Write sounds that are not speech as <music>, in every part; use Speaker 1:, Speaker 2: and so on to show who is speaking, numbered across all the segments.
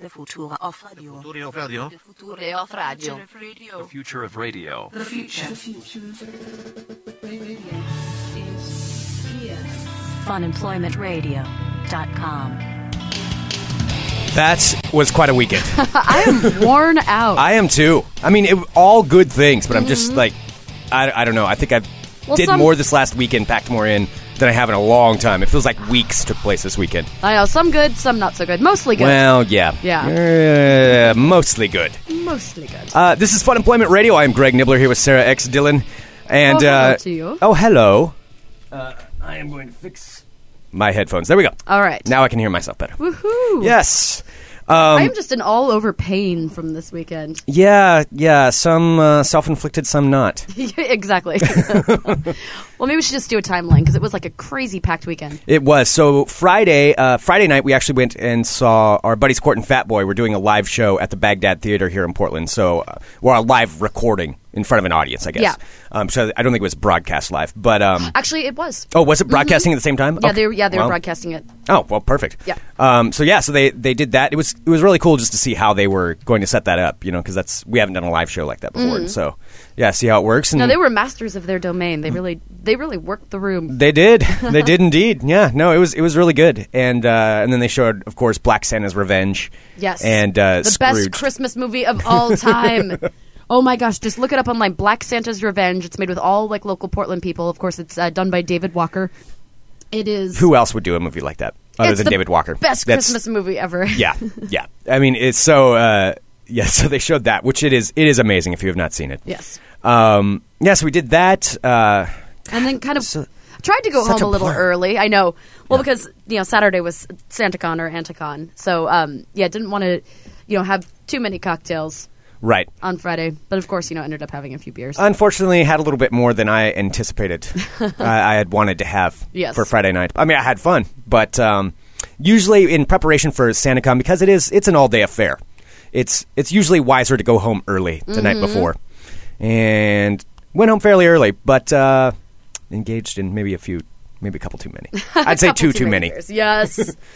Speaker 1: The Futura of Radio.
Speaker 2: Future of radio.
Speaker 1: The Future of Radio.
Speaker 2: The future of radio.
Speaker 3: The future.
Speaker 1: FunEmploymentRadio.com.
Speaker 4: That was quite a weekend.
Speaker 5: <laughs> I am worn out. Mm-hmm.
Speaker 4: I am too. I mean, it, all good things, but I'm just like, I, I don't know. I think I
Speaker 5: Well,
Speaker 4: did
Speaker 5: some-
Speaker 4: more this last weekend, packed more in than I have in a long time. It feels like weeks took place this weekend.
Speaker 5: I know some good, some not so good. Mostly good.
Speaker 4: Well, yeah. Yeah. mostly good.
Speaker 5: Mostly good.
Speaker 4: Uh, this is Fun Employment Radio. I'm Greg Nibbler here with Sarah X. Dillon. And,
Speaker 5: Oh, hello
Speaker 4: uh,
Speaker 5: to you.
Speaker 4: Oh, hello. Uh, I am going to fix my headphones. There we go.
Speaker 5: All right.
Speaker 4: Now um, I can hear myself better.
Speaker 5: Woohoo!
Speaker 4: Yes.
Speaker 5: I am just in all over pain from this weekend. <laughs>
Speaker 4: Yeah, yeah. Some uh, self inflicted, some not. <laughs>
Speaker 5: exactly. well, maybe we should just do a timeline because it was like a crazy packed weekend.
Speaker 4: It was so Friday. Uh, Friday night, we actually went and saw our buddies Court and Fat Boy. We're doing a live show at the Baghdad Theater here in Portland, so uh, we're a live recording in front of an audience, I guess.
Speaker 5: Yeah.
Speaker 4: Um, so I don't think it was broadcast live, but um,
Speaker 5: Actually, it was.
Speaker 4: oh, was it broadcasting at the same time?
Speaker 5: Mm-hmm. Yeah,
Speaker 4: Okay.
Speaker 5: they were, yeah they were
Speaker 4: Well,
Speaker 5: broadcasting it.
Speaker 4: Oh well, perfect.
Speaker 5: Yeah.
Speaker 4: Um, so yeah, so they they did that. It was it was really cool just to see how they were going to set that up, you know, because that's we haven't done a live show like that before. and So yeah, see how it works. And
Speaker 5: Mm. No, they were masters of their domain. They really, they really worked the room.
Speaker 4: Hmm. They
Speaker 5: <laughs>
Speaker 4: did. They did indeed. Yeah. No, it was it was really good. And uh, and then they showed, of course, Black Santa's Revenge.
Speaker 5: Yes,
Speaker 4: And uh,
Speaker 5: the
Speaker 4: Scrooge.
Speaker 5: best Christmas movie
Speaker 4: <laughs>
Speaker 5: of all time. oh my gosh, just look it up online. Black Santa's Revenge. It's made with all like local Portland people. Of course, it's uh, done by David Walker. It is
Speaker 4: Who else would do a movie like that other
Speaker 5: it's
Speaker 4: than
Speaker 5: the
Speaker 4: David Walker?
Speaker 5: Best
Speaker 4: That's-
Speaker 5: Christmas movie ever.
Speaker 4: <laughs> Yeah. Yeah. I mean, it's so. Uh, yeah. <laughs> So they showed that, which it is. It is amazing if you have not seen it.
Speaker 5: <laughs> Yes.
Speaker 4: Um. Yes, we did that. Uh,
Speaker 5: and then kind of
Speaker 4: So-
Speaker 5: tried to go
Speaker 4: such
Speaker 5: home
Speaker 4: a
Speaker 5: a, little
Speaker 4: blur.
Speaker 5: early. I know, well, because you know Saturday was SantaCon or Anticon, so um, yeah, didn't want to, you know, have too many cocktails
Speaker 4: right.
Speaker 5: on Friday. But of course, you know, ended up having a few beers.
Speaker 4: Unfortunately, had a little bit more than I
Speaker 5: <laughs>
Speaker 4: anticipated. uh, I, I had wanted to have
Speaker 5: Yes.
Speaker 4: for Friday night. I mean, I had fun, but um, usually in preparation for SantaCon because it is it's an all day affair. It's it's usually wiser to go home early the night
Speaker 5: Mm-hmm.
Speaker 4: before, and went home fairly early, but uh, engaged in maybe a few, maybe a couple too many.
Speaker 5: <laughs>
Speaker 4: I'd say
Speaker 5: Couple
Speaker 4: two too many.
Speaker 5: beers. Yes. <laughs>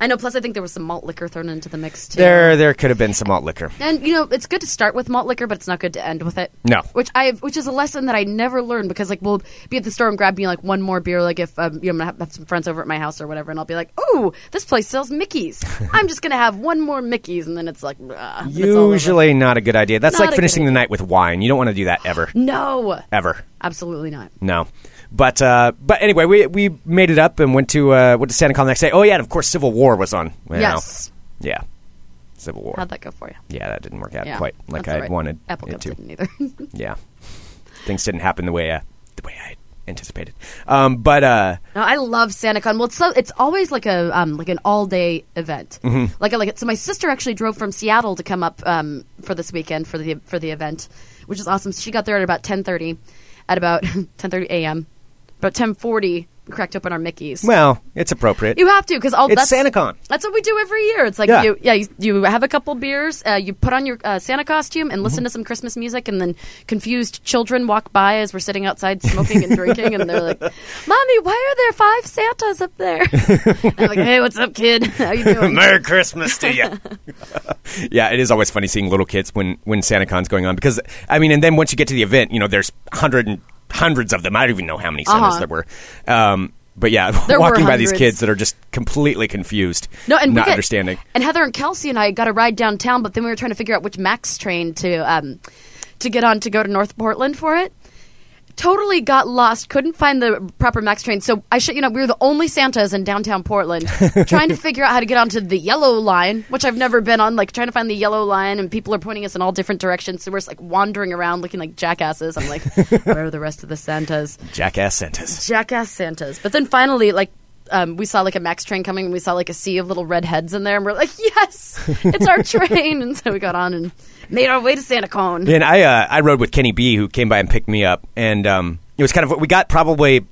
Speaker 5: I know. Plus, I think there was some malt liquor thrown into the mix too.
Speaker 4: There there could have been some malt liquor.
Speaker 5: And you know, it's good to start with malt liquor, but it's not good to end with it.
Speaker 4: No.
Speaker 5: which I which is a lesson that I never learned because like we'll be at the store and grab me like one more beer, like if um, you know I'm gonna have, have some friends over at my house or whatever, and I'll be like, oh, this place
Speaker 4: <laughs>
Speaker 5: sells Mickey's. I'm just gonna have one more Mickey's, and then it's like ah, and it's all over.
Speaker 4: Usually not a good idea. That's
Speaker 5: Not a
Speaker 4: like
Speaker 5: good
Speaker 4: finishing the night with wine. You don't want to do that ever,
Speaker 5: no,
Speaker 4: ever.
Speaker 5: absolutely not.
Speaker 4: No. But uh, but anyway, we we made it up and went to uh, went to SantaCon the next day. Oh yeah, and of course Civil War was on. Wow.
Speaker 5: Yes,
Speaker 4: Yeah. Civil War.
Speaker 5: how'd that go for you?
Speaker 4: yeah, that didn't work out
Speaker 5: Yeah,
Speaker 4: quite like
Speaker 5: that's
Speaker 4: I
Speaker 5: all right.
Speaker 4: wanted
Speaker 5: Apple
Speaker 4: it
Speaker 5: Cup
Speaker 4: to.
Speaker 5: didn't either. <laughs>
Speaker 4: Yeah. Things didn't happen the way uh, the way I anticipated. Um, but uh,
Speaker 5: No, I love SantaCon. Well, it's so it's always like a um, like an all day event. Like I like it. So my sister actually drove from Seattle to come up um, for this weekend for the for the event, which is awesome. She got there at about ten thirty, at about <laughs> ten thirty a.m. About ten forty, we cracked open our Mickey's.
Speaker 4: well, it's appropriate.
Speaker 5: you have to because all
Speaker 4: it's
Speaker 5: that's
Speaker 4: SantaCon.
Speaker 5: That's what we do every year. It's like
Speaker 4: Yeah.
Speaker 5: you, yeah, you, you have a couple beers, uh, you put on your uh, Santa costume and
Speaker 4: Mm-hmm.
Speaker 5: listen to some Christmas music, and then confused children walk by as we're sitting outside smoking and drinking, and they're like, "Mommy, why are there five Santas up there?" <laughs> And I'm like, "Hey, what's up, kid? <laughs>
Speaker 4: <laughs>
Speaker 5: How you doing?"
Speaker 4: Merry Christmas to you. <laughs> yeah, it is always funny seeing little kids when when SantaCon's going on because I mean, and then once you get to the event, you know, there's hundred and hundreds of them. I don't even know how many Santas
Speaker 5: Uh-huh.
Speaker 4: there were. Um, but yeah,
Speaker 5: There
Speaker 4: <laughs>
Speaker 5: were
Speaker 4: walking by these
Speaker 5: hundreds.
Speaker 4: kids that are just completely confused,
Speaker 5: No, and we
Speaker 4: not
Speaker 5: got-
Speaker 4: understanding.
Speaker 5: And Heather and Kelsey and I got a ride downtown, but then we were trying to figure out which Max train to um, to get on to go to North Portland for it. Totally got lost. Couldn't find the proper Max train. So I should, you know, we were the only Santas in
Speaker 4: <laughs>
Speaker 5: downtown Portland trying to figure out how to get onto the yellow line, which I've never been on. Like trying to find the yellow line, and people are pointing us in all different directions. So we're just like wandering around looking like
Speaker 4: <laughs>
Speaker 5: jackasses. I'm like, where are the rest of the Santas?
Speaker 4: Jackass Santas.
Speaker 5: jackass Santas. But then finally, like, um, we saw like a Max train coming, and we saw like a sea of little red heads in there, and we're like, "Yes, it's our train!" And so we got on and made our way to Santa Con.
Speaker 4: And I uh, I rode with Kenny B, who came by and picked me up, and um, it was kind of we got probably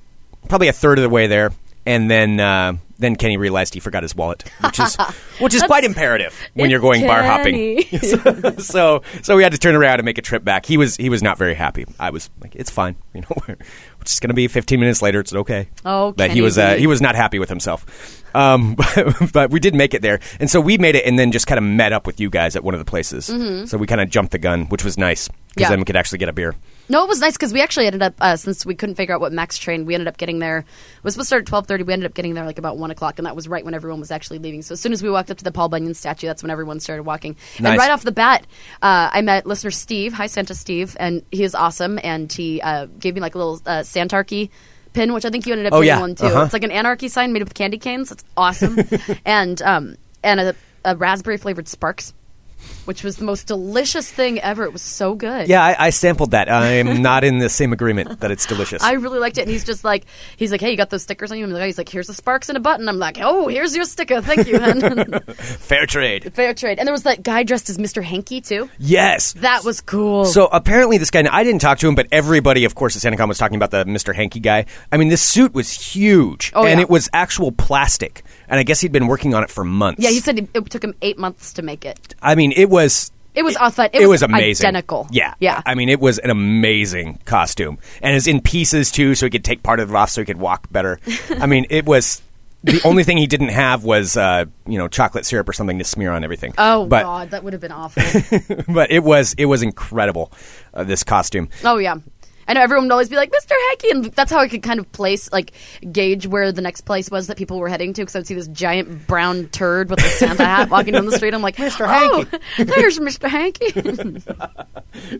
Speaker 4: probably a third of the way there, and then uh, then Kenny realized he forgot his wallet, which
Speaker 5: <laughs>
Speaker 4: is which is quite imperative when you're going bar hopping. <laughs> so so we had to turn around and make a trip back. He was he was not very happy. I was like, it's fine, <laughs> you know, we're, we're just gonna be 15 minutes later. It's okay.
Speaker 5: Oh,
Speaker 4: but
Speaker 5: Kenny
Speaker 4: he was uh,
Speaker 5: B.
Speaker 4: he was not happy with himself. Um, <laughs> but, but we did make it there, and so we made it, and then just kind of met up with you guys at one of the places. So we kind of jumped the gun, which was nice because
Speaker 5: Mm-hmm. Yeah.
Speaker 4: then we could actually get a beer.
Speaker 5: No, it was nice because we actually ended up uh, since we couldn't figure out what Max train, we ended up getting there. It was supposed to start at twelve thirty. We ended up getting there like about one o'clock, and that was right when everyone was actually leaving. So as soon as we walked up to the Paul Bunyan statue, that's when everyone started walking.
Speaker 4: Nice.
Speaker 5: And right off the bat, uh, I met listener Steve. Hi, Santa Steve, and he is awesome. And he uh, gave me like a little uh, Santarchy pin, which I think you ended up
Speaker 4: Oh,
Speaker 5: getting
Speaker 4: yeah.
Speaker 5: one too.
Speaker 4: Uh-huh.
Speaker 5: It's like an anarchy sign made up with candy canes. It's
Speaker 4: <laughs>
Speaker 5: awesome, and um, and a, a raspberry flavored Sparks. Which was the most delicious thing ever. It was so good.
Speaker 4: Yeah, I, I sampled that. I'm
Speaker 5: <laughs>
Speaker 4: not in the same agreement that it's delicious.
Speaker 5: I really liked it. And he's just like, he's like, hey, you got those stickers on you? And he's like, here's the sparks and a button. I'm like, oh, here's your sticker. Thank you, <laughs> man.
Speaker 4: Fair trade.
Speaker 5: Fair trade. And there was that guy dressed as Mr. Hanky, too.
Speaker 4: Yes.
Speaker 5: That was cool.
Speaker 4: So apparently, this guy, I didn't talk to him, but everybody, of course, at SantaCon was talking about the Mr. Hanky guy. I mean, this suit was huge.
Speaker 5: Oh,
Speaker 4: and
Speaker 5: yeah.
Speaker 4: it was actual plastic. And I guess he'd been working on it for months.
Speaker 5: yeah, he said it, it took him eight months to make it.
Speaker 4: I mean, it was.
Speaker 5: It was authentic.
Speaker 4: It, was, amazing.
Speaker 5: Identical.
Speaker 4: Yeah.
Speaker 5: Yeah.
Speaker 4: I mean, it was an amazing costume. And it's in pieces, too, so he could take part of it off so he could walk
Speaker 5: <laughs>
Speaker 4: better. I mean, it was. The only thing he didn't have was, uh, you know, chocolate syrup or something to smear on everything.
Speaker 5: oh,
Speaker 4: but,
Speaker 5: God. That would have been awful. <laughs>
Speaker 4: But it was it was incredible, uh, this costume.
Speaker 5: oh, yeah. I know everyone would always be like, Mr. Hanky. And that's how I could kind of place, like, gauge where the next place was that people were heading to. Because I would see this giant brown turd with a Santa hat walking down the street.
Speaker 4: <laughs>
Speaker 5: I'm like, Mr. Hanky. Oh, <laughs> there's Mr. Hanky. <laughs>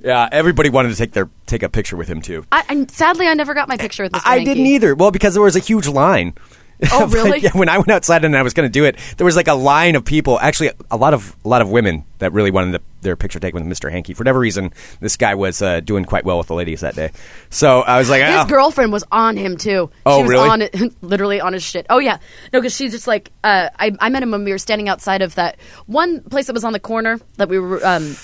Speaker 4: Yeah, Uh, everybody wanted to take their take a picture with him too.
Speaker 5: I, and sadly, I never got my picture with Mr.
Speaker 4: I
Speaker 5: Hankey.
Speaker 4: didn't either. Well, because there was a huge line. <laughs>
Speaker 5: Oh,
Speaker 4: Of, like,
Speaker 5: really?
Speaker 4: yeah, when I went outside and I was going to do it, there was like a line of people. Actually, a lot of a lot of women that really wanted the, their picture taken with Mr. Hankey. For whatever reason, this guy was uh, doing quite well with the ladies that day. So I was like,
Speaker 5: His
Speaker 4: oh.
Speaker 5: girlfriend was on him too.
Speaker 4: Oh,
Speaker 5: she was
Speaker 4: really?
Speaker 5: On it, <laughs> literally on his shit. Oh yeah, no, because she's just like uh, I, I met him when we were standing outside of that one place that was on the corner that we were. Um,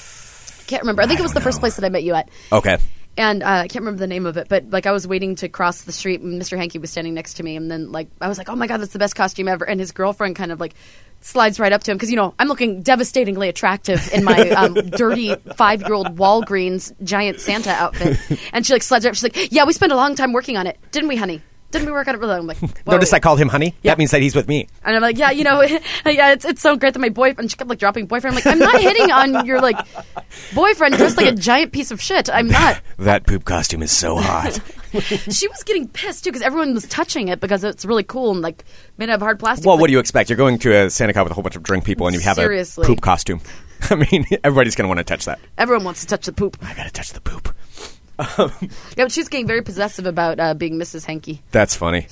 Speaker 5: can't remember. I think it was the first place that I met you at.
Speaker 4: Okay.
Speaker 5: and uh, I can't remember the name of it, but like I was waiting to cross the street, and Mr. Hankey was standing next to me, and then like I was like, "Oh my god, that's the best costume ever!" And his girlfriend kind of like slides right up to him because you know I'm looking devastatingly attractive in my um, dirty five year old Walgreens giant Santa outfit, and she like slides up. She's like, "Yeah, we spent a long time working on it, didn't we, honey? Didn't we work on it really?" I'm like, "Whoa."
Speaker 4: Notice I called him honey.
Speaker 5: Yeah.
Speaker 4: That means that he's with me.
Speaker 5: And I'm like, yeah, you know, <laughs> yeah, it's, it's so great that my boyfriend. She kept like dropping boyfriend. I'm like, I'm not hitting on your like boyfriend dressed like a giant piece of shit. I'm not.
Speaker 4: That poop costume is so
Speaker 5: <laughs>
Speaker 4: hot.
Speaker 5: she was getting pissed too because everyone was touching it because it's really cool and like made out of hard plastic.
Speaker 4: well,
Speaker 5: Like,
Speaker 4: what do you expect? You're going to a Santa Con with a whole bunch of drunk people, and you have
Speaker 5: Seriously.
Speaker 4: a poop costume. <laughs> I mean, everybody's going to want to touch that.
Speaker 5: Everyone wants to touch the poop.
Speaker 4: I got to touch the poop.
Speaker 5: Yeah, but she's getting very possessive about uh, being
Speaker 4: <laughs>
Speaker 5: Mrs. Henke.
Speaker 4: That's funny.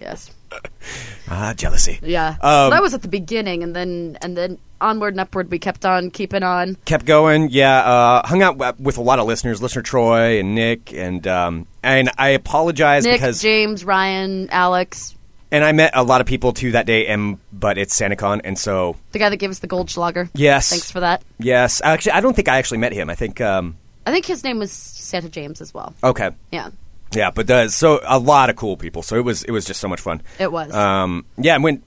Speaker 5: Yes,
Speaker 4: Ah, jealousy.
Speaker 5: yeah.
Speaker 4: Um,
Speaker 5: so that was at the beginning, and then and then onward and upward, we kept on keeping on.
Speaker 4: kept going. Yeah, uh, hung out w- with a lot of listeners, listener Troy and Nick, and um, and I apologize
Speaker 5: Nick,
Speaker 4: because
Speaker 5: James, Ryan, Alex,
Speaker 4: and I met a lot of people too that day. And but it's SantaCon, and so
Speaker 5: the guy that gave us the Goldschlager.
Speaker 4: Yes.
Speaker 5: thanks for that.
Speaker 4: yes, actually, I don't think I actually met him. I think um,
Speaker 5: I think his name was Santa James as well.
Speaker 4: okay,
Speaker 5: Yeah,
Speaker 4: yeah, but uh, so a lot of cool people. So it was it was just so much fun.
Speaker 5: It was.
Speaker 4: Um, yeah, and went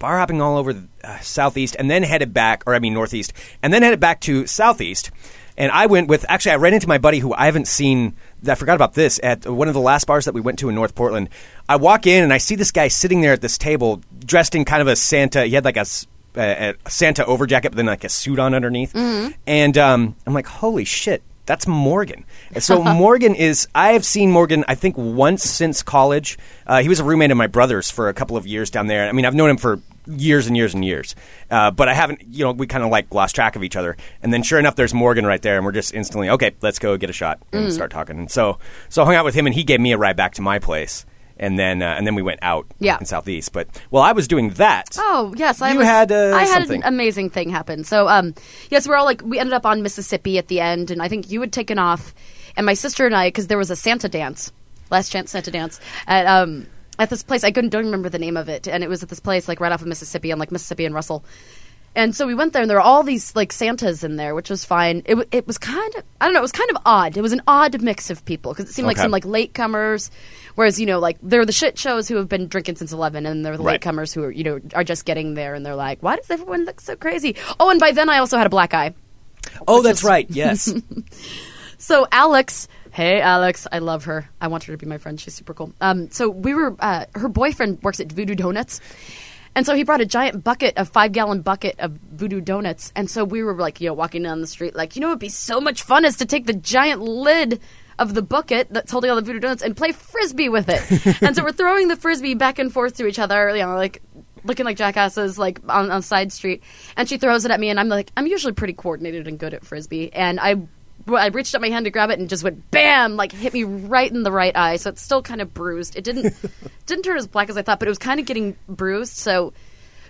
Speaker 4: bar hopping all over the, uh, southeast, and then headed back, or I mean northeast, and then headed back to southeast. And I went with actually I ran into my buddy who I haven't seen. I forgot about this at one of the last bars that we went to in North Portland. I walk in and I see this guy sitting there at this table, dressed in kind of a Santa. He had like a, s- a- a Santa over jacket, but then like a suit on underneath.
Speaker 5: Mm-hmm.
Speaker 4: And um, I'm like, holy shit. That's Morgan. And So
Speaker 5: <laughs>
Speaker 4: Morgan is. I have seen Morgan. I think once since college. Uh, he was a roommate of my brother's for a couple of years down there. I mean, I've known him for years and years and years, uh, but I haven't. You know, we kind of like lost track of each other. And then, sure enough, there's Morgan right there, and we're just instantly okay. Let's go get a shot and
Speaker 5: Mm-hmm.
Speaker 4: start talking. And so, so I hung out with him, and he gave me a ride back to my place, and then uh, and then we went out
Speaker 5: Yeah.
Speaker 4: in Southeast. But while I was doing that,
Speaker 5: Oh yes, I
Speaker 4: You
Speaker 5: was,
Speaker 4: had, uh,
Speaker 5: I had
Speaker 4: something.
Speaker 5: an amazing thing happen. So um, yes, we're all like we ended up on Mississippi at the end, and I think you had taken off, and my sister and I because there was a Santa dance, last chance Santa dance at um at this place I couldn't don't remember the name of it, and it was at this place like right off of Mississippi on like Mississippi and Russell. And so we went there, and there were all these like Santas in there, which was fine. It, w- it was kind of I don't know, it was kind of odd. It was an odd mix of people because it seemed like
Speaker 4: Okay.
Speaker 5: some like latecomers, whereas you know like there are the shit shows who have been drinking since eleven, and there are the
Speaker 4: Right.
Speaker 5: latecomers who are you know are just getting there, and they're like, why does everyone look so crazy? Oh, and by then I also had a black eye.
Speaker 4: Oh, that's right. Yes.
Speaker 5: So Alex, hey Alex, I love her. I want her to be my friend. She's super cool. Um, so we were, uh, her boyfriend works at Voodoo Donuts, and so he brought a giant bucket, a five gallon bucket of Voodoo Donuts, and so we were like, you know, walking down the street, like, you know, it'd be so much fun is to take the giant lid. Of the bucket that's holding all the voodoo donuts and play frisbee with it, and so we're throwing the frisbee back and forth to each other, you know, like looking like jackasses, like on, on side street. And she throws it at me, and I'm like, I'm usually pretty coordinated and good at frisbee, and I well, I reached up my hand to grab it and just went bam, like hit me right in the right eye. So it's still kind of bruised. It didn't didn't turn as black as I thought, but it was kind of getting bruised. So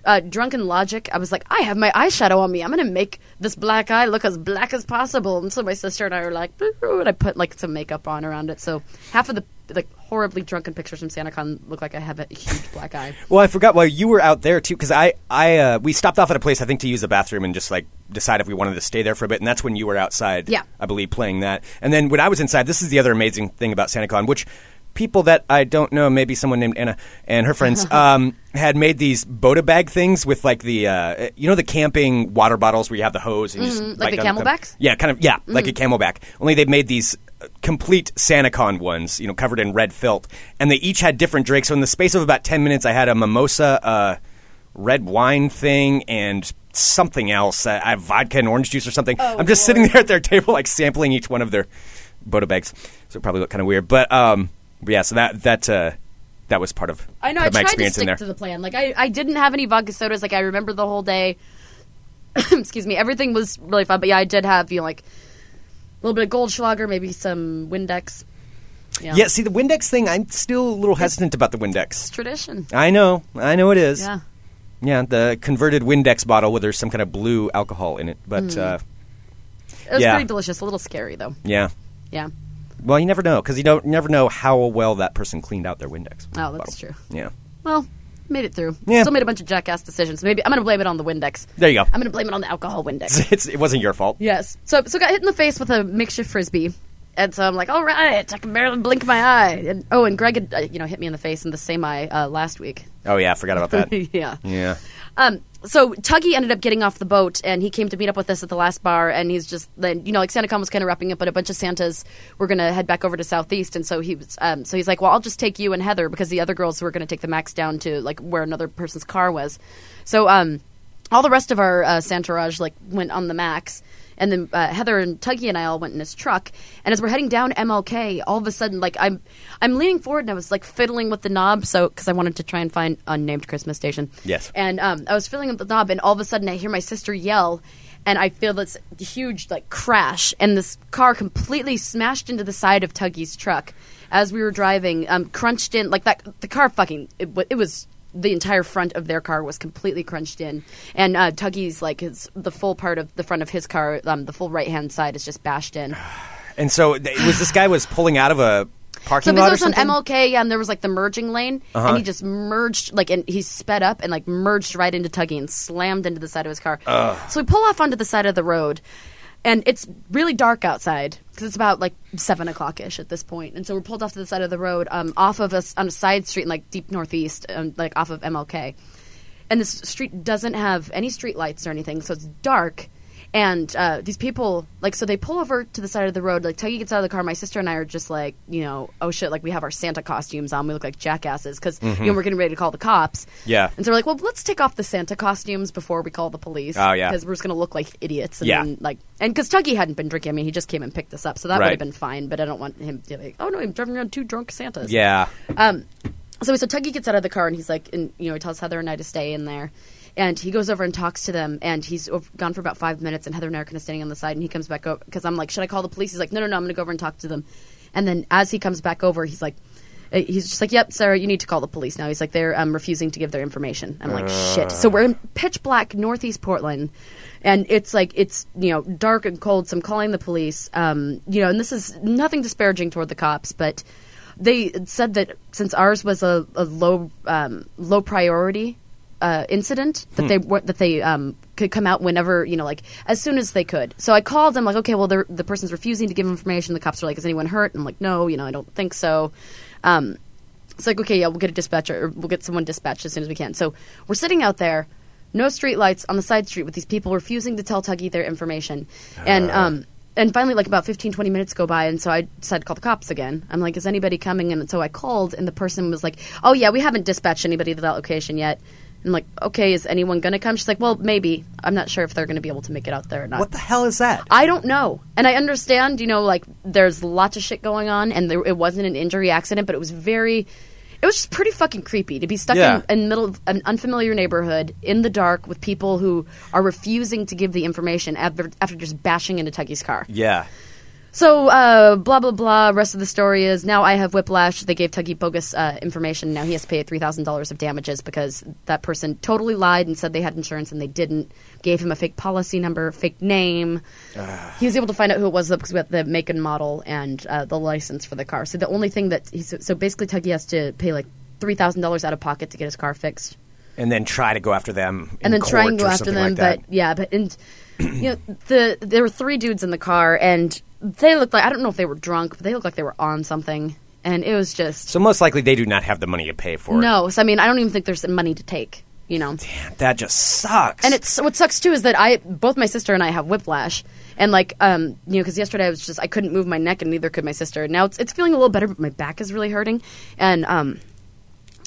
Speaker 5: uh, drunken logic, I was like, I have my eyeshadow on me. I'm gonna make this black eye look as black as possible. And so my sister and I were like, "Boo," and I put like some makeup on around it. So half of the like horribly drunken pictures from SantaCon look like I have a huge black eye.
Speaker 4: Well, I forgot while you were out there too, because I, I, uh, we stopped off at a place I think to use a bathroom and just like decide if we wanted to stay there for a bit, and that's when you were outside.
Speaker 5: Yeah.
Speaker 4: I believe playing that, and then when I was inside, this is the other amazing thing about SantaCon, which people that I don't know, maybe someone named Anna and her friends, um, had made these Boda bag things with like the, uh, you know, the camping water bottles where you have the hose, and you just
Speaker 5: like
Speaker 4: bite
Speaker 5: the
Speaker 4: down the-
Speaker 5: Camelbacks? Mm-hmm.
Speaker 4: Yeah, kind of. Yeah, like a camelback. Only they made these uh, complete SantaCon ones, you know, covered in red felt, and they each had different drinks. So in the space of about ten minutes, I had a mimosa, uh, red wine thing, and something else. I, I have vodka and orange juice or something.
Speaker 5: Oh,
Speaker 4: I'm just sitting there at their table, like sampling each one of their Boda bags. So it probably looked kind of weird, but um, yeah. So that that uh, that was part of
Speaker 5: I know.
Speaker 4: part
Speaker 5: I
Speaker 4: of my
Speaker 5: tried to
Speaker 4: experience in
Speaker 5: stick
Speaker 4: there.
Speaker 5: to the plan. Like I, I didn't have any vodka sodas. Like I remember the whole day. <coughs> Excuse me. Everything was really fun. But yeah, I did have you know like a little bit of Goldschlager, maybe some Windex. You know,
Speaker 4: yeah, see the Windex thing. I'm still a little hesitant about the
Speaker 5: it's
Speaker 4: Windex.
Speaker 5: tradition.
Speaker 4: I know, I know it is.
Speaker 5: Yeah.
Speaker 4: Yeah, the converted Windex bottle where there's some kind of blue alcohol in it. But
Speaker 5: Hmm.
Speaker 4: uh,
Speaker 5: It was
Speaker 4: Yeah.
Speaker 5: pretty delicious. A little scary though.
Speaker 4: yeah,
Speaker 5: Yeah.
Speaker 4: well, you never know because you don't you never know how well that person cleaned out their Windex.
Speaker 5: Oh, that's true.
Speaker 4: Yeah,
Speaker 5: Well, made it through.
Speaker 4: Yeah.
Speaker 5: Still made a bunch of jackass decisions. Maybe I'm gonna blame it on the Windex.
Speaker 4: there you go. <laughs>
Speaker 5: I'm gonna blame it on the alcohol Windex.
Speaker 4: it's, it wasn't your fault.
Speaker 5: Yes. So so got hit in the face with a makeshift frisbee. And so I'm like, all right, I can barely blink my eye. And oh, and Greg, had, uh, you know, hit me in the face in the same eye uh, last week.
Speaker 4: Oh yeah, I forgot about that.
Speaker 5: <laughs> yeah.
Speaker 4: yeah.
Speaker 5: Um. So Tuggy ended up getting off the boat, and he came to meet up with us at the last bar. And he's just then, you know, like SantaCon was kind of wrapping up, but a bunch of Santas were gonna head back over to Southeast, and so he was, um, so he's like, well, I'll just take you and Heather because the other girls were gonna take the Max down to like where another person's car was. So um, all the rest of our uh, Santarage like went on the Max. And then uh, Heather and Tuggy and I all went in his truck. And as we're heading down MLK, all of a sudden, like I'm, I'm leaning forward and I was like fiddling with the knob, so because I wanted to try and find unnamed Christmas station.
Speaker 4: Yes.
Speaker 5: And um, I was fiddling with the knob, and all of a sudden, I hear my sister yell, and I feel this huge like crash, and this car completely smashed into the side of Tuggy's truck as we were driving. Um, crunched in like that. The car fucking it, wa- it was the entire front of their car was completely crunched in, and uh, Tuggy's like his the full part of the front of his car, um, the full right hand side is just bashed in.
Speaker 4: And so th- it was this guy was pulling out of a
Speaker 5: So
Speaker 4: parking
Speaker 5: because
Speaker 4: lot
Speaker 5: it
Speaker 4: or
Speaker 5: was on
Speaker 4: something. Uh-huh.
Speaker 5: MLK, yeah, and there was like the merging lane, and he just merged, like, and he sped up and like merged right into Tuggy and slammed into the side of his car. So we pull off onto the side of the road, and it's really dark outside because it's about like seven o'clock ish at this point, and so we're pulled off to the side of the road, um, off of us on a side street in like deep northeast, um, like off of MLK, and this street doesn't have any street lights or anything, so it's dark. And uh, these people, like, so they pull over to the side of the road. Like, Tuggy gets out of the car. My sister and I are just like, you know, oh shit, like, we have our Santa costumes on. We look like jackasses because, you know, we're getting ready to call the cops.
Speaker 4: Mm-hmm. Yeah.
Speaker 5: And so we're like, well, let's take off the Santa costumes before we call the police.
Speaker 4: Oh, yeah.
Speaker 5: Because we're just going to look like idiots. And
Speaker 4: Yeah.
Speaker 5: Then, like, and because Tuggy hadn't been drinking. I mean, he just came and picked us up. So that
Speaker 4: Right.
Speaker 5: would have been fine. But I don't want him to be like, oh no, I'm driving around two drunk Santas.
Speaker 4: Yeah.
Speaker 5: Um, so so Tuggy gets out of the car and he's like, and you know, he tells Heather and I to stay in there, and he goes over and talks to them, and he's over, gone for about five minutes, and Heather and I are kind of standing on the side, and he comes back over because I'm like, should I call the police? He's like, no, no, no, I'm gonna go over and talk to them, and then as he comes back over, he's like. uh, He's just like, yep, Sarah, you need to call the police now. He's like, they're um, refusing to give their information. I'm like, shit. So we're in pitch black northeast Portland, and it's like it's you know dark and cold. So I'm calling the police. Um, you know, and this is nothing disparaging toward the cops, but they said that since ours was a, a low um, low priority uh, incident, that they were, that they um, could come out whenever you know, like as soon as they could. So I called. I'm like, okay, well, the the person's refusing to give information. The cops are like, is anyone hurt? And I'm like, no, you know, I don't think so. Um, it's like, okay, yeah, we'll get a dispatcher, or we'll get someone dispatched as soon as we can. So we're sitting out there, no streetlights on the side street with these people refusing to tell Tuggy their information. And um, and finally, like about 15, 20 minutes go by, and so I decided to call the cops again. I'm like, is anybody coming? And so I called, and the person was like, oh, yeah, we haven't dispatched anybody to that location yet. I'm like, okay, is anyone going to come? She's like, well, maybe. I'm not sure if they're going to be able to make it out there or not.
Speaker 4: What the hell is that?
Speaker 5: I don't know. And I understand, you know, like there's lots of shit going on and there, it wasn't an injury accident, but it was very it was just pretty fucking creepy to be stuck
Speaker 4: Yeah.
Speaker 5: in, in middle of an unfamiliar neighborhood in the dark with people who are refusing to give the information after, after just bashing into Tuggy's car.
Speaker 4: yeah.
Speaker 5: So uh, blah blah blah. Rest of the story is now I have whiplash. They gave Tuggy bogus uh, information. Now he has to pay three thousand dollars of damages because that person totally lied and said they had insurance and they didn't. Gave him a fake policy number, fake name. he was able to find out who it was though, because we had the make and model and uh, the license for the car. So the only thing that he, so, so basically Tuggy has to pay like three thousand dollars out of pocket to get his car fixed
Speaker 4: And then try to go after them. in
Speaker 5: and then try and
Speaker 4: court
Speaker 5: go
Speaker 4: or
Speaker 5: after
Speaker 4: something
Speaker 5: them.
Speaker 4: like that.
Speaker 5: But yeah, but and you know the there were three dudes in the car, and they looked like I don't know if they were drunk, but they looked like they were on something, and it was just
Speaker 4: so most likely they do not have the money to pay for
Speaker 5: no. So I mean, I don't even think there's money to take, you know.
Speaker 4: it. That just sucks.
Speaker 5: And it's what sucks too is that I both my sister and I have whiplash, and like um you know because yesterday I was just I couldn't move my neck and neither could my sister. Now it's it's feeling a little better, but my back is really hurting, and um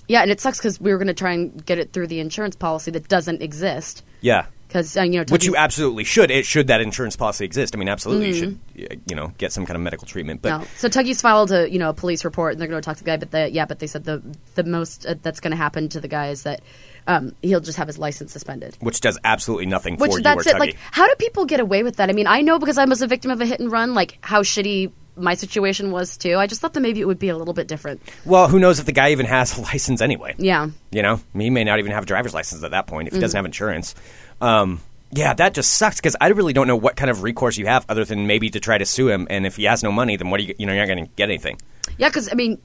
Speaker 5: yeah, and it sucks because we were going to try and get it through the insurance policy that doesn't exist
Speaker 4: yeah.
Speaker 5: because uh, you know
Speaker 4: Which you
Speaker 5: Tuggy's-
Speaker 4: absolutely should. It should that insurance policy exist. I mean, absolutely, you should, you know, get some kind of medical treatment. But
Speaker 5: Mm-hmm. No. So Tuggy's filed a you know a police report, and they're going to talk to the guy. But the, yeah, but they said the the most uh, that's going to happen to the guy is that um, he'll just have his license suspended.
Speaker 4: which does absolutely nothing
Speaker 5: Which
Speaker 4: for
Speaker 5: that's
Speaker 4: you or
Speaker 5: it.
Speaker 4: Tuggy.
Speaker 5: Like, how do people get away with that? I mean, I know because I was a victim of a hit and run. Like how shitty my situation was too. I just thought that maybe it would be a little bit different.
Speaker 4: well, who knows if the guy even has a <laughs> license anyway?
Speaker 5: Yeah. Mm-hmm.
Speaker 4: You know, he may not even have a driver's license at that point if he doesn't have insurance. Um, yeah, that just sucks because I really don't know what kind of recourse you have other than maybe to try to sue him. And if he has no money, then what are you? You know, you're not going to get anything.
Speaker 5: Yeah, because I mean,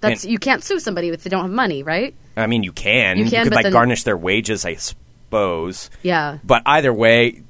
Speaker 5: that's
Speaker 4: And-
Speaker 5: you can't sue somebody if they don't have money, right?
Speaker 4: I mean, you can.
Speaker 5: You can,
Speaker 4: could
Speaker 5: but
Speaker 4: like
Speaker 5: then-
Speaker 4: garnish their wages, I suppose.
Speaker 5: Yeah.
Speaker 4: But either way,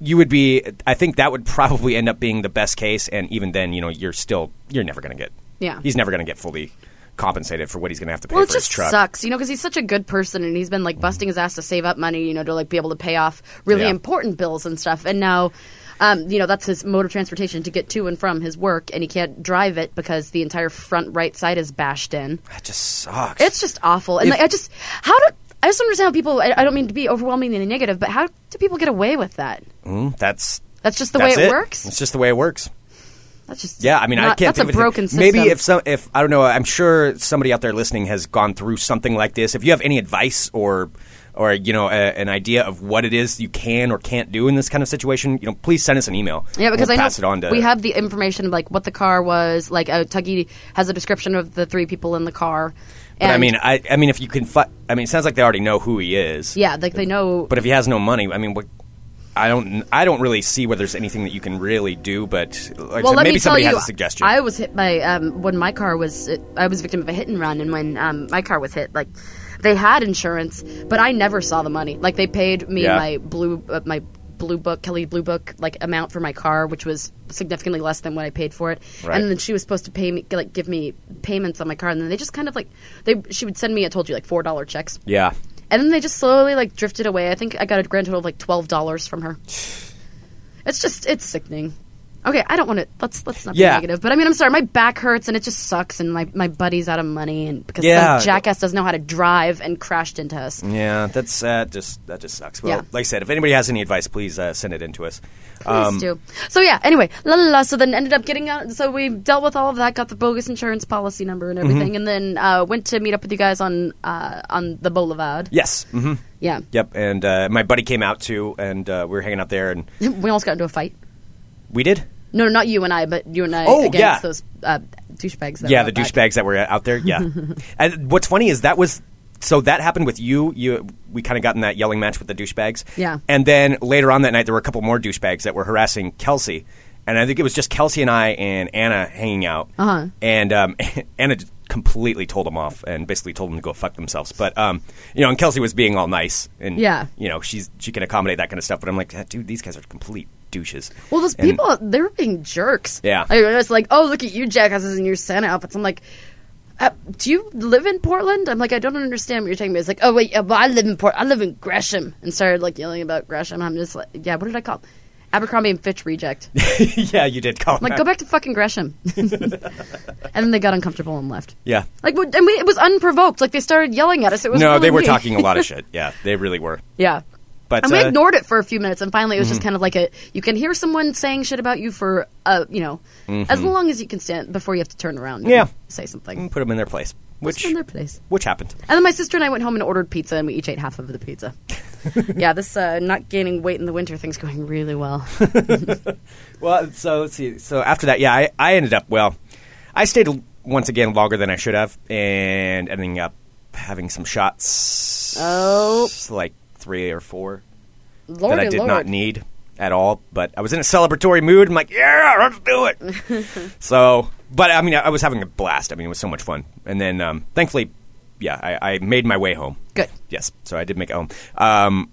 Speaker 4: you would be. I think that would probably end up being the best case. And even then, you know, you're still you're never going to get.
Speaker 5: Yeah.
Speaker 4: He's never going to get fully compensated for what he's going to have to pay
Speaker 5: Well, it
Speaker 4: for
Speaker 5: just
Speaker 4: his truck.
Speaker 5: sucks, you know, because he's such a good person and he's been like busting his ass to save up money, you know, to like be able to pay off really
Speaker 4: Yeah.
Speaker 5: important bills and stuff. And now, um, you know, that's his mode of transportation to get to and from his work, and he can't drive it because the entire front right side is bashed in.
Speaker 4: That just sucks.
Speaker 5: It's just awful. And
Speaker 4: If-
Speaker 5: like, I just, how do I just don't understand how people? I, I don't mean to be overwhelmingly negative, but how do people get away with that?
Speaker 4: Mm, that's
Speaker 5: That's just the
Speaker 4: that's
Speaker 5: way it, works.
Speaker 4: It's just the way it works.
Speaker 5: That's just
Speaker 4: Yeah, I mean, I
Speaker 5: not-
Speaker 4: can't. think
Speaker 5: That's a
Speaker 4: of anything.
Speaker 5: broken system.
Speaker 4: Maybe if some, if I don't know, I'm sure somebody out there listening has gone through something like this. If you have any advice or, or you know, a, an idea of what it is you can or can't do in this kind of situation, you know, please send us an email.
Speaker 5: Yeah, because
Speaker 4: We'll
Speaker 5: I know
Speaker 4: pass it on to
Speaker 5: we have the information of, like what the car was. Like uh, Tuggy has a description of the three people in the car.
Speaker 4: But I
Speaker 5: and-
Speaker 4: mean, I, I mean, if you can, fi- I mean, it sounds like they already know who he is.
Speaker 5: yeah, like they know.
Speaker 4: But if he has no money, I mean, what? I don't, I don't really see where there's anything that you can really do. But like I
Speaker 5: well,
Speaker 4: said,
Speaker 5: let
Speaker 4: maybe
Speaker 5: me tell
Speaker 4: somebody
Speaker 5: you,
Speaker 4: has a suggestion.
Speaker 5: I was hit by um, when my car was. I was victim of a hit and run, and when um, my car was hit, like they had insurance, but I never saw the money. Like they paid me
Speaker 4: Yeah.
Speaker 5: my blue uh, my blue book Kelly blue book like amount for my car, which was significantly less than what I paid for it.
Speaker 4: Right.
Speaker 5: And then she was supposed to pay me like give me payments on my car, and then they just kind of like they she would send me I told you like four dollar checks.
Speaker 4: yeah,
Speaker 5: And then they just slowly like drifted away. I think I got a grand total of like twelve dollars from her. It's just it's sickening. Okay, I don't want to. Let's let's not
Speaker 4: Yeah.
Speaker 5: be negative. But I mean, I'm sorry. My back hurts and it just sucks. And my my buddy's out of money and because
Speaker 4: Yeah.
Speaker 5: some jackass doesn't know how to drive and crashed into us.
Speaker 4: yeah, that's uh, just that just sucks. Well,
Speaker 5: Yeah.
Speaker 4: like I said, if anybody has any advice, please uh, send it in to us.
Speaker 5: Please
Speaker 4: Um,
Speaker 5: do. So yeah. Anyway, la la la. So then ended up getting out. So we dealt with all of that. Got the bogus insurance policy number and
Speaker 4: Mm-hmm.
Speaker 5: everything. And then uh, went to meet up with you guys on uh, on the boulevard.
Speaker 4: Yes. hmm
Speaker 5: Yeah.
Speaker 4: Yep. And uh, my buddy came out too, and uh, we were hanging out there, and
Speaker 5: We almost got into a fight.
Speaker 4: we did.
Speaker 5: No, no, not you and I, but you and I
Speaker 4: Oh,
Speaker 5: against
Speaker 4: yeah.
Speaker 5: those uh, douchebags. That
Speaker 4: yeah,
Speaker 5: were
Speaker 4: the
Speaker 5: out back.
Speaker 4: douchebags that were out there.
Speaker 5: <laughs>
Speaker 4: Yeah. and what's funny is that was so that happened with you. You we kind of got in that yelling match with the douchebags.
Speaker 5: Yeah.
Speaker 4: And then later on that night, there were a couple more douchebags that were harassing Kelsey, and I think it was just Kelsey and I and Anna hanging out.
Speaker 5: Uh-huh.
Speaker 4: And um, <laughs> Anna completely told them off and basically told them to go fuck themselves. But um, you know, and Kelsey was being all nice and
Speaker 5: Yeah.
Speaker 4: you know, she's she can accommodate that kind of stuff. But I'm like, "Ah, dude, these guys are complete douches.
Speaker 5: Well, those
Speaker 4: And-
Speaker 5: people, they were being jerks.
Speaker 4: Yeah.
Speaker 5: I was like, oh, look at you jackasses in your Santa outfits. I'm like, uh, do you live in Portland? I'm like, I don't understand what you're talking about. It's like, oh, wait, yeah, well, I live in Port. I live in Gresham. And started, like, yelling about Gresham. I'm just like, yeah, what did I call it? Abercrombie and Fitch reject. I'm
Speaker 4: <laughs> yeah, you did call.
Speaker 5: like,
Speaker 4: that.
Speaker 5: go back to fucking Gresham. <laughs> and then they got uncomfortable and left.
Speaker 4: Yeah.
Speaker 5: Like, we- and we, it was unprovoked. Like, they started yelling at us. It was
Speaker 4: No,
Speaker 5: really
Speaker 4: they were
Speaker 5: weird.
Speaker 4: talking a lot of shit. Yeah, they really were.
Speaker 5: yeah.
Speaker 4: But
Speaker 5: and we
Speaker 4: uh, Mm-hmm.
Speaker 5: ignored it for a few minutes, and finally it was just kind of like a you can hear someone saying shit about you for uh you know as long as you can stand before you have to turn around. and
Speaker 4: Mm-hmm. Yeah.
Speaker 5: say something.
Speaker 4: put them in their place,
Speaker 5: Which
Speaker 4: which
Speaker 5: in their place.
Speaker 4: which happened.
Speaker 5: And then my sister and I went home and ordered pizza, and we each ate half of the
Speaker 4: <laughs>
Speaker 5: pizza. yeah, this uh, not gaining weight in the winter thing's going
Speaker 4: <laughs>
Speaker 5: really well.
Speaker 4: Well, so let's see. So after that, yeah, I, I ended up well. I stayed l- once again longer than I should have, and ending up having some shots.
Speaker 5: Oh.
Speaker 4: like three or four
Speaker 5: Lord
Speaker 4: that I
Speaker 5: and
Speaker 4: did
Speaker 5: Lord.
Speaker 4: not need at all. But I was in a celebratory mood. I'm like, yeah, let's do
Speaker 5: <laughs>
Speaker 4: it. so, but I mean, I, I was having a blast. I mean, it was so much fun. And then, um, thankfully, yeah, I, I made my way home.
Speaker 5: Good.
Speaker 4: Yes, so I did make it home. Um,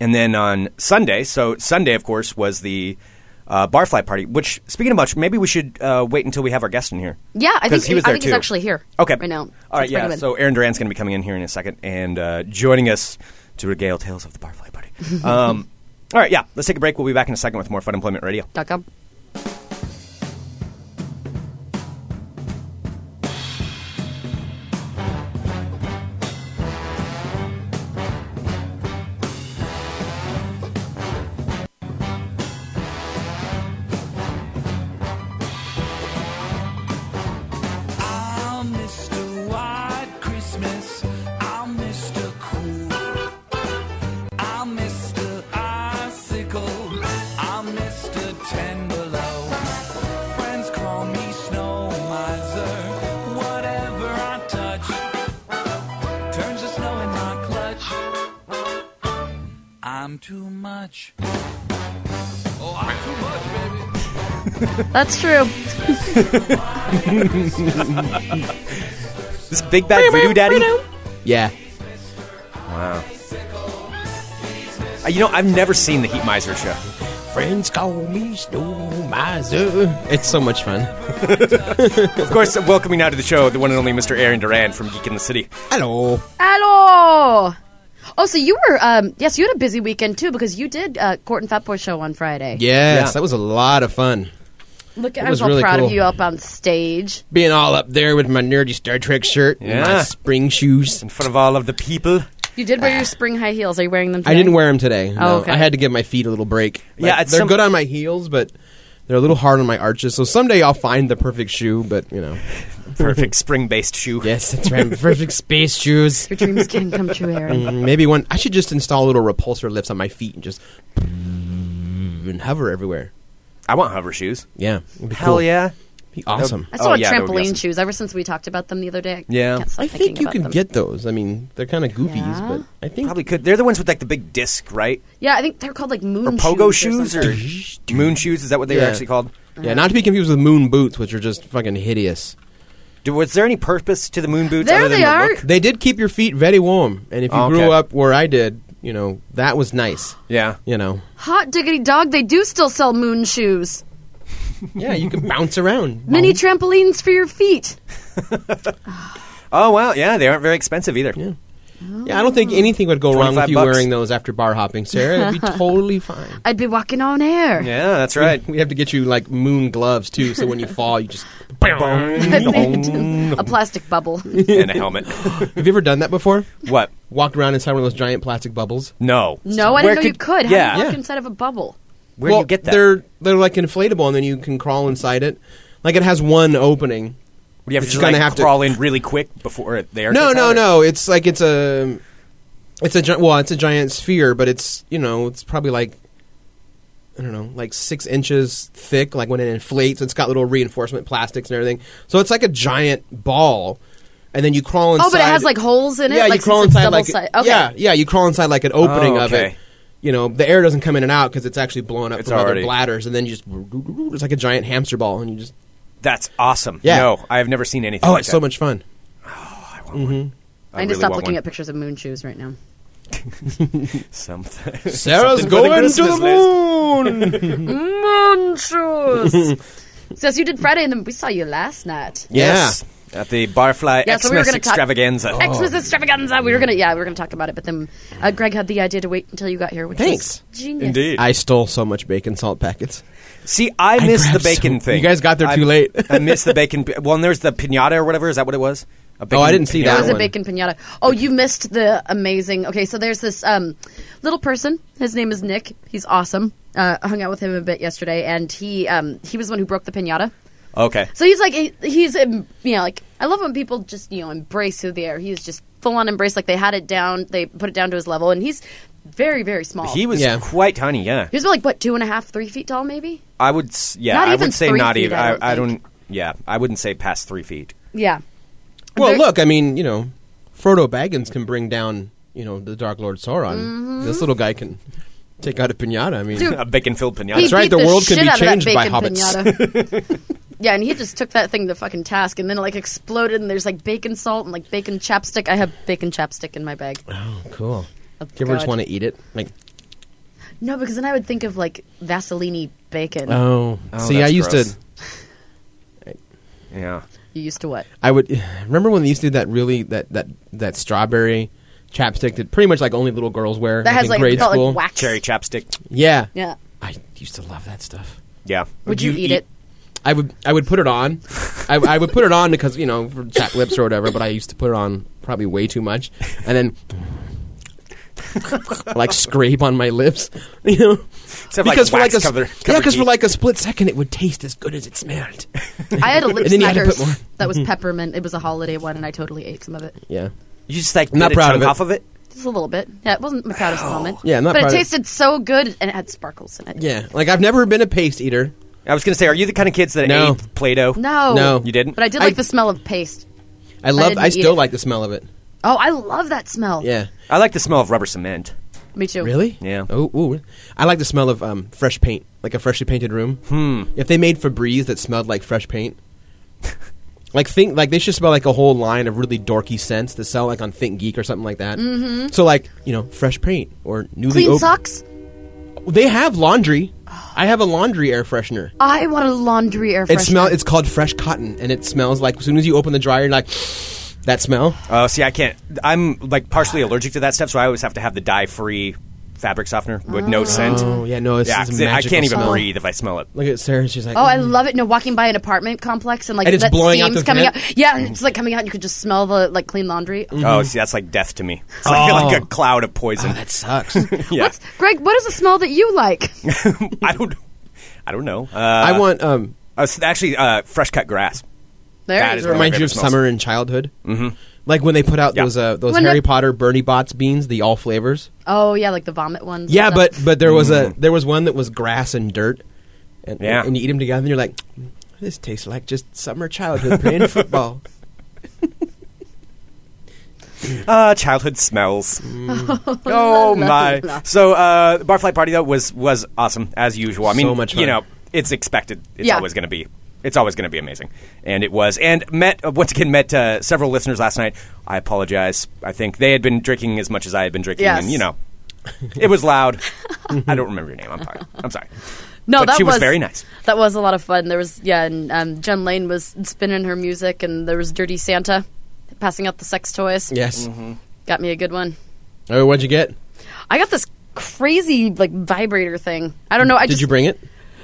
Speaker 4: and then on Sunday, so Sunday, of course, was the uh, barfly party. Which, speaking of which, maybe we should uh, wait until we have our guest in here.
Speaker 5: Yeah, I
Speaker 4: 'Cause
Speaker 5: think
Speaker 4: he was
Speaker 5: I
Speaker 4: there
Speaker 5: think
Speaker 4: too.
Speaker 5: he's actually here.
Speaker 4: Okay.
Speaker 5: right now.
Speaker 4: All
Speaker 5: So
Speaker 4: right.
Speaker 5: let's bring him
Speaker 4: Yeah.
Speaker 5: in.
Speaker 4: So Aaron Duran's going to be coming in here in a second and uh, joining us to regale tales of the Barfly Party. Um, all right. Yeah. Let's take a break. We'll be back in a second with more Fun Employment Radio.
Speaker 5: dot com.
Speaker 3: I'm Mr. White Christmas. I'm Mr. Cool. I'm Mr. Icicle. I'm Mr. Ten Below. Friends call me Snow Miser. Whatever I touch turns to snow in my clutch. I'm too much. Oh, I'm too much, baby.
Speaker 5: That's true.
Speaker 4: This big bad voodoo daddy.
Speaker 6: Yeah.
Speaker 4: Uh, you know, I've never seen the Heat Miser show.
Speaker 6: Friends call me Snow Miser. It's so much fun.
Speaker 4: Of course, welcoming now to the show the one and only Mr. Aaron Duran from Geek in the City.
Speaker 6: Hello.
Speaker 5: Hello. Oh, so you were um yes, you had a busy weekend too because you did uh, Court and Fat Boy show on Friday.
Speaker 6: Yes,
Speaker 4: Yeah.
Speaker 6: that was a lot of fun.
Speaker 5: Look, I
Speaker 6: It
Speaker 5: was
Speaker 6: was
Speaker 5: all
Speaker 6: really
Speaker 5: proud of
Speaker 6: cool.
Speaker 5: you up on stage.
Speaker 6: Being all up there with my nerdy Star Trek shirt and
Speaker 4: Yeah.
Speaker 6: my spring shoes.
Speaker 4: In front of all of the people.
Speaker 5: You did
Speaker 6: <sighs>
Speaker 5: wear your spring high heels. Are you wearing them? Today?
Speaker 6: I didn't wear them today. No,
Speaker 5: Oh, okay.
Speaker 6: I had to give my feet a little break. Like,
Speaker 4: Yeah, it's
Speaker 6: they're
Speaker 4: some-
Speaker 6: good on my heels, but they're a little hard on my arches. So someday I'll find the perfect shoe, but you know.
Speaker 4: Perfect spring based shoe.
Speaker 6: Yes, that's right. <laughs> perfect space shoes.
Speaker 5: Your dreams can come
Speaker 6: <laughs>
Speaker 5: true, Aaron.
Speaker 6: Mm, Maybe one. I should just install little repulsor lifts on my feet and just and hover everywhere.
Speaker 4: I want hover shoes.
Speaker 6: Yeah, it'd be
Speaker 4: Hell
Speaker 6: cool.
Speaker 4: yeah.
Speaker 6: Be awesome.
Speaker 5: I still
Speaker 4: Oh,
Speaker 5: want
Speaker 4: yeah, that would be
Speaker 5: trampoline
Speaker 4: awesome.
Speaker 5: shoes. Ever since we talked about them the other day, I
Speaker 4: Yeah.
Speaker 5: can't stop
Speaker 6: I
Speaker 5: thinking
Speaker 6: think you
Speaker 5: about
Speaker 6: can
Speaker 5: them.
Speaker 6: get those. I mean, they're kind of goofies,
Speaker 5: Yeah.
Speaker 6: but I think
Speaker 4: Probably could. They're the ones with like the big disc, right?
Speaker 5: Yeah, I think they're called like moon
Speaker 4: Or pogo
Speaker 5: shoes.
Speaker 4: shoes or, <laughs> moon shoes? Is that what they were
Speaker 6: Yeah.
Speaker 4: actually called?
Speaker 6: Yeah, not to be confused with moon boots, which are just fucking hideous.
Speaker 4: Do, was there any purpose to the moon boots?
Speaker 5: There
Speaker 4: other than
Speaker 5: they
Speaker 4: the
Speaker 5: are.
Speaker 4: look?
Speaker 6: They did keep your feet very warm, and if you
Speaker 4: Oh,
Speaker 6: grew
Speaker 4: okay.
Speaker 6: up where I did, you know that was nice.
Speaker 4: Yeah.
Speaker 6: You know,
Speaker 5: Hot diggity dog! They do still sell moon shoes.
Speaker 6: yeah,
Speaker 4: <laughs>
Speaker 6: you can bounce around.
Speaker 5: Mini trampolines for your feet.
Speaker 4: Oh wow, yeah, they aren't very expensive either.
Speaker 6: Yeah. yeah, I don't think anything would go wrong
Speaker 4: 25
Speaker 6: with you
Speaker 4: bucks.
Speaker 6: wearing those after bar hopping,
Speaker 5: <laughs>
Speaker 6: Sarah. It'd be totally fine.
Speaker 5: I'd be walking on air. <laughs>
Speaker 4: Yeah, that's
Speaker 6: <laughs>
Speaker 4: right.
Speaker 6: We have to get you like moon gloves too, so when you fall, you just.
Speaker 5: a plastic
Speaker 6: <laughs>
Speaker 5: bubble.
Speaker 4: and a helmet. <laughs>
Speaker 6: Have you ever done that before?
Speaker 4: what?
Speaker 6: Walked around inside one of those giant plastic bubbles.
Speaker 4: No.
Speaker 5: No, I
Speaker 4: Where
Speaker 5: didn't know you could. How do
Speaker 4: Yeah.
Speaker 5: you walk
Speaker 6: Yeah.
Speaker 5: inside of a bubble?
Speaker 4: Where do
Speaker 6: well,
Speaker 4: you get that?
Speaker 6: They're they're like inflatable, and then you can crawl inside it. Like it has one opening.
Speaker 4: What, do you have to
Speaker 6: You're
Speaker 4: just,
Speaker 6: gonna
Speaker 4: like,
Speaker 6: have to-
Speaker 4: crawl in really quick before uh, it- they are.
Speaker 6: No,
Speaker 4: gets
Speaker 6: no,
Speaker 4: out, or-
Speaker 6: no. It's like it's a it's a gi- well, it's a giant sphere, but it's you know it's probably like I don't know, like six inches thick. Like when it inflates, it's got little reinforcement plastics and everything. So it's like a giant ball, and then you crawl inside.
Speaker 5: Oh, but it has like holes in it.
Speaker 6: Yeah,
Speaker 5: like
Speaker 6: you crawl
Speaker 5: since it's
Speaker 6: inside like
Speaker 5: double-sided. Okay.
Speaker 6: yeah, yeah, you crawl inside like an opening
Speaker 4: Oh,
Speaker 6: of
Speaker 4: okay.
Speaker 6: it. You know, the air doesn't come in and out because it's actually blowing up
Speaker 4: It's
Speaker 6: from
Speaker 4: already-
Speaker 6: other bladders, and then you just it's like a giant hamster ball, and you just
Speaker 4: That's awesome.
Speaker 6: Yeah.
Speaker 4: No, I've never seen anything.
Speaker 6: Oh,
Speaker 4: like
Speaker 6: it's
Speaker 4: that.
Speaker 6: so Mm-hmm. much fun.
Speaker 5: I, need to stop looking at pictures of moon shoes right now.
Speaker 4: something.
Speaker 6: <laughs> Sarah's
Speaker 4: Something for the
Speaker 6: going to the
Speaker 4: Christmas <laughs>
Speaker 6: moon.
Speaker 5: Moon
Speaker 6: <laughs>
Speaker 5: shoes. Says you did Friday, and then we saw you last night.
Speaker 4: Yes. At the Barfly
Speaker 5: Yeah,
Speaker 4: Xmas
Speaker 5: so we were gonna talk-
Speaker 4: extravaganza.
Speaker 5: Xmas extravaganza. We were gonna, yeah, we were gonna talk about it, but then uh, Greg had the idea to wait until you got here, which
Speaker 6: Thanks.
Speaker 5: was genius.
Speaker 4: Indeed.
Speaker 6: I stole so much bacon salt packets.
Speaker 4: See, I missed the
Speaker 6: grabbed
Speaker 4: bacon
Speaker 6: some-
Speaker 4: thing.
Speaker 6: you guys got there
Speaker 4: I-
Speaker 6: too late.
Speaker 4: <laughs> I missed the bacon. Well, and there's the pinata or whatever. Is that what it was? A bacon
Speaker 6: Oh, I didn't see
Speaker 5: It
Speaker 6: that
Speaker 5: was a
Speaker 6: one.
Speaker 5: bacon pinata. Oh, you missed the amazing. Okay, so there's this um, little person. His name is Nick. He's awesome. Uh, I hung out with him a bit yesterday, and he um, he was the one who broke the pinata.
Speaker 4: Okay.
Speaker 5: So he's like, he- he's um, you know, like I love when people just you know embrace who they are. He was just full on embrace, like they had it down, they put it down to his level, and he's very very small.
Speaker 4: He was
Speaker 6: Yeah.
Speaker 4: quite tiny. Yeah.
Speaker 5: he was about like what two and a half, three feet tall, maybe.
Speaker 4: I would. s- Yeah.
Speaker 5: Not
Speaker 4: I
Speaker 5: even
Speaker 4: would say
Speaker 5: three
Speaker 4: not
Speaker 5: feet,
Speaker 4: even.
Speaker 5: I don't
Speaker 4: I,
Speaker 5: think.
Speaker 4: don't. Yeah. I wouldn't say past three feet.
Speaker 5: Yeah.
Speaker 6: Well,
Speaker 5: There-
Speaker 6: look, I mean, you know, Frodo Baggins can bring down, you know, the Dark Lord Sauron. This little guy can take out a pinata. I mean,
Speaker 5: Mm-hmm.
Speaker 4: <laughs>
Speaker 5: Dude,
Speaker 4: A bacon filled pinata.
Speaker 5: He
Speaker 6: That's right,
Speaker 5: beat
Speaker 6: the world
Speaker 5: shit
Speaker 6: can be
Speaker 5: out of that
Speaker 6: changed by
Speaker 5: bacon pinata.
Speaker 6: <laughs>
Speaker 5: yeah, and he just took that thing to fucking task, and then it like exploded, and there's like bacon salt and like bacon chapstick. I have bacon chapstick in my bag.
Speaker 6: cool.
Speaker 5: Oh,
Speaker 6: You ever
Speaker 5: God.
Speaker 6: just want to eat it? Like,
Speaker 5: No, because then I would think of like Vaseline bacon.
Speaker 6: oh,
Speaker 4: Oh,
Speaker 6: see, I
Speaker 4: that's
Speaker 6: used
Speaker 4: gross.
Speaker 6: to.
Speaker 4: Yeah.
Speaker 5: you used to what?
Speaker 6: I would <sighs> remember when they used to do that really that that that strawberry chapstick that pretty much like only little girls wear
Speaker 5: That
Speaker 6: like,
Speaker 5: has
Speaker 6: in
Speaker 5: like
Speaker 6: grade
Speaker 5: got,
Speaker 6: school.
Speaker 5: like wax.
Speaker 4: Cherry chapstick.
Speaker 6: Yeah.
Speaker 5: Yeah.
Speaker 6: I used to love that stuff.
Speaker 4: Yeah.
Speaker 5: Would you, eat, it?
Speaker 6: I would I would put it on. I, I would put it on because you know for chat lips or whatever. But I used to put it on probably way too much, and then <laughs> like scrape on my lips, <laughs> you know.
Speaker 4: Except like
Speaker 6: for like
Speaker 4: wax
Speaker 6: a s-
Speaker 4: cover-
Speaker 6: yeah,
Speaker 4: covered
Speaker 6: because for
Speaker 4: meat.
Speaker 6: like a split second it would taste as good as
Speaker 4: <laughs>
Speaker 6: it smelled.
Speaker 5: I
Speaker 6: <laughs>
Speaker 5: had a lip
Speaker 6: And then you had to put more. Mm-hmm.
Speaker 5: Smackers that was peppermint. It was a holiday one, and I totally ate some of it.
Speaker 6: yeah.
Speaker 4: you just like
Speaker 6: I'm not
Speaker 4: bit a
Speaker 6: proud of
Speaker 4: chunk
Speaker 6: it.
Speaker 4: off of it.
Speaker 5: Just a little bit. Yeah, it wasn't my proudest moment.
Speaker 6: Yeah, I'm not
Speaker 5: but
Speaker 6: proud
Speaker 5: it
Speaker 6: of it.
Speaker 5: tasted so good, and it had sparkles in it.
Speaker 6: Yeah, like I've never been a paste eater.
Speaker 4: I was gonna say, are you the kind of kids that
Speaker 6: No.
Speaker 4: ate Play-Doh?
Speaker 5: No.
Speaker 6: No.
Speaker 4: You didn't.
Speaker 5: But I did
Speaker 6: I-
Speaker 5: like the smell of paste.
Speaker 6: I love.
Speaker 5: didn't
Speaker 6: I,
Speaker 5: eat
Speaker 6: still
Speaker 5: it.
Speaker 6: like the smell of it.
Speaker 5: Oh, I love that smell.
Speaker 6: Yeah.
Speaker 4: I like the smell of rubber cement.
Speaker 5: Me too.
Speaker 6: Really?
Speaker 4: Yeah.
Speaker 6: Oh, ooh. I like the smell of um, fresh paint, like a freshly painted room. Hmm. If they made Febreze that smelled like fresh paint, <laughs> like think like they should smell like a whole line of really dorky scents to sell like on Think Geek or something like that. Mm-hmm. So like you know, fresh paint or newly
Speaker 5: Clean
Speaker 6: op-
Speaker 5: socks?
Speaker 6: They have laundry. I have a laundry air freshener.
Speaker 5: I want a laundry air freshener.
Speaker 6: It smell. It's called fresh cotton, and it smells like as soon as you open the dryer, you're like <sighs> that smell.
Speaker 4: Oh, see, I can't. I'm like partially allergic to that stuff, so I always have to have the dye-free fabric softener with no scent.
Speaker 6: Oh yeah, no, it's,
Speaker 4: yeah,
Speaker 6: it's
Speaker 4: 'cause
Speaker 6: a
Speaker 4: it- I
Speaker 6: magical
Speaker 4: can't even
Speaker 6: smell.
Speaker 4: breathe if I smell it.
Speaker 6: Look at Sarah. She's like, "Mm,
Speaker 5: Oh, I love it. No, walking by an apartment complex and like
Speaker 6: And it's
Speaker 5: that
Speaker 6: blowing out
Speaker 5: steam's
Speaker 6: the
Speaker 5: coming
Speaker 6: vent?
Speaker 5: out. Yeah, and it's like coming out and you could just smell the like clean laundry.
Speaker 6: Mm. Mm-hmm.
Speaker 4: Oh, see, that's like death to me. It's like,
Speaker 6: Oh.
Speaker 4: like a cloud of poison.
Speaker 5: <laughs>
Speaker 6: that sucks. <laughs>
Speaker 4: yeah,
Speaker 5: What's Greg, what is the smell that you like?
Speaker 4: <laughs> I don't. I don't know. Uh,
Speaker 6: I want um,
Speaker 4: uh, s- actually uh, fresh cut grass.
Speaker 5: There
Speaker 4: That
Speaker 5: it
Speaker 4: is
Speaker 5: is.
Speaker 6: It reminds you of
Speaker 4: favorite smells.
Speaker 6: summer and childhood. Mm-hmm. Like when they put out
Speaker 4: Yeah.
Speaker 6: those uh, those
Speaker 5: When
Speaker 6: Harry
Speaker 5: the-
Speaker 6: Potter Bernie Bott's beans, the all flavors.
Speaker 5: Oh yeah, like the vomit ones. and
Speaker 6: Yeah,
Speaker 5: stuff.
Speaker 6: but but there was a there was one that was grass and dirt, and
Speaker 4: Yeah.
Speaker 6: and you eat them together, and you're like, this tastes like just summer childhood <laughs> playing football.
Speaker 4: Uh, childhood smells.
Speaker 5: <laughs>
Speaker 4: oh my! So uh, barfly party though was was awesome as usual. I mean,
Speaker 6: So much
Speaker 4: you
Speaker 6: fun.
Speaker 4: know, it's expected. It's
Speaker 5: Yeah.
Speaker 4: always going to be. It's always going to be amazing, and it was. And met uh, once again met uh, several listeners last night. I apologize. I think they had been drinking as much as I had been drinking,
Speaker 5: Yes.
Speaker 4: and you know, it was loud. I don't remember your name. I'm sorry. I'm sorry.
Speaker 5: No,
Speaker 4: but
Speaker 5: that
Speaker 4: she was very nice.
Speaker 5: That was a lot of fun. There was yeah, and um, Jen Lane was spinning her music and there was Dirty Santa passing out the sex toys.
Speaker 6: Yes.
Speaker 5: Got me a good one.
Speaker 6: Mm-hmm. Oh, what'd you get?
Speaker 5: I got this crazy like vibrator thing. I don't know. I
Speaker 6: Did
Speaker 5: just
Speaker 6: you bring it?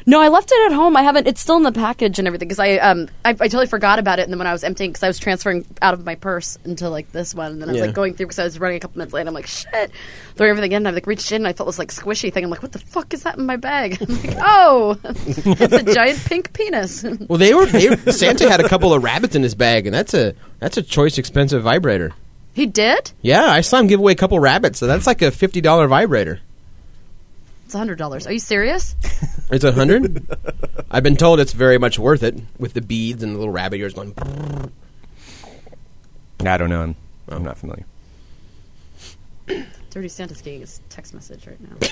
Speaker 5: No, I left it at home. I haven't. It's still in the package and everything because I um I, I totally forgot about it. And then when I was emptying, because I was transferring out of my purse into like this one, and then I was
Speaker 6: Yeah.
Speaker 5: like going through because I was running a couple minutes late. I'm like shit, throwing everything in. And I like reached in and I felt this like squishy thing. I'm like, what the fuck is that in my bag? <laughs> I'm like, oh, it's a giant pink penis. <laughs>
Speaker 6: Well, they were. They, Santa had a couple of rabbits in his bag, and that's a that's a choice expensive vibrator.
Speaker 5: he did.
Speaker 6: Yeah, I saw him give away a couple rabbits, so that's like a fifty dollar vibrator.
Speaker 5: It's hundred dollars. Are you serious?
Speaker 6: It's a hundred. I've been told it's very much worth it with the beads and the little rabbit ears going.
Speaker 4: I don't know. I'm, I'm not familiar.
Speaker 5: Dirty Santa's getting his text message right now.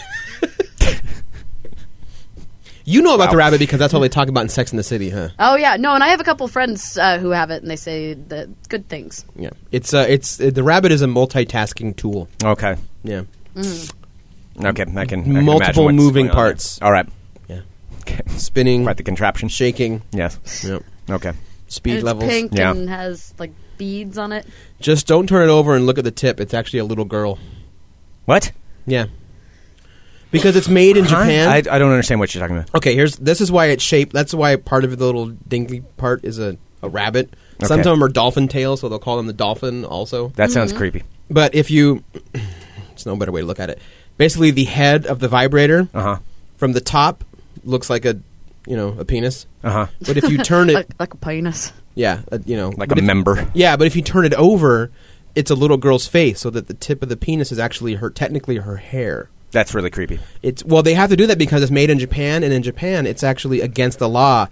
Speaker 6: You know about the
Speaker 4: Wow.
Speaker 6: rabbit because that's all they talk about in Sex in the City, huh?
Speaker 5: <coughs> Oh yeah, no, and I have a couple friends uh, who have it, and they say the good things.
Speaker 6: Yeah. It's uh, it's uh, the rabbit is a multitasking tool.
Speaker 4: Okay.
Speaker 6: Yeah.
Speaker 4: Okay. I can. I can imagine
Speaker 6: Multiple
Speaker 4: what's
Speaker 6: moving
Speaker 4: going on there.
Speaker 6: parts.
Speaker 4: All right.
Speaker 6: Yeah.
Speaker 4: Okay.
Speaker 6: Spinning,
Speaker 4: Quite the contraption.
Speaker 6: shaking.
Speaker 4: Yes.
Speaker 6: Yep.
Speaker 4: Okay.
Speaker 6: Speed
Speaker 5: and it's
Speaker 6: levels.
Speaker 5: pink
Speaker 4: Yeah.
Speaker 5: and has like beads on it.
Speaker 6: Just don't turn it over and look at the tip. It's actually a little girl.
Speaker 4: What?
Speaker 6: Yeah. Because it's made in Japan.
Speaker 4: I, I don't understand what you're talking about.
Speaker 6: Okay, here's this is why it's shaped. That's why part of the little dinky part is a, a rabbit. Some of
Speaker 4: Okay.
Speaker 6: them are dolphin tails, so they'll call them the dolphin also.
Speaker 4: That sounds creepy.
Speaker 6: But if you, it's no better way to look at it. Basically, the head of the vibrator
Speaker 4: Uh huh.
Speaker 6: from the top looks like a, you know, a penis.
Speaker 4: Uh huh.
Speaker 6: But if
Speaker 4: <laughs>
Speaker 6: you turn it,
Speaker 5: Like, like a penis.
Speaker 6: yeah, a, you know,
Speaker 4: Like
Speaker 6: but
Speaker 4: a
Speaker 6: if-
Speaker 4: member.
Speaker 6: Yeah, but if you turn it over, it's a little girl's face, so that the tip of the penis is actually her, technically her hair.
Speaker 4: That's really creepy.
Speaker 6: It's well, they have to do that because it's made in Japan, and in Japan, it's actually against the law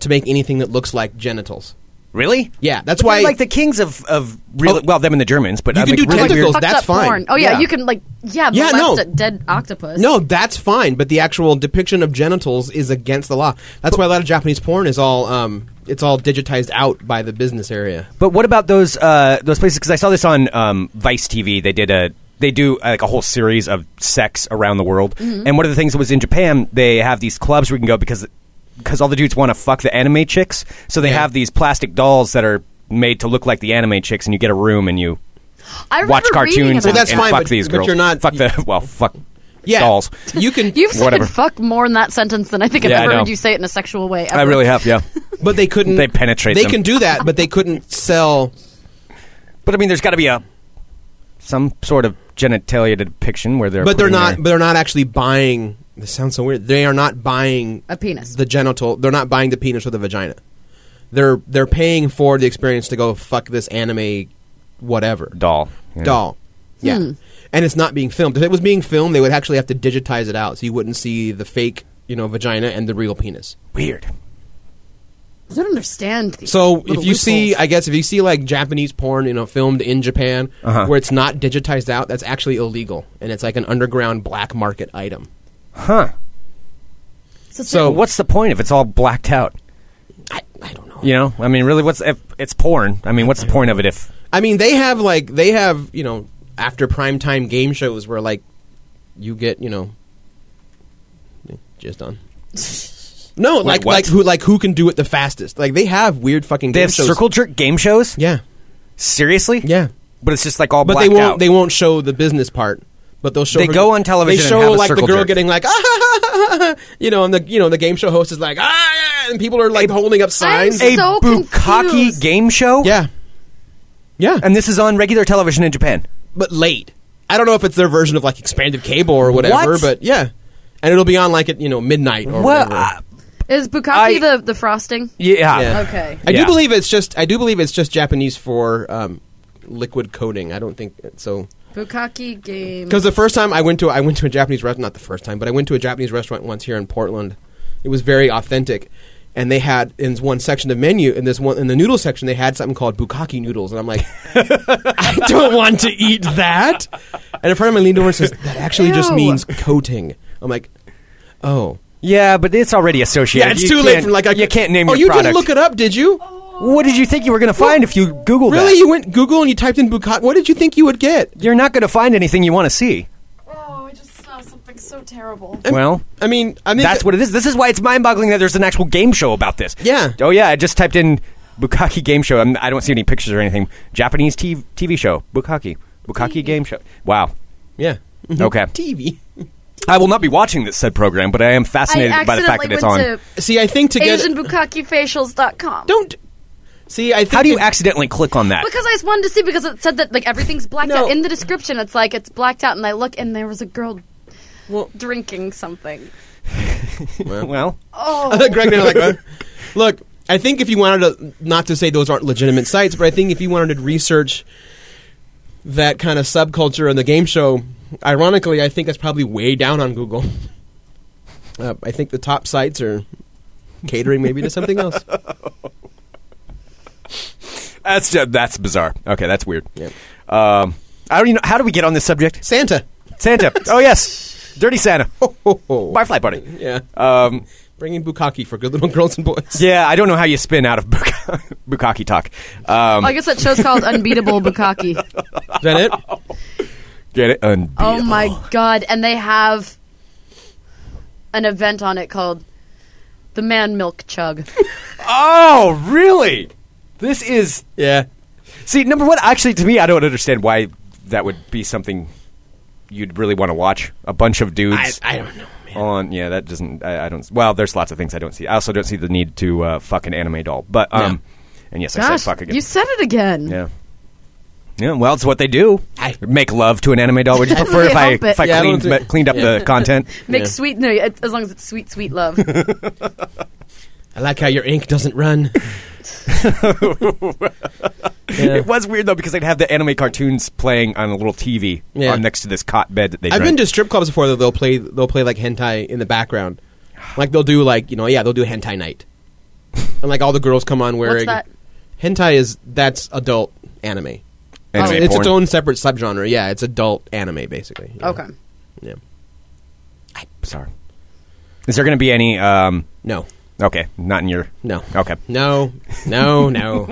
Speaker 6: to make anything that looks like genitals.
Speaker 4: Really?
Speaker 6: Yeah, that's
Speaker 4: But
Speaker 6: why.
Speaker 4: they're like the kings of of real.
Speaker 6: Oh.
Speaker 4: well, them and the Germans, but
Speaker 6: You
Speaker 4: I'm like
Speaker 6: can do
Speaker 4: really
Speaker 6: tentacles.
Speaker 4: weird-
Speaker 5: Fucked
Speaker 6: that's
Speaker 5: up
Speaker 6: fine.
Speaker 5: Porn. Oh yeah,
Speaker 4: Yeah.
Speaker 5: you can like yeah,
Speaker 6: Yeah,
Speaker 5: molest
Speaker 6: no.
Speaker 5: a dead octopus.
Speaker 6: no, that's fine, but the actual depiction of genitals is against the law. That's why a lot of Japanese porn is all um, it's all digitized out by the business area.
Speaker 4: But what about those uh, those places? Because I saw this on um, Vice TV. They did a they do uh, like a whole series of sex around the world.
Speaker 6: Mm-hmm.
Speaker 4: And one of the things that was in Japan, they have these clubs where you can go because because all the dudes want to fuck the anime chicks. So they
Speaker 6: Yeah.
Speaker 4: have these plastic dolls that are made to look like the anime chicks, and you get a room and you
Speaker 5: I remember
Speaker 4: watch
Speaker 5: reading
Speaker 4: cartoons
Speaker 5: about
Speaker 4: and,
Speaker 6: Well, that's
Speaker 4: and
Speaker 6: fine,
Speaker 4: fuck
Speaker 6: but-
Speaker 4: these
Speaker 6: but
Speaker 4: girls.
Speaker 6: you're not-
Speaker 4: fuck the well fuck
Speaker 6: Yeah,
Speaker 4: dolls.
Speaker 6: You can,
Speaker 5: You've said
Speaker 4: Whatever.
Speaker 5: fuck more in that sentence than I think I've
Speaker 4: Yeah, I
Speaker 5: ever
Speaker 4: know.
Speaker 5: heard you say it in a sexual way. Ever.
Speaker 4: I really have,
Speaker 6: <laughs>
Speaker 4: yeah.
Speaker 6: but they couldn't.
Speaker 4: They penetrate
Speaker 6: They
Speaker 4: them.
Speaker 6: can do that, but they couldn't sell.
Speaker 4: but I mean, there's got to be a some sort of genitalia depiction where they're
Speaker 6: But they're
Speaker 4: putting
Speaker 6: not.
Speaker 4: their-
Speaker 6: But they're not actually buying. This sounds so weird. They are not buying
Speaker 5: A penis.
Speaker 6: The genital. They're not buying the penis or the vagina. They're they're paying for the experience to go fuck this anime, whatever
Speaker 4: doll yeah.
Speaker 6: doll. Yeah, and it's not being filmed. If it was being filmed, they would actually have to digitize it out, so you wouldn't see the fake, you know, vagina and the real penis.
Speaker 4: weird.
Speaker 5: I don't understand. These
Speaker 6: So if you
Speaker 5: little
Speaker 6: see,
Speaker 5: loopholes.
Speaker 6: I guess if you see like Japanese porn, you know, filmed in Japan
Speaker 4: Uh-huh.
Speaker 6: where it's not digitized out, that's actually illegal, and it's like an underground black market item.
Speaker 4: Huh.
Speaker 6: So
Speaker 4: But what's the point if it's all blacked out?
Speaker 6: I, I don't know.
Speaker 4: You know, I mean, really, what's if it's porn? I mean, what's the point of it if
Speaker 6: I mean, they have like they have you know after primetime game shows where like you get you know
Speaker 4: <laughs>
Speaker 6: just on. No, like
Speaker 4: what?
Speaker 6: like who like who can do it the fastest? Like they have weird fucking
Speaker 4: they
Speaker 6: game
Speaker 4: have
Speaker 6: shows.
Speaker 4: circle jerk game shows?
Speaker 6: Yeah,
Speaker 4: Seriously?
Speaker 6: yeah.
Speaker 4: But it's just like all
Speaker 6: But
Speaker 4: blacked
Speaker 6: they won't
Speaker 4: out.
Speaker 6: they won't show the business part. But they'll show
Speaker 4: They
Speaker 6: her-
Speaker 4: go on television
Speaker 6: They
Speaker 4: and
Speaker 6: show
Speaker 4: have a
Speaker 6: like the
Speaker 4: circle
Speaker 6: girl
Speaker 4: jerk.
Speaker 6: getting like <laughs> ah, you know, and the you know the game show host is like ah, and people are like holding up signs.
Speaker 5: so
Speaker 4: a
Speaker 5: so
Speaker 4: bukkake
Speaker 5: confused.
Speaker 4: game show?
Speaker 6: yeah, yeah,
Speaker 4: And this is on regular television in Japan.
Speaker 6: but late. I don't know if it's their version of like expanded cable or whatever,
Speaker 4: What?
Speaker 6: but yeah. And it'll be on like at you know midnight or
Speaker 4: Well,
Speaker 6: whatever.
Speaker 4: uh,
Speaker 5: is bukkake
Speaker 4: I-
Speaker 5: the the frosting?
Speaker 4: yeah.
Speaker 6: Yeah.
Speaker 5: Okay.
Speaker 6: I
Speaker 4: Yeah.
Speaker 6: do believe it's just I do believe it's just Japanese for um, liquid coding. I don't think so.
Speaker 5: Bukkake game.
Speaker 6: Because the first time I went to I went to a Japanese restaurant, not the first time, but I went to a Japanese restaurant once here in Portland. It was very authentic, and they had in one section of menu in this one in the noodle section they had something called bukkake noodles, and
Speaker 4: <laughs>
Speaker 6: I'm like, I don't want to eat that. And a friend of mine leaned over and says, "That actually just
Speaker 5: Ew.
Speaker 6: means coating." I'm like, oh.
Speaker 4: Yeah, but it's already associated.
Speaker 6: Yeah, it's
Speaker 4: You
Speaker 6: too late.
Speaker 4: can't-
Speaker 6: For, like, I,
Speaker 4: you can't name
Speaker 6: Oh,
Speaker 4: your
Speaker 6: you
Speaker 4: product.
Speaker 6: didn't look it up, did you?
Speaker 4: What did you think you were going to find if you Googled
Speaker 6: Really?
Speaker 4: that?
Speaker 6: You went Google and you typed in bukkake. What did you think you would get?
Speaker 4: You're not going to find anything you want to see.
Speaker 7: Oh, I just saw something so terrible.
Speaker 4: Well,
Speaker 6: I mean, I mean,
Speaker 4: That's what it is. This is why it's mind-boggling that there's an actual game show about this.
Speaker 6: Yeah.
Speaker 4: Oh yeah, I just typed in bukkake game show. I'm, I don't see any pictures or anything. Japanese TV, TV show bukkake bukkake game show. Wow.
Speaker 6: Yeah. Mm-hmm.
Speaker 4: Okay.
Speaker 6: TV.
Speaker 4: I will not be watching this said program, but I am
Speaker 5: I
Speaker 4: fascinated by the
Speaker 5: accidentally
Speaker 4: fact that it's on.
Speaker 5: went to
Speaker 6: See, I think to get
Speaker 5: AsianBukkakeFacials.com.
Speaker 6: don't see. I think
Speaker 4: How do you
Speaker 6: it-
Speaker 4: accidentally click on that?
Speaker 5: Because I just wanted to see because it said that like everything's blacked
Speaker 6: No.
Speaker 5: out in the description. It's like it's blacked out, and I look, and there was a girl
Speaker 6: Well-
Speaker 5: drinking something.
Speaker 4: well,
Speaker 6: <laughs> Greg and I
Speaker 4: <laughs>
Speaker 6: are like, "Huh?" look, I think if you wanted to, not to say those aren't legitimate sites, but I think if you wanted to research that kind of subculture in the game show, ironically, I think that's probably way down on Google. <laughs> Uh, I think the top sites are catering maybe to something
Speaker 4: <laughs>
Speaker 6: else.
Speaker 4: that's ju- that's bizarre. Okay, that's weird.
Speaker 6: Yep.
Speaker 4: Um, I don't even know. How do we get on this subject?
Speaker 6: Santa.
Speaker 4: Santa. oh yes. Dirty Santa.
Speaker 6: Oh,
Speaker 4: Firefly Party.
Speaker 6: yeah.
Speaker 4: Um,
Speaker 6: Bringing bukkake for good little girls and boys.
Speaker 4: yeah, I don't know how you spin out of Buk- <laughs> Bukaki talk. Um,
Speaker 5: Oh, I guess that show's called Unbeatable Bukaki.
Speaker 6: Is that it?
Speaker 4: <laughs> get it? Unbeatable.
Speaker 5: Oh my god! And they have an event on it called the Man Milk Chug.
Speaker 4: Oh, really? This is
Speaker 6: Yeah.
Speaker 4: see number one. Actually, to me, I don't understand why that would be something you'd really want to watch. A bunch of
Speaker 6: I,
Speaker 4: dudes.
Speaker 6: I don't know, man.
Speaker 4: on yeah that doesn't I, I don't well there's lots of things i don't see i also don't see the need to uh, fuck an anime doll but um and yes i
Speaker 5: Gosh,
Speaker 4: said fuck again
Speaker 5: you said it again.
Speaker 4: yeah yeah well it's what they do
Speaker 6: I-
Speaker 4: make love to an anime doll would you prefer if i
Speaker 5: help it.
Speaker 4: if i
Speaker 6: Yeah, I don't
Speaker 4: cleaned,
Speaker 6: think-
Speaker 4: but cleaned up
Speaker 6: Yeah.
Speaker 4: the content
Speaker 5: Make
Speaker 6: Yeah.
Speaker 5: sweet no, it- as long as it's sweet, sweet love.
Speaker 6: I like how your ink doesn't <laughs> run. <laughs> Yeah.
Speaker 4: it was weird though because they'd have the anime cartoons playing on a little tv
Speaker 6: Yeah.
Speaker 4: on next to this cot bed that they
Speaker 6: I've been to strip clubs before. Though they'll play, they'll play like hentai in
Speaker 4: <sighs>
Speaker 6: the background. Like they'll do like you know, yeah, they'll do hentai night, and like all the girls come on
Speaker 5: What's
Speaker 6: wearing
Speaker 5: that?
Speaker 6: hentai is that's adult anime.
Speaker 4: Anime
Speaker 6: it's, it's its
Speaker 4: porn.
Speaker 6: own separate subgenre. Yeah, it's adult anime basically. Yeah.
Speaker 5: Okay.
Speaker 6: Yeah.
Speaker 4: sorry is there gonna be any um
Speaker 6: No.
Speaker 4: okay not in your
Speaker 6: No.
Speaker 4: okay
Speaker 6: No. No.
Speaker 4: <laughs>
Speaker 6: No.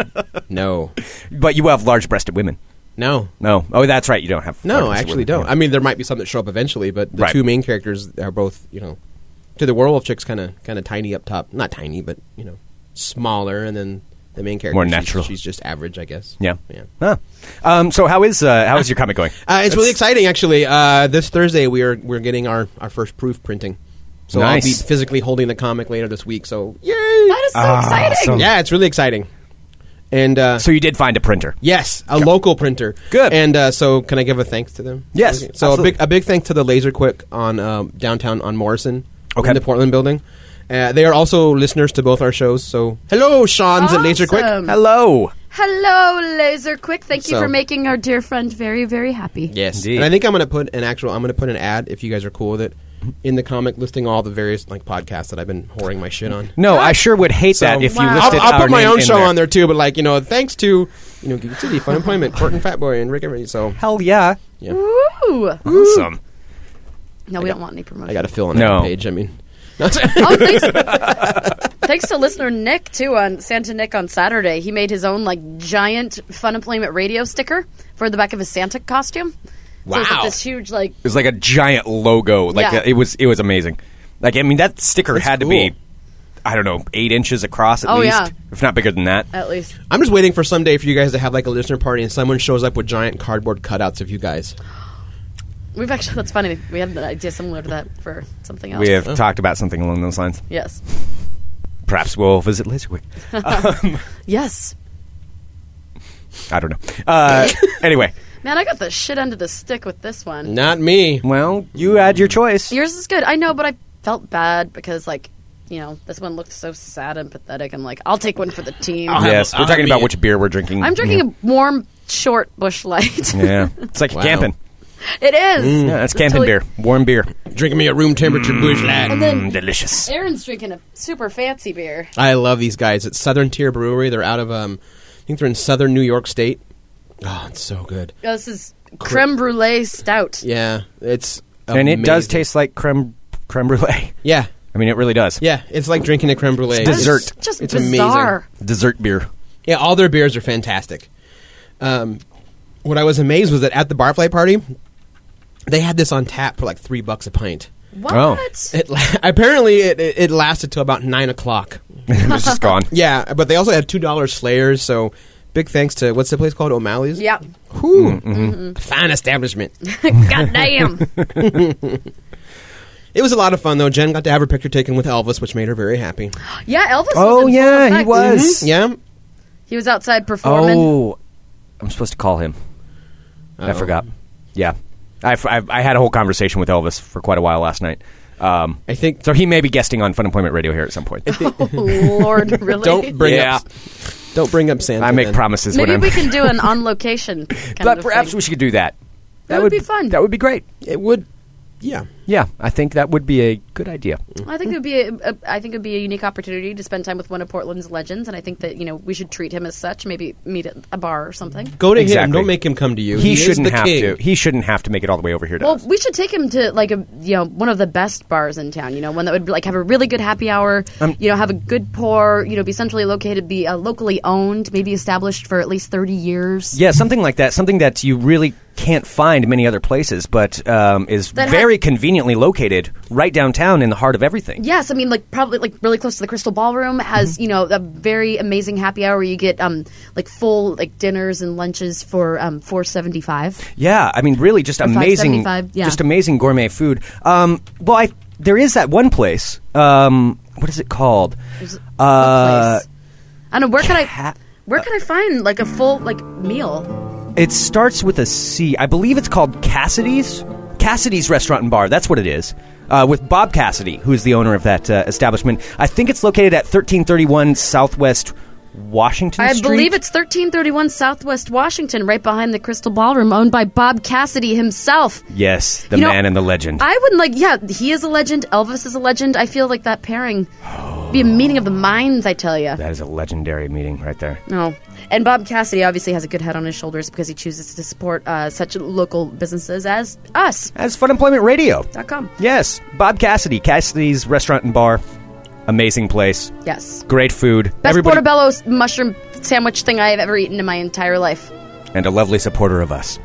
Speaker 6: no.
Speaker 4: but you have large-breasted women
Speaker 6: No.
Speaker 4: no oh that's right you don't have
Speaker 6: No, I
Speaker 4: large-breasted
Speaker 6: actually
Speaker 4: women.
Speaker 6: don't.
Speaker 4: Yeah.
Speaker 6: I mean, there might be some that show up eventually, but the
Speaker 4: Right.
Speaker 6: two main characters are both, you know, to the werewolf chick's kind of kind of tiny up top, not tiny, but you know, smaller, and then the main character
Speaker 4: More
Speaker 6: she's-
Speaker 4: natural.
Speaker 6: She's, just average, I guess.
Speaker 4: Yeah.
Speaker 6: yeah.
Speaker 4: Huh. Um, so how is uh, how is your comic going?
Speaker 6: Uh, it's really exciting, actually. Uh, this Thursday, we are we're getting our our first proof printing, so
Speaker 4: Nice.
Speaker 6: I'll be physically holding the comic later this week. So yay!
Speaker 5: That is so exciting.
Speaker 6: yeah, it's really exciting, and. Uh,
Speaker 4: Oh. So you did find a printer.
Speaker 6: Yes, a local printer.
Speaker 4: Good.
Speaker 6: And uh, so, can I give a thanks to them?
Speaker 4: Yes,
Speaker 6: Okay. So a
Speaker 4: absolutely.
Speaker 6: big a big thanks to the Laser Quick on um, downtown on Morrison,
Speaker 4: Okay.
Speaker 6: in the Portland building. Uh, they are also listeners to both our shows. So hello, Sean's at Laser Quick.
Speaker 5: Awesome.
Speaker 4: Hello.
Speaker 5: Hello, Laser Quick. Thank you
Speaker 6: So-
Speaker 5: for making our dear friend very, very happy.
Speaker 6: Yes,
Speaker 4: Indeed.
Speaker 6: and I think I'm going to put an actual. I'm going to put an ad if you guys are cool with it in the comic listing all the various like podcasts that I've been whoring my shit on.
Speaker 4: No, I sure would hate <laughs>
Speaker 6: So-
Speaker 4: that if you
Speaker 5: Wow.
Speaker 4: listed
Speaker 6: I'll, I'll
Speaker 4: our
Speaker 6: put my
Speaker 4: name
Speaker 6: own
Speaker 4: in
Speaker 6: show on there too, but like you know, thanks to you know Geek City, Fun Employment, Court and Fat Boy, and Rick Everett. So
Speaker 4: Hell yeah.
Speaker 5: Woo!
Speaker 4: Awesome.
Speaker 5: No, we don't want any promotion.
Speaker 6: I got to fill in
Speaker 4: No.
Speaker 6: that page. I mean, <laughs>
Speaker 5: oh, thanks. thanks to listener Nick too on Santa Nick on Saturday. He made his own like giant Fun Employment Radio sticker for the back of his Santa costume. So it's like
Speaker 6: Wow.
Speaker 5: this huge like
Speaker 4: It was like a giant logo. Like
Speaker 5: Yeah.
Speaker 4: uh, it was it was amazing. Like I mean that sticker
Speaker 6: That's
Speaker 4: had to
Speaker 6: cool.
Speaker 4: be I don't know, eight inches across at
Speaker 5: Oh,
Speaker 4: least.
Speaker 5: yeah.
Speaker 4: If not bigger than that.
Speaker 5: at least.
Speaker 6: I'm just waiting for someday for you guys to have like a listener party and someone shows up with giant cardboard cutouts of you guys.
Speaker 5: We've actually that's funny. We had an idea similar to that for something else.
Speaker 4: We
Speaker 6: Oh.
Speaker 4: have talked about something along those lines.
Speaker 5: Yes.
Speaker 4: Perhaps we'll visit Laserwick.
Speaker 5: Yes.
Speaker 4: I don't know.
Speaker 6: <laughs>
Speaker 4: Uh, anyway.
Speaker 5: Man, I got the shit under the stick with this one.
Speaker 6: Not me.
Speaker 4: Well, you had your choice.
Speaker 5: Yours is good. I know, but I felt bad because like you know, this one looked so sad and pathetic. I'm like, I'll take one for the team.
Speaker 6: I'll have-
Speaker 4: yes,
Speaker 6: I'll
Speaker 4: we're talking
Speaker 6: have
Speaker 4: about
Speaker 6: me.
Speaker 4: which beer we're drinking.
Speaker 5: I'm drinking a warm, short bush light.
Speaker 4: Yeah. It's like
Speaker 6: <laughs> Wow.
Speaker 4: camping.
Speaker 5: <laughs> It is.
Speaker 4: Yeah, that's camping
Speaker 5: Totally.
Speaker 4: beer. Warm beer. Mm,
Speaker 6: Drinking me a room temperature bush
Speaker 5: Mm. And
Speaker 6: lad.
Speaker 5: then
Speaker 4: Delicious.
Speaker 5: Aaron's drinking a super fancy beer.
Speaker 6: I love these guys. It's Southern Tier Brewery. They're out of um, I think they're in Southern New York State. Oh, it's so good.
Speaker 5: Oh, This is creme brulee stout.
Speaker 6: Yeah, it's
Speaker 4: and it does
Speaker 6: amazing.
Speaker 4: taste like creme creme brulee.
Speaker 6: Yeah,
Speaker 4: I mean, it really does.
Speaker 6: yeah. It's like drinking a creme brulee.
Speaker 4: It's dessert.
Speaker 5: It's just
Speaker 6: It's amazing.
Speaker 5: bizarre.
Speaker 4: Dessert
Speaker 6: <laughs>
Speaker 4: beer.
Speaker 6: Yeah, all their beers are fantastic. Um, what I was amazed was that at the barfly party, they had this on tap for like three bucks a pint.
Speaker 5: What?
Speaker 4: Oh.
Speaker 6: It la- <laughs> apparently it, it, it lasted till about nine o'clock.
Speaker 4: it was just gone.
Speaker 6: Yeah, but they also had two dollar slayers. So big thanks to what's the place called O'Malley's?
Speaker 5: Yeah.
Speaker 6: Whew.
Speaker 4: Mm-hmm.
Speaker 6: fine establishment.
Speaker 5: <laughs> God damn.
Speaker 6: It was a lot of fun though. Jen got to have her picture taken with Elvis, which made her very <gasps> happy.
Speaker 5: yeah, Elvis. was
Speaker 4: Oh,
Speaker 5: in full
Speaker 4: yeah, he
Speaker 5: effect.
Speaker 4: was.
Speaker 5: Mhm.
Speaker 6: Yeah,
Speaker 5: He was outside performing. <laughs>
Speaker 4: Oh, I'm supposed to call him. I
Speaker 6: Uh-oh.
Speaker 4: forgot. Yeah, I, f- I- I had a whole conversation with Elvis for quite a while last night. Um,
Speaker 6: I think.
Speaker 4: so he may be guesting on Fun Employment Radio here at some point.
Speaker 5: Oh,
Speaker 4: <laughs>
Speaker 5: Lord, really?
Speaker 6: Don't bring
Speaker 4: Yeah.
Speaker 6: up. Don't bring up Santa.
Speaker 4: I make
Speaker 6: then.
Speaker 4: promises
Speaker 5: Maybe
Speaker 4: when
Speaker 5: we
Speaker 4: I'm.
Speaker 5: can do an on location. Kind
Speaker 4: <laughs> but
Speaker 5: of
Speaker 4: perhaps
Speaker 5: thing.
Speaker 4: we should do that.
Speaker 5: That would be fun.
Speaker 4: That would be great.
Speaker 6: It would. Yeah.
Speaker 4: Yeah, I think that would be a good idea.
Speaker 5: I think it would be a, a, I think it would be a unique opportunity to spend time with one of Portland's legends, and I think that you know we should treat him as such. Maybe meet at a bar or something.
Speaker 6: Go to him.
Speaker 4: Exactly.
Speaker 6: Don't make him come to you.
Speaker 4: He,
Speaker 6: is
Speaker 4: shouldn't
Speaker 6: the
Speaker 4: have
Speaker 6: king.
Speaker 4: to. He shouldn't have to make it all the way over here to
Speaker 5: Well,
Speaker 4: us.
Speaker 5: we should take him to like a you know one of the best bars in town. You know, one that would like have a really good happy hour. you know, have a good pour. You know, be centrally located, be uh, locally owned, maybe established for at least thirty years.
Speaker 4: Yeah, something like that. Something that you really can't find many other places, but um, is
Speaker 5: That has-
Speaker 4: very conveniently located right downtown in the heart of everything.
Speaker 5: Yes, I mean, like probably like really close to the Crystal Ballroom has you know a very amazing happy hour where you get um like full like dinners and lunches for um four seventy five.
Speaker 4: Yeah, I mean, really, just amazing,
Speaker 5: 5.75, yeah.
Speaker 4: just amazing gourmet food. Um, well, I there is that one place. Um, what is it called? Uh,
Speaker 5: place. I don't know where could I
Speaker 4: Cat-
Speaker 5: where could I find like a full like meal?
Speaker 4: It starts with a C. I believe it's called Cassidy's. Cassidy's Restaurant and Bar. That's what it is. Uh, with Bob Cassidy, who is the owner of that uh, establishment. I think it's located at 1331 Southwest Washington
Speaker 5: I
Speaker 4: Street.
Speaker 5: believe it's thirteen thirty one Southwest Washington, right behind the Crystal Ballroom, owned by Bob Cassidy himself.
Speaker 4: Yes, the
Speaker 5: You know,
Speaker 4: man and the legend.
Speaker 5: I would like, yeah, he is a legend. Elvis is a legend. I feel like that pairing be a meeting of the minds. I tell you.
Speaker 4: that is a legendary meeting right there.
Speaker 5: No. And Bob Cassidy obviously has a good head on his shoulders because he chooses to support uh, such local businesses as us.
Speaker 4: That's Fun Employment Radio.
Speaker 5: Dot com.
Speaker 4: Yes, Bob Cassidy, Cassidy's Restaurant and Bar. Amazing place.
Speaker 5: Yes.
Speaker 4: Great food.
Speaker 5: Best
Speaker 4: Everybody
Speaker 5: portobello s- mushroom sandwich thing I have ever eaten in my entire life.
Speaker 4: and a lovely supporter of us.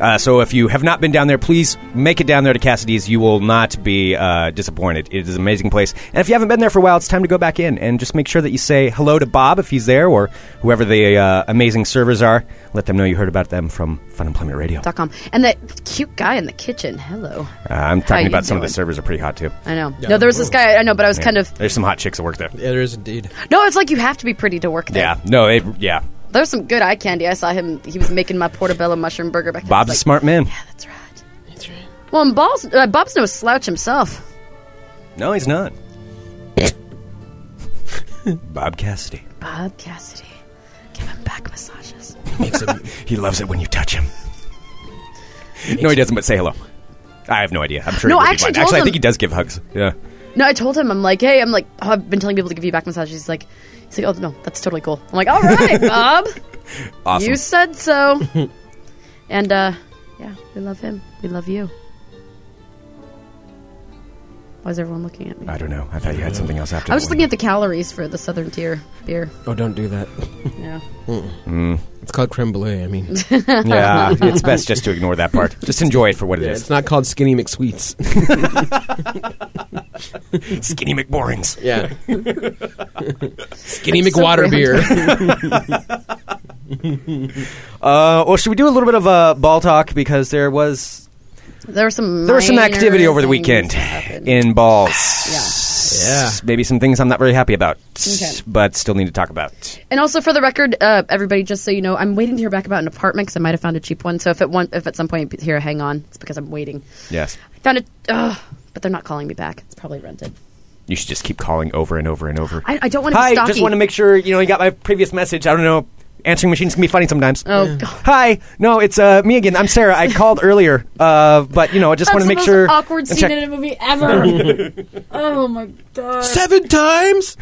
Speaker 4: Uh, so if you have not been down there, please make it down there to Cassidy's. You will not be uh, disappointed. It is an amazing place. And if you haven't been there for a while, it's time to go back in and just make sure that you say hello to Bob if he's there or whoever the uh, amazing servers are. Let them know you heard about them from Fun Employment Radio. Uh,
Speaker 5: Dot com. And that cute guy in the kitchen. Hello.
Speaker 4: I'm
Speaker 5: How
Speaker 4: talking
Speaker 5: you
Speaker 4: about some of the
Speaker 5: doing?
Speaker 4: servers are pretty hot too.
Speaker 5: I know. No, there was this guy. I know, but I was kind of.
Speaker 4: There's some hot chicks that work there.
Speaker 6: Yeah, there is indeed.
Speaker 5: No, it's like you have to be pretty to work there.
Speaker 4: Yeah. No. It, yeah.
Speaker 5: There's some good eye candy. I saw him. He was making my portobello mushroom burger back then.
Speaker 4: Bob's
Speaker 5: I
Speaker 4: a
Speaker 5: was like,
Speaker 4: smart man.
Speaker 5: Yeah, that's right. That's right. Well, and Bob's, uh, Bob's no slouch himself.
Speaker 4: No, he's not. <laughs> Bob Cassidy.
Speaker 5: Bob Cassidy. Give him back massages.
Speaker 4: He loves it when you touch him. no, he doesn't. But say hello. I have no idea. I'm sure.
Speaker 5: No,
Speaker 4: he would
Speaker 5: I
Speaker 4: be
Speaker 5: actually
Speaker 4: fine.
Speaker 5: told
Speaker 4: actually, I
Speaker 5: him-
Speaker 4: think he does give hugs. Yeah.
Speaker 5: No, I told him, I'm like, hey, I'm like, oh, I've been telling people to give you back massages. He's like, he's like, oh no, that's totally cool. I'm like,
Speaker 4: <laughs>
Speaker 5: all right, Bob,
Speaker 4: Awesome.
Speaker 5: you said so.
Speaker 4: <laughs>
Speaker 5: and uh, yeah, we love him. We love you. Why is everyone looking at me?
Speaker 4: I don't know. I thought you had something else after.
Speaker 5: I was just looking at the calories for the Southern Tier beer.
Speaker 6: Oh, don't do that.
Speaker 5: Yeah.
Speaker 6: It's called creme brulee. I mean,
Speaker 4: <laughs> at. yeah, <laughs> it's best just to ignore that
Speaker 5: <laughs>
Speaker 4: part. Just enjoy it for what it
Speaker 6: it's
Speaker 4: is.
Speaker 6: not called skinny McSweets.
Speaker 4: Skinny McBorings.
Speaker 6: <laughs> Yeah. Skinny
Speaker 5: That's so
Speaker 6: McWater
Speaker 5: random.
Speaker 6: beer.
Speaker 4: Uh, well, should we do a little bit of uh, ball talk because there was
Speaker 5: There was some.
Speaker 4: there was some activity
Speaker 5: minor
Speaker 4: over the
Speaker 5: things
Speaker 4: weekend
Speaker 5: that happened.
Speaker 4: in balls. <sighs>
Speaker 6: Yeah.
Speaker 4: Maybe some things I'm not very happy about,
Speaker 5: Okay.
Speaker 4: but still need to talk about.
Speaker 5: And also, for the record, uh, everybody, just so you know, I'm waiting to hear back about an apartment because I might have found a cheap one. So if it one, if at some point here, hang on, it's because I'm waiting.
Speaker 4: Yes.
Speaker 5: I found it, ugh, but they're not calling me back. It's probably rented.
Speaker 4: You should just keep calling over and over and over.
Speaker 5: I, I don't want to
Speaker 4: Hi,
Speaker 5: be stalky.
Speaker 4: just want to make sure you know you got my previous message. I don't know, answering machines can be funny sometimes.
Speaker 5: Oh, Yeah. God.
Speaker 4: Hi, no, it's uh, me again. I'm Sarah.
Speaker 5: <laughs>
Speaker 4: I called earlier, uh, but you know, I just want
Speaker 5: That's
Speaker 4: to
Speaker 5: the
Speaker 4: make
Speaker 5: most
Speaker 4: sure.
Speaker 5: awkward
Speaker 4: and
Speaker 5: scene
Speaker 4: check-
Speaker 5: in a movie ever. oh my god!
Speaker 6: Seven times?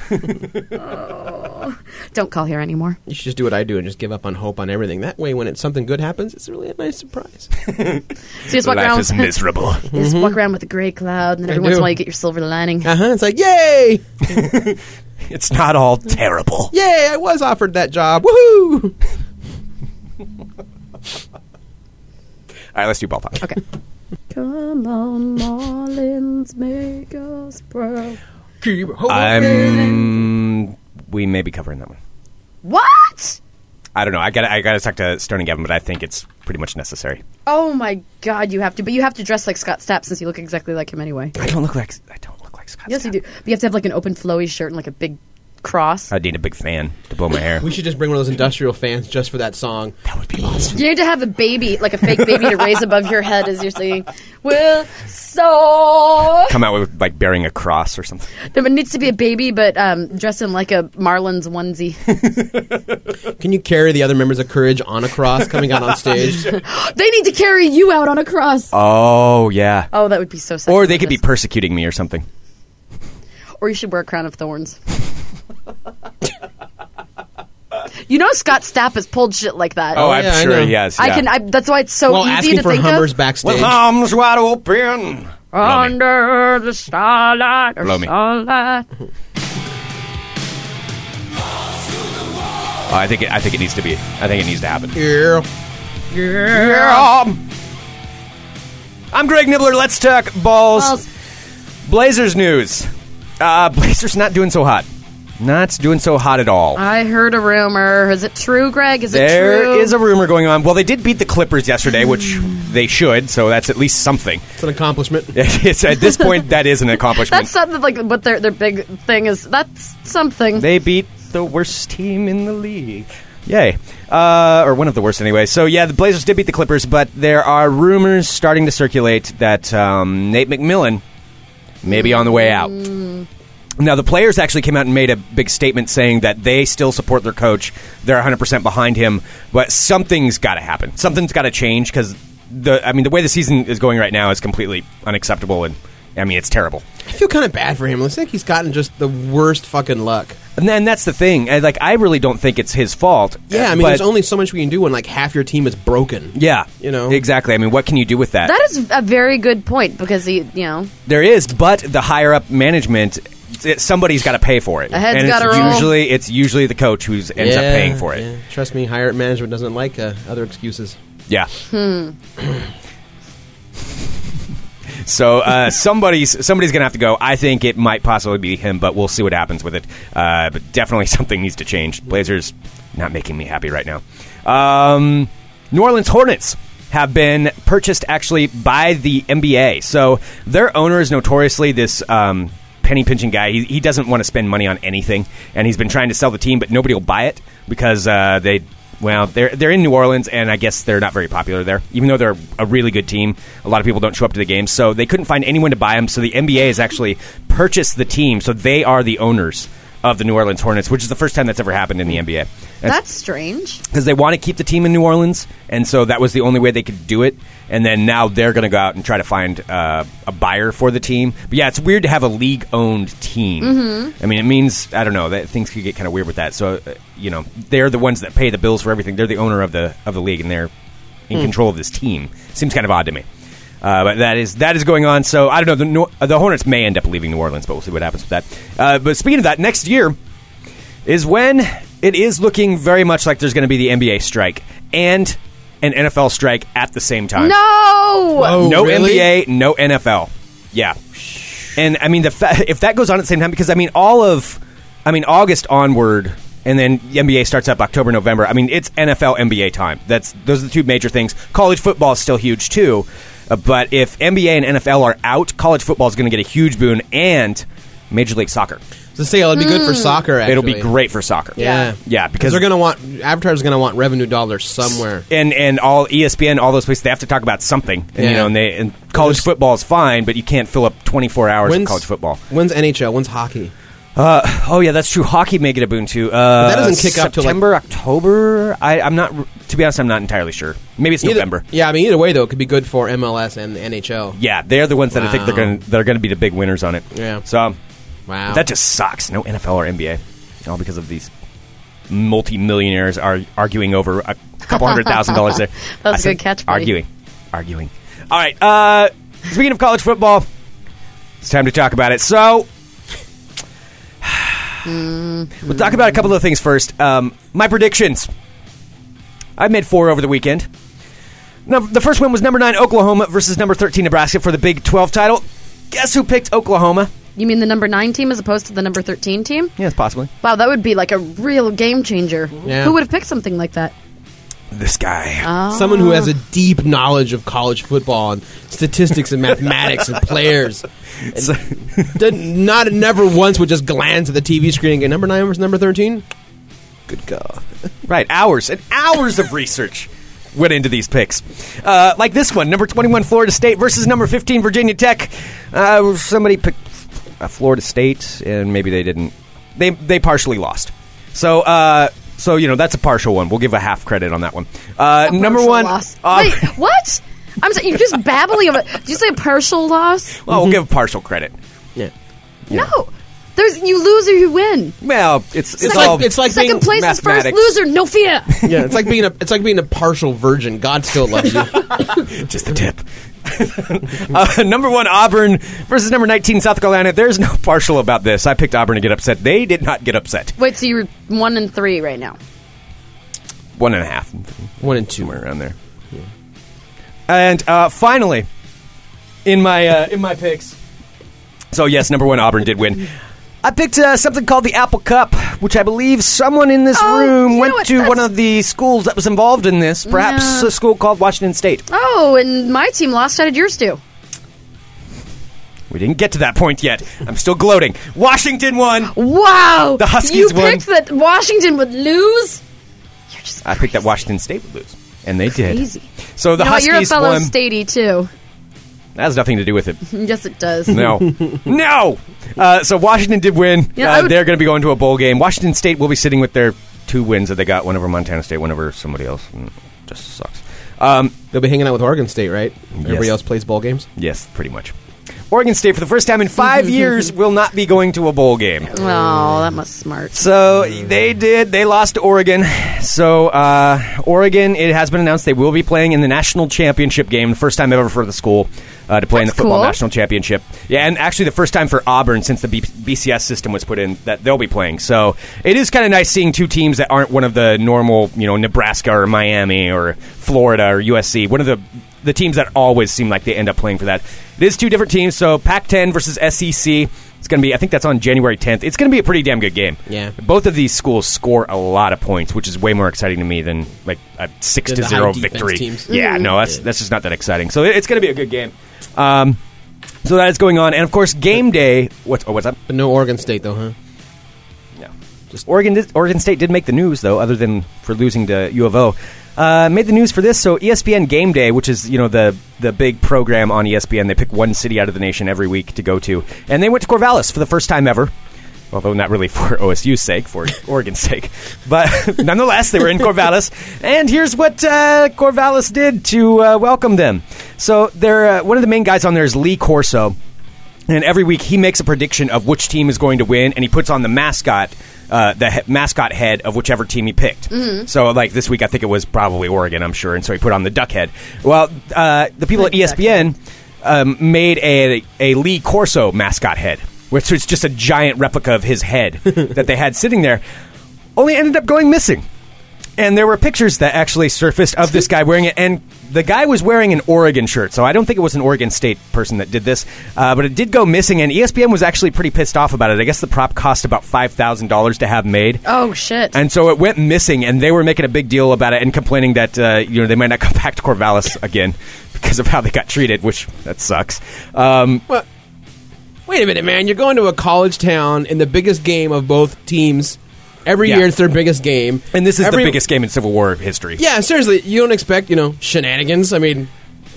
Speaker 5: Don't call here anymore.
Speaker 6: You should just do what I do and just give up on hope on everything. That way, when it's something good happens, it's really a nice surprise.
Speaker 5: So you just walk around,
Speaker 4: miserable.
Speaker 5: you just walk around with a gray cloud, and then every
Speaker 6: I
Speaker 5: once in a
Speaker 6: do.
Speaker 5: while you get your silver lining.
Speaker 6: Uh huh. It's like, yay!
Speaker 4: <laughs> it's not all terrible.
Speaker 6: Yay! I was offered that job. Woohoo!
Speaker 4: All right, let's do ball talk.
Speaker 5: Okay. Come on, Marlins, make us proud.
Speaker 6: Keep hope.
Speaker 4: I'm. We may be covering that one.
Speaker 5: What?
Speaker 4: I don't know. I got. to I got to talk to Stone and Gavin, but I think it's pretty much necessary.
Speaker 5: Oh my god, you have to, but you have to dress like Scott Stapp since you look exactly like him anyway.
Speaker 4: I don't look like. I don't look like Scott.
Speaker 5: Yes, you do. But you have to have like an open flowy shirt and like a big cross.
Speaker 4: I'd need a big fan to blow my hair.
Speaker 6: We should just bring one of those industrial fans just for that song.
Speaker 4: that would be awesome.
Speaker 5: You need to have a baby, like a fake baby, to raise above your head as you're singing. Well, so
Speaker 4: Come out with like bearing a cross or something.
Speaker 5: there needs to be a baby, but um, dressed in like a Marlins onesie. <laughs>
Speaker 6: Can you carry the other members of Courage on a cross coming out on stage?
Speaker 5: they need to carry you out on a cross.
Speaker 4: Oh yeah.
Speaker 5: oh, that would be so.
Speaker 4: Or they could be
Speaker 5: sexy.
Speaker 4: persecuting me or something.
Speaker 5: or you should wear a crown of thorns. <laughs> you know, Scott Stapp has pulled shit like that.
Speaker 4: Oh, I'm
Speaker 6: yeah, I
Speaker 4: sure
Speaker 6: know.
Speaker 4: he has.
Speaker 5: I
Speaker 4: yeah.
Speaker 5: can. I, that's why it's so
Speaker 6: Well,
Speaker 5: easy
Speaker 6: asking
Speaker 5: to
Speaker 6: for
Speaker 5: think
Speaker 6: Hummers
Speaker 4: With
Speaker 5: of.
Speaker 6: backstage.
Speaker 4: arms wide open. Blow me.
Speaker 5: Under the starlight, or
Speaker 4: Blow me.
Speaker 5: sunlight.
Speaker 4: Oh, I think it, I think it needs to be. I think it needs to happen.
Speaker 6: Yeah.
Speaker 4: Yeah. I'm Greg Nibbler. Let's talk balls.
Speaker 5: Balls.
Speaker 4: Blazers news. Uh, Blazers not doing so hot. Not doing so hot at all.
Speaker 5: I heard a rumor. Is it true, Greg? Is it
Speaker 4: There
Speaker 5: true?
Speaker 4: is a rumor going on. Well, they did beat the Clippers yesterday, which they should, so that's at least something. <laughs>
Speaker 6: It's an accomplishment.
Speaker 4: It's, at this point, that is an accomplishment.
Speaker 5: that's something like what their their big thing is. That's something.
Speaker 4: They beat the worst team in the league. Yay. Uh, or one of the worst, anyway. So, yeah, the Blazers did beat the Clippers, but there are rumors starting to circulate that um, Nate McMillan may be on the way out. Now, the players actually came out and made a big statement saying that they still support their coach. They're 100% behind him, but something's got to happen. Something's got to change because. The, I mean, the way the season is going right now is completely unacceptable, and I mean, it's terrible.
Speaker 6: I feel kind of bad for him. Looks like he's gotten just the worst fucking luck.
Speaker 4: And then that's the thing. I, like, I really don't think it's his fault. uh,
Speaker 6: Yeah, I mean,
Speaker 4: but-
Speaker 6: there's only so much we can do when like half your team is broken.
Speaker 4: Yeah,
Speaker 6: You know?
Speaker 4: exactly. I mean, what can you do with that?
Speaker 5: that is a very good point because he, you know,
Speaker 4: there is, but the higher up management, it, somebody's got to pay for it.
Speaker 5: A head's
Speaker 4: and it's
Speaker 5: gotta roll.
Speaker 4: usually it's usually the coach who ends up
Speaker 6: Yeah,
Speaker 4: paying for it.
Speaker 6: yeah. Trust me, higher management doesn't like uh, other excuses.
Speaker 4: Yeah. so uh, somebody's somebody's gonna have to go. I think it might possibly be him, but we'll see what happens with it. Uh, but definitely <laughs> something needs to change. Blazers not making me happy right now. Um, New Orleans Hornets have been purchased actually by the NBA. So their owner is notoriously this. Um, Penny pinching guy. He, he doesn't want to spend money on anything, and he's been trying to sell the team, but nobody will buy it because uh, they well, they're they're in New Orleans, and I guess they're not very popular there. Even though they're a really good team, a lot of people don't show up to the games, so they couldn't find anyone to buy them. So the NBA has actually purchased the team, so they are the owners of the New Orleans Hornets, which is the first time that's ever happened in the NBA.
Speaker 5: that's strange.
Speaker 4: because they want to keep the team in New Orleans, and so that was the only way they could do it. And then now they're going to go out and try to find uh, a buyer for the team. But yeah, it's weird to have a league-owned team. I mean, it means I don't know that things could get kind of weird with that. So uh, you know, they're the ones that pay the bills for everything. They're the owner of the of the league, and they're in control of this team. Seems kind of odd to me. Uh, but that is that is going on. So I don't know. The, Nor- the Hornets may end up leaving New Orleans, but we'll see what happens with that. Uh, but speaking of that, next year is when it is looking very much like there's going to be the NBA strike and an NFL strike at the same time.
Speaker 5: No.
Speaker 6: Whoa.
Speaker 4: no
Speaker 6: Oh, really?
Speaker 4: NBA, no NFL. Yeah, and I mean the fa- if that goes on at the same time because I mean all of I mean August onward. And then the NBA starts up October, November. I mean, it's NFL, NBA time. That's those are the two major things. College football is still huge too, Uh, but if NBA and NFL are out, college football is going to get a huge boon, and Major League Soccer.
Speaker 6: So say it'll be good for soccer. Actually.
Speaker 4: It'll be great for soccer.
Speaker 6: Hmm. Yeah,
Speaker 4: yeah, because
Speaker 6: they're gonna want advertisers gonna want revenue dollars somewhere.
Speaker 4: and and all E ESPN, all those places, they have to talk about something. And, You
Speaker 6: Yeah.
Speaker 4: know, and they and college
Speaker 6: There's-
Speaker 4: football is fine, but you can't fill up twenty four hours of
Speaker 6: When's
Speaker 4: college football.
Speaker 6: When's NHL? When's hockey?
Speaker 4: Oh yeah, that's true. Hockey may get a boon too. Uh,
Speaker 6: that doesn't kick up till, like-
Speaker 4: September, October. I, I'm not. To be honest, I'm not entirely sure. Maybe it's
Speaker 6: Either-
Speaker 4: November.
Speaker 6: Yeah, I mean either way though, it could be good for MLS and the NHL.
Speaker 4: Yeah, they're the ones that I think they're
Speaker 6: Wow.
Speaker 4: going to they're going to be the big winners on it.
Speaker 6: Yeah.
Speaker 4: So
Speaker 6: Wow,
Speaker 4: that just sucks. No NFL or NBA, all because of these multi-millionaires are arguing over a couple hundred thousand dollars there.
Speaker 5: <laughs> That was a
Speaker 4: I said
Speaker 5: good catch, buddy.
Speaker 4: Arguing, arguing. All right. Uh, speaking of college football, it's time to talk about it. So. <sighs> We'll talk about a couple of things first. Um, my predictions. I made four over the weekend. Now, the first one was number nine Oklahoma versus number thirteen Nebraska for the Big Twelve title. Guess who picked Oklahoma?
Speaker 5: You mean the number nine team as opposed to the number thirteen team?
Speaker 4: Yes, possibly.
Speaker 5: Wow, that would be like a real game changer.
Speaker 6: Yeah.
Speaker 5: Who would have picked something like that?
Speaker 4: This guy.
Speaker 6: Someone who has a deep knowledge of college football and statistics and mathematics and players.
Speaker 4: <laughs> So-
Speaker 6: Did not never once would just glance at the TV screen and get number nine versus number thirteen. Good God.
Speaker 4: Right, hours and hours of research went into these picks. Uh, like this one, number 21 Florida State versus number 15 Virginia Tech. Uh, somebody picked uh, Florida State, and maybe they didn't. They they partially lost. So uh, so you know that's a partial one. We'll give a half credit on that one. Uh, number
Speaker 5: Partial
Speaker 4: one,
Speaker 5: Loss.
Speaker 4: uh,
Speaker 5: Wait, what? I'm sorry, you're just babbling of it. Did you say a partial
Speaker 4: <laughs>
Speaker 5: loss?
Speaker 4: well, we'll give partial credit.
Speaker 6: Yeah.
Speaker 5: No. There's you lose or you win.
Speaker 4: Well, it's it's,
Speaker 6: It's
Speaker 4: all
Speaker 6: like it's like
Speaker 5: Second
Speaker 6: being,
Speaker 5: place is first
Speaker 4: mathematics.
Speaker 5: loser. No fear.
Speaker 6: yeah, it's like being a it's like being a partial virgin. God still loves <laughs> you.
Speaker 4: just the tip. <laughs> uh, number one, Auburn versus number 19, South Carolina. There's no partial about this. I picked Auburn to get upset. They did not get upset.
Speaker 5: Wait, so you're one and three right now.
Speaker 4: One and a half,
Speaker 6: One and two.
Speaker 4: somewhere around there. And uh, finally, in my uh, in my picks. So yes, number one, Auburn did win. I picked uh, something called the Apple Cup, which I believe someone in this
Speaker 5: Oh, you
Speaker 4: room
Speaker 5: know
Speaker 4: went
Speaker 5: what,
Speaker 4: to one
Speaker 5: that's-
Speaker 4: of the schools that was involved in this. Perhaps
Speaker 5: Yeah.
Speaker 4: a school called Washington State.
Speaker 5: Oh, and my team lost. How did yours do?
Speaker 4: We didn't get to that point yet. I'm still gloating. Washington won.
Speaker 5: Wow.
Speaker 4: The Huskies
Speaker 5: You
Speaker 4: won.
Speaker 5: picked that Washington would lose. You're just
Speaker 4: I picked that Washington State would lose, and they did.
Speaker 5: Crazy.
Speaker 4: So the
Speaker 5: you know what,
Speaker 4: Huskies
Speaker 5: you're a fellow
Speaker 4: won.
Speaker 5: statey too. <laughs>
Speaker 4: That has nothing to do with it.
Speaker 5: Yes, it does.
Speaker 4: No, no. Uh, so Washington did win.
Speaker 5: Yeah,
Speaker 4: uh,
Speaker 5: I would-
Speaker 4: They're going to be going to a bowl game. Washington State will be sitting with their two wins that they got, one over Montana State, one over somebody else. Mm, Just sucks. Um,
Speaker 6: They'll be hanging out with Oregon State, right? Everybody else plays ball games.
Speaker 4: yes, pretty much. Oregon State, for the first time in
Speaker 5: <laughs>
Speaker 4: five years, will not be going to a bowl game.
Speaker 5: Oh, that must smart.
Speaker 4: So they did. They lost to Oregon. So uh, Oregon, it has been announced they will be playing in the national championship game, the first time ever for the school uh, to play in the
Speaker 5: That's
Speaker 4: football
Speaker 5: cool.
Speaker 4: national championship. Yeah, and actually the first time for Auburn since the B- BCS system was put in that they'll be playing. So it is kind of nice seeing two teams that aren't one of the normal, you know, Nebraska or Miami or Florida or USC. One of the the teams that always seem like they end up playing for that. It is two different teams. So Pac-10 versus SEC. It's going to be. I think that's on January 10th. It's going to be a pretty damn good game
Speaker 6: Yeah.
Speaker 4: both of these schools score a lot of points, which is way more exciting to me than like a six
Speaker 6: Than
Speaker 4: to
Speaker 6: the
Speaker 4: zero
Speaker 6: high defense
Speaker 4: victory.
Speaker 6: teams.
Speaker 4: Yeah, no, that's that's just not that exciting. So it- it's going to be a good game. Um, so that is going on, and of course, game day. What's oh, what's up?
Speaker 6: But no Oregon State though, huh?
Speaker 4: No, just Oregon. did- Oregon State did make the news though, other than for losing to U of O. Uh, made the news for this. So E ESPN Game Day, which is you know the the big program on E ESPN, they pick one city out of the nation every week to go to, and they went to Corvallis for the first time ever. Although not really <laughs> for OSU's sake, for Oregon's sake, but <laughs> nonetheless they were in Corvallis, and here's what uh, Corvallis did to uh, welcome them. So they're, uh, one of the main guys on there is Lee Corso, and every week he makes a prediction of which team is going to win, and he puts on the mascot, uh, the he- mascot head of whichever team he picked. So, like this week, I think it was probably Oregon, I'm sure, and so he put on the duck head. Well, uh, the people at ESPN um, made a, a Lee Corso mascot head, which was just a giant replica of his head that they had sitting there. Only ended up going missing. And there were pictures that actually surfaced of this guy wearing it, and the guy was wearing an Oregon shirt, so I don't think it was an Oregon State person that did this, uh, but it did go missing, and E ESPN was actually pretty pissed off about it. I guess the prop cost about five thousand dollars to have made.
Speaker 5: Oh shit.
Speaker 4: And so it went missing, and they were making a big deal about it and complaining that uh, you know they might not come <laughs> back to Corvallis again because of how they got treated, which that sucks. Um,
Speaker 6: Well, wait a minute, man. You're going to a college town in the biggest game of both teams. Every
Speaker 4: Yeah.
Speaker 6: year it's their biggest game,
Speaker 4: and this is
Speaker 6: Every-
Speaker 4: the biggest game in Civil War history.
Speaker 6: Yeah, seriously, you don't expect you know shenanigans. I mean,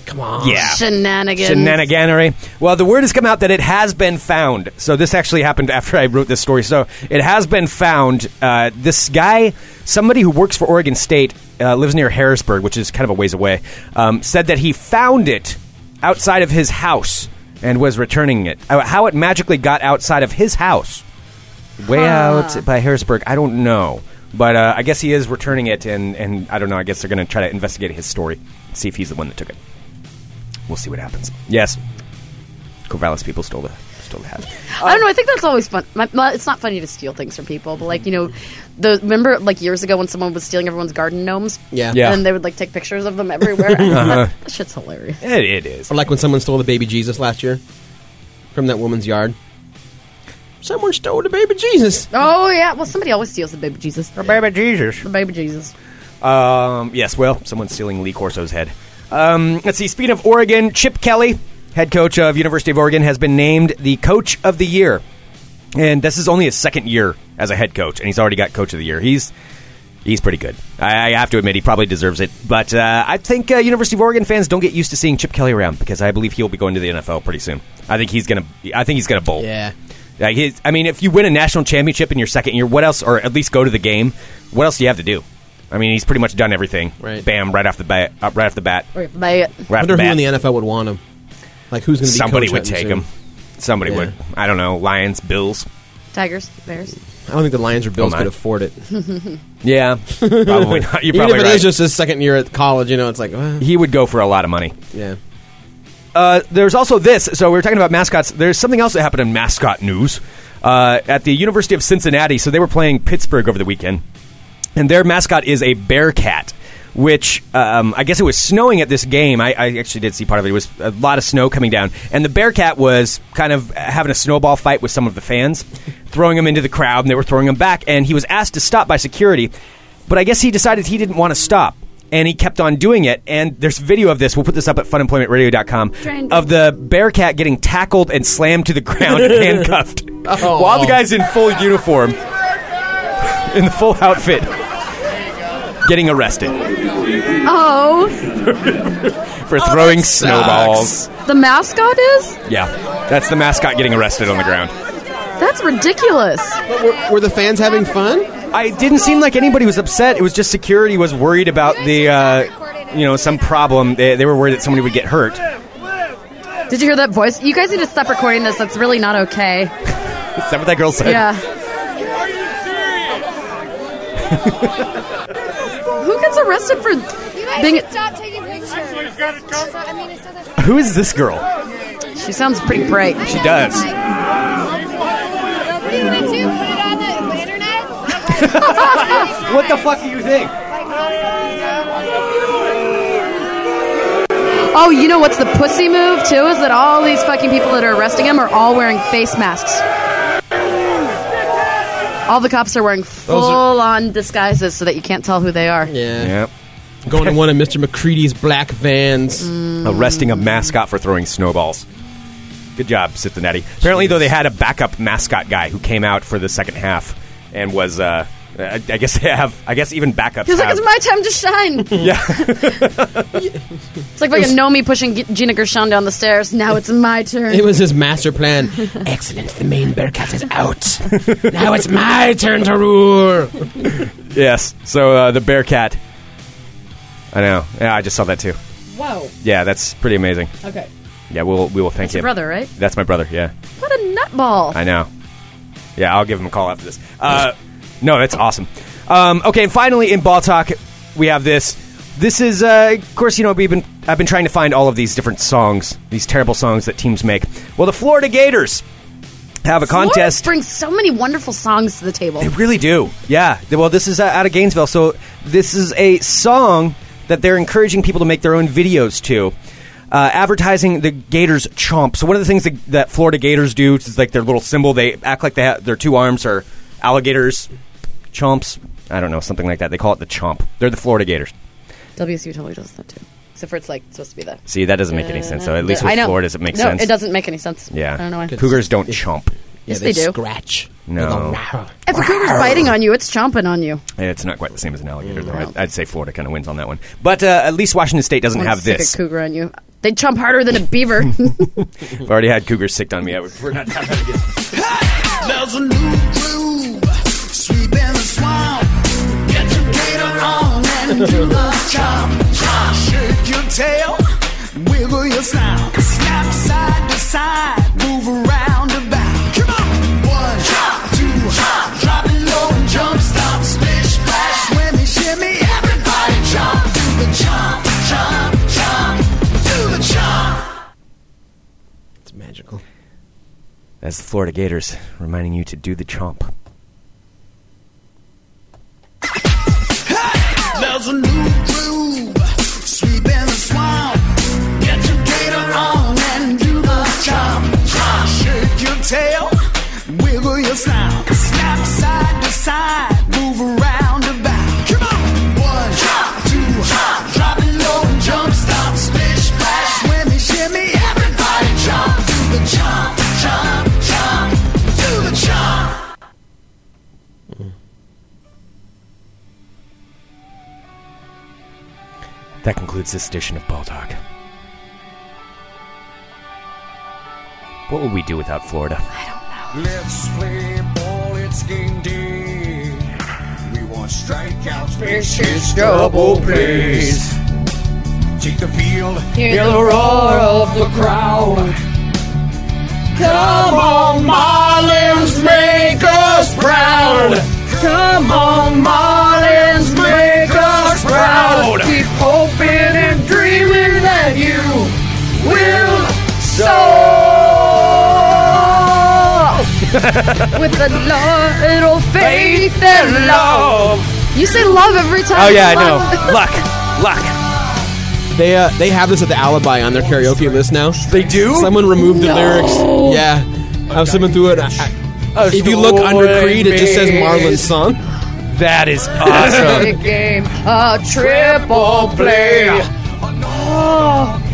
Speaker 6: come on.
Speaker 4: Yeah.
Speaker 5: Shenanigans.
Speaker 4: Shenaniganery. Well, the word has come out that it has been found. So this actually happened after I wrote this story. So it has been found. Uh, this guy, somebody who works for Oregon State, uh, lives near Harrisburg, which is kind of a ways away, um, said that he found it outside of his house and was returning it. Uh, How it magically got outside of his house, way out by Harrisburg, I don't know. But uh, I guess he is returning it, and, and I don't know. I guess they're going to try to investigate his story, see if he's the one that took it we'll see what happens. Yes, Corvallis people stole the stole the hat.
Speaker 5: I don't know. I think that's always fun. My, my, it's not funny to steal things from people, but like you know, the remember like years ago when someone was stealing everyone's garden gnomes.
Speaker 6: Yeah.
Speaker 4: Yeah. Uh-huh.
Speaker 5: And they would like take pictures of them
Speaker 4: <laughs>
Speaker 5: everywhere. that shit's hilarious.
Speaker 4: It, it is.
Speaker 6: Or like when someone stole the baby Jesus last year from that woman's yard. Someone stole the baby Jesus.
Speaker 5: Oh yeah. Well, somebody always steals the baby Jesus.
Speaker 4: Baby Jesus.
Speaker 5: The baby Jesus.
Speaker 4: Um, yes, well, someone's stealing Lee Corso's head. Um, let's see. Speaking of Oregon, Chip Kelly, head coach of University of Oregon, has been named the Coach of the Year, and this is only his second year as a head coach, and he's already got Coach of the Year. He's he's pretty good. I, I have to admit, he probably deserves it. But uh, I think uh, University of Oregon fans don't get used to seeing Chip Kelly around because I believe he'll be going to the NFL pretty soon. I think he's gonna. I think he's gonna bowl.
Speaker 6: Yeah.
Speaker 4: Like his, I mean, if you win a national championship in your second year, what else, or at least go to the game? What else do you have to do? I mean, he's pretty much done everything.
Speaker 6: Right.
Speaker 4: Bam! Right off the bat. Uh, right off the bat. Right
Speaker 5: Or by-
Speaker 6: I
Speaker 4: off
Speaker 6: wonder
Speaker 4: the
Speaker 6: who
Speaker 4: bat.
Speaker 6: in the NFL would want him. Like who's going to be
Speaker 4: Somebody
Speaker 6: coach
Speaker 4: would
Speaker 6: at him
Speaker 4: take
Speaker 6: soon?
Speaker 4: him. Somebody
Speaker 6: Yeah.
Speaker 4: would. I don't know. Lions, Bills.
Speaker 5: Tigers, Bears.
Speaker 6: I don't think the Lions or Bills
Speaker 4: Oh, my.
Speaker 6: could
Speaker 4: <laughs>
Speaker 6: afford it.
Speaker 4: Yeah,
Speaker 6: <laughs>
Speaker 4: probably not. You're
Speaker 6: Even
Speaker 4: probably
Speaker 6: if it is
Speaker 4: right.
Speaker 6: just his second year at college, you know, it's like,
Speaker 4: <laughs>
Speaker 6: well,
Speaker 4: he would go for a lot of money.
Speaker 6: yeah.
Speaker 4: Uh, there's also this. So we were talking about mascots. There's something else that happened in mascot news uh, at the University of Cincinnati. So they were playing Pittsburgh over the weekend, and their mascot is a bear cat. Which um, I guess it was snowing at this game. I, I actually did see part of it. It was a lot of snow coming down, and the bear cat was kind of having a snowball fight with some of the fans, throwing them into the crowd, and they were throwing him back. And he was asked to stop by security, but I guess he decided he didn't want to stop, and he kept on doing it. And there's video of this. We'll put this up at funemploymentradio.com
Speaker 5: Trend.
Speaker 4: of the Bearcat getting tackled and slammed to the ground and handcuffed while the guy's in full uniform, in the full outfit, getting arrested
Speaker 5: Oh,
Speaker 4: for throwing snowballs.
Speaker 5: the mascot is?
Speaker 4: Yeah, that's the mascot getting arrested on the ground.
Speaker 5: That's ridiculous.
Speaker 6: But were, were the fans having fun?
Speaker 4: I it didn't seem like anybody was upset. It was just security was worried about the, uh, you know, some problem. They, they were worried that somebody would get hurt.
Speaker 5: Did you hear that voice? You guys need to stop recording this. That's really not okay.
Speaker 4: Is that what that girl said?
Speaker 5: Yeah. Who gets arrested for being?
Speaker 8: Stop taking pictures. So, I mean, it's not that-
Speaker 4: Who is this girl?
Speaker 5: She sounds pretty bright.
Speaker 4: She does.
Speaker 8: What do you want to do? Put it on the, the internet?
Speaker 4: <laughs> What the fuck do you think?
Speaker 5: Oh, you know what's the pussy move too? Is that all these fucking people that are arresting him are all wearing face masks? All the cops are wearing
Speaker 6: are-
Speaker 5: full-on disguises so that you can't tell who they are.
Speaker 6: Yeah.
Speaker 4: Yep.
Speaker 6: Going in one of Mr. McCready's black vans.
Speaker 4: Mm. arresting a mascot for throwing snowballs. Good job, Cincinnati. Apparently, though, they had a backup mascot guy who came out for the second half and was. Uh, I, I guess they have. I guess even backups
Speaker 5: He's like,
Speaker 4: have.
Speaker 5: it's my time to
Speaker 6: <laughs>
Speaker 5: shine. <laughs> Yeah. it's like fucking Nomi pushing G- Gina Gershon down the stairs. Now it's my turn.
Speaker 6: It was his master plan. <laughs> Excellent. The main bear cat is
Speaker 4: <laughs>
Speaker 6: out. now it's my turn to rule.
Speaker 4: yes. So uh, the Bearcat. I know. Yeah, I just saw that too.
Speaker 5: Whoa.
Speaker 4: Yeah, that's pretty amazing.
Speaker 5: Oh, Okay.
Speaker 4: Yeah, we'll we will thank
Speaker 5: Your
Speaker 4: him.
Speaker 5: brother, right?
Speaker 4: That's my brother. Yeah,
Speaker 5: What a nutball.
Speaker 4: I know. Yeah, I'll give him a call after this. Uh, no, that's awesome. Um, okay, and finally in ball talk, we have this. This is, uh, of course, you know we've been I've been trying to find all of these different songs, these terrible songs that teams make. Well, the Florida Gators have a contest.
Speaker 5: brings so many wonderful songs to the table.
Speaker 4: They really do. Yeah. Th- Well, this is uh, out of Gainesville, so this is a song that they're encouraging people to make their own videos to. Uh, advertising the Gators chomp. So one of the things that, that Florida Gators do is like their little symbol. They act like they ha- their two arms are alligators, chomps. I don't know something like that. They call it the chomp. They're the Florida Gators.
Speaker 5: WSU totally does that too. Except for it's like supposed to be the. Uh,
Speaker 4: See, that doesn't make any sense. So at least with
Speaker 5: I know.
Speaker 4: Florida, does it make
Speaker 5: no,
Speaker 4: sense?
Speaker 5: It doesn't make any sense.
Speaker 4: Yeah.
Speaker 5: I don't know why.
Speaker 4: Cougars don't chomp.
Speaker 5: Yes,
Speaker 6: they,
Speaker 5: they do.
Speaker 6: Scratch. Oh,
Speaker 4: No.
Speaker 5: If a cougar's biting on you, it's chomping on you.
Speaker 4: Yeah, It's not quite the same as an alligator, though. I'd, I'd say Florida kind of wins on that one. But uh, at least Washington State doesn't
Speaker 5: Wanna
Speaker 4: have
Speaker 5: stick
Speaker 4: this.
Speaker 5: a cougar on you. They chomp harder than
Speaker 4: <laughs>
Speaker 5: a beaver.
Speaker 4: I've already had cougars sicked on me. I would- We're not
Speaker 9: There's a new groove sweeping the swamp. Get your gator on and do the chop, chop. Shake your tail, wiggle your snout, snap side to side, move around about. Come on, one chop, two chop, drop it low and jump stop, splish splash, swimmy shimmy, everybody chop, do the chop, chop, chop, do the chop.
Speaker 6: It's magical.
Speaker 4: That's the Florida Gators reminding you to do the chomp.
Speaker 9: There's a new groove sweeping the swamp. Get your gator on and do the chop, chop. Shake your tail, wiggle your snout, snap side to side, move around about. Come on, one chop,
Speaker 4: That concludes this edition of Ball Talk. What would we do without Florida?
Speaker 9: Let's play ball, it's game day. We want strikeouts, pitches, double plays. Take the field, hear the roar of the crowd. Come on, Marlins, make us proud. Come on, Marlins, make us proud. Keep hoping and dreaming that you will soar.
Speaker 5: With the little faith and love.
Speaker 9: Oh.
Speaker 5: You say love every time.
Speaker 4: Oh yeah, I know. <laughs>
Speaker 5: Love.
Speaker 4: Luck, luck.
Speaker 6: They uh, they have this at the Alibi on their karaoke list now.
Speaker 4: They do.
Speaker 6: Someone removed the lyrics. Yeah, I was slipping through it. I- I- if you look under Creed, it just says Marlon's song.
Speaker 4: That is awesome.
Speaker 5: Big game, a triple play.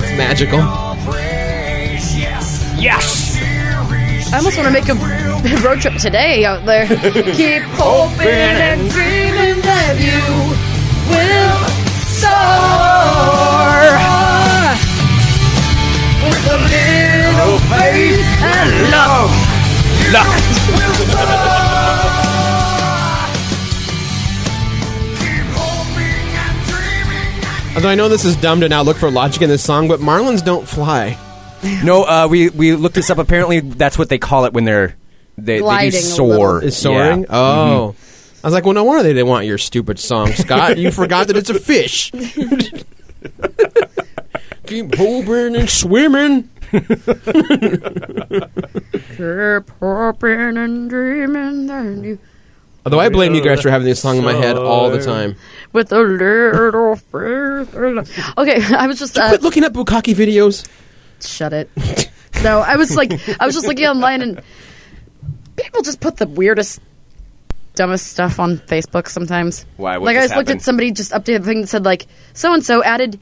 Speaker 6: It's magical.
Speaker 5: I almost want to make a <laughs> road trip today out there. Keep hoping and dreaming that you will soar.
Speaker 6: Although I know this is dumb to now look for logic in this song, but Marlins don't fly.
Speaker 4: no, uh, we we looked this up. Apparently, that's what they call it when they're they, they do
Speaker 5: Gliding a
Speaker 4: soar.
Speaker 5: little.
Speaker 6: Is soaring?
Speaker 4: Yeah. Mm-hmm.
Speaker 6: Oh. I was like, well, no wonder they didn't want your stupid song, Scott. you forgot that it's
Speaker 4: <laughs>
Speaker 6: a fish. Keep hoping and swimming.
Speaker 5: Keep hoping and dreaming that you
Speaker 6: Although I blame you guys for having this song in my head all the time.
Speaker 5: with a little faith. and love. Okay, <laughs> I was just uh,
Speaker 6: Quit looking up bukkake videos.
Speaker 5: shut it. No, I was like, I was just looking online, and people just put the weirdest, dumbest stuff on Facebook sometimes.
Speaker 4: Why? What
Speaker 5: like I
Speaker 4: just
Speaker 5: just looked at
Speaker 4: happened?
Speaker 5: somebody just updated a thing that said like, so and so added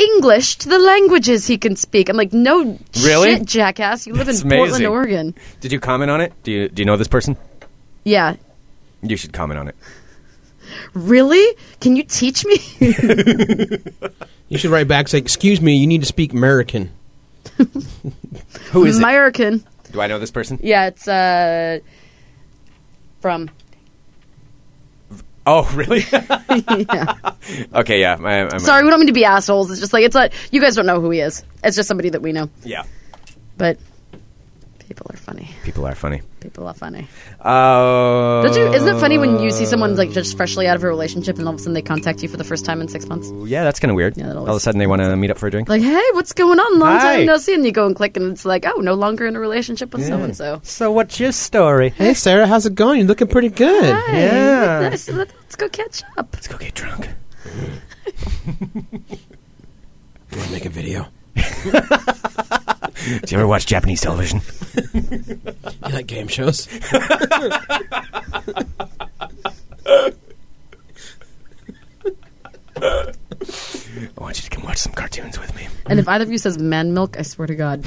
Speaker 5: English to the languages he can speak. I'm like, no
Speaker 4: Really?
Speaker 5: shit, jackass. You live
Speaker 4: That's
Speaker 5: in Portland,
Speaker 4: amazing.
Speaker 5: Oregon.
Speaker 4: Did you comment on it? Do you do you know this person?
Speaker 5: Yeah.
Speaker 4: You should comment on it.
Speaker 5: Really? Can you teach me?
Speaker 6: You should write back say, excuse me, you need to speak American.
Speaker 4: <laughs> Who is it?
Speaker 5: American.
Speaker 4: Do I know this person?
Speaker 5: Yeah, it's uh from
Speaker 4: Oh,
Speaker 5: <laughs>
Speaker 4: really? <laughs> Okay, yeah. I, I'm
Speaker 5: Sorry, we don't mean to be assholes. It's just like it's like you guys don't know who he is. It's just somebody that we know.
Speaker 4: Yeah.
Speaker 5: But people are funny.
Speaker 4: People are funny.
Speaker 5: People are funny.
Speaker 4: Uh,
Speaker 5: Don't you, isn't it funny when you see someone like just freshly out of a relationship and all of a sudden they contact you for the first time in six months?
Speaker 4: yeah, that's kind of weird.
Speaker 5: Yeah, that
Speaker 4: All
Speaker 5: always-
Speaker 4: of a sudden, they want to meet up for a drink.
Speaker 5: Like, hey, what's going on? Long
Speaker 4: Hi.
Speaker 5: time no see. And you go and click, and it's like, oh, no longer in a relationship with so and so.
Speaker 4: So, what's your story?
Speaker 6: Hey, Sarah, how's it going? You're looking pretty good.
Speaker 4: Yeah.
Speaker 5: Let's, let's go catch up.
Speaker 4: Let's go get drunk.
Speaker 6: I'll make a video.
Speaker 4: Do you ever watch Japanese television?
Speaker 6: You like game shows? <laughs>
Speaker 4: I want you to come watch some cartoons with me.
Speaker 5: And if either of you says man milk, I swear to God.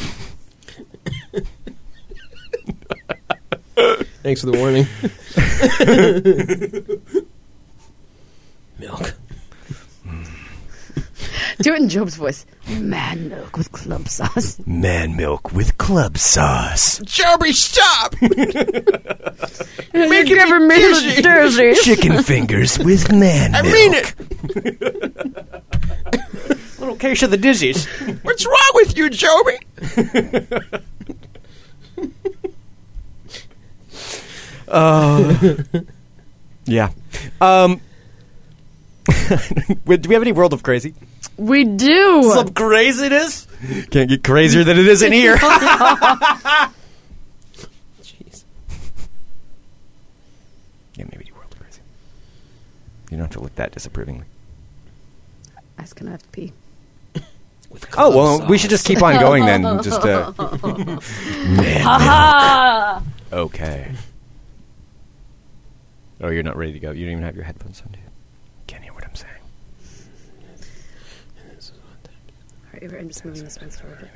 Speaker 6: Thanks for the warning. <laughs> Milk.
Speaker 5: Do it in Job's voice. Man milk with club sauce.
Speaker 4: Man milk with club
Speaker 6: <laughs>
Speaker 4: sauce.
Speaker 6: Joby, stop!
Speaker 5: Make you ever made a jersey.
Speaker 4: Chicken fingers with
Speaker 6: <laughs>
Speaker 4: man milk.
Speaker 6: it!
Speaker 4: Little case of the <laughs> dizzies.
Speaker 6: What's wrong with you, Joby?
Speaker 4: <laughs> Uh, Yeah. Um. <laughs> Wait, do we have any World of Crazy?
Speaker 5: We do.
Speaker 4: Some craziness? Can't get crazier than it is in here.
Speaker 6: Jeez.
Speaker 4: yeah, maybe do World of Crazy. You don't have to look that disapprovingly.
Speaker 5: I was gonna have to pee.
Speaker 4: Oh well, we should just keep on going then. Just uh, okay. Oh, you're not ready to go. You don't even have your headphones on, dude. Can't hear what I'm saying.
Speaker 5: All right, I'm just moving this one forward.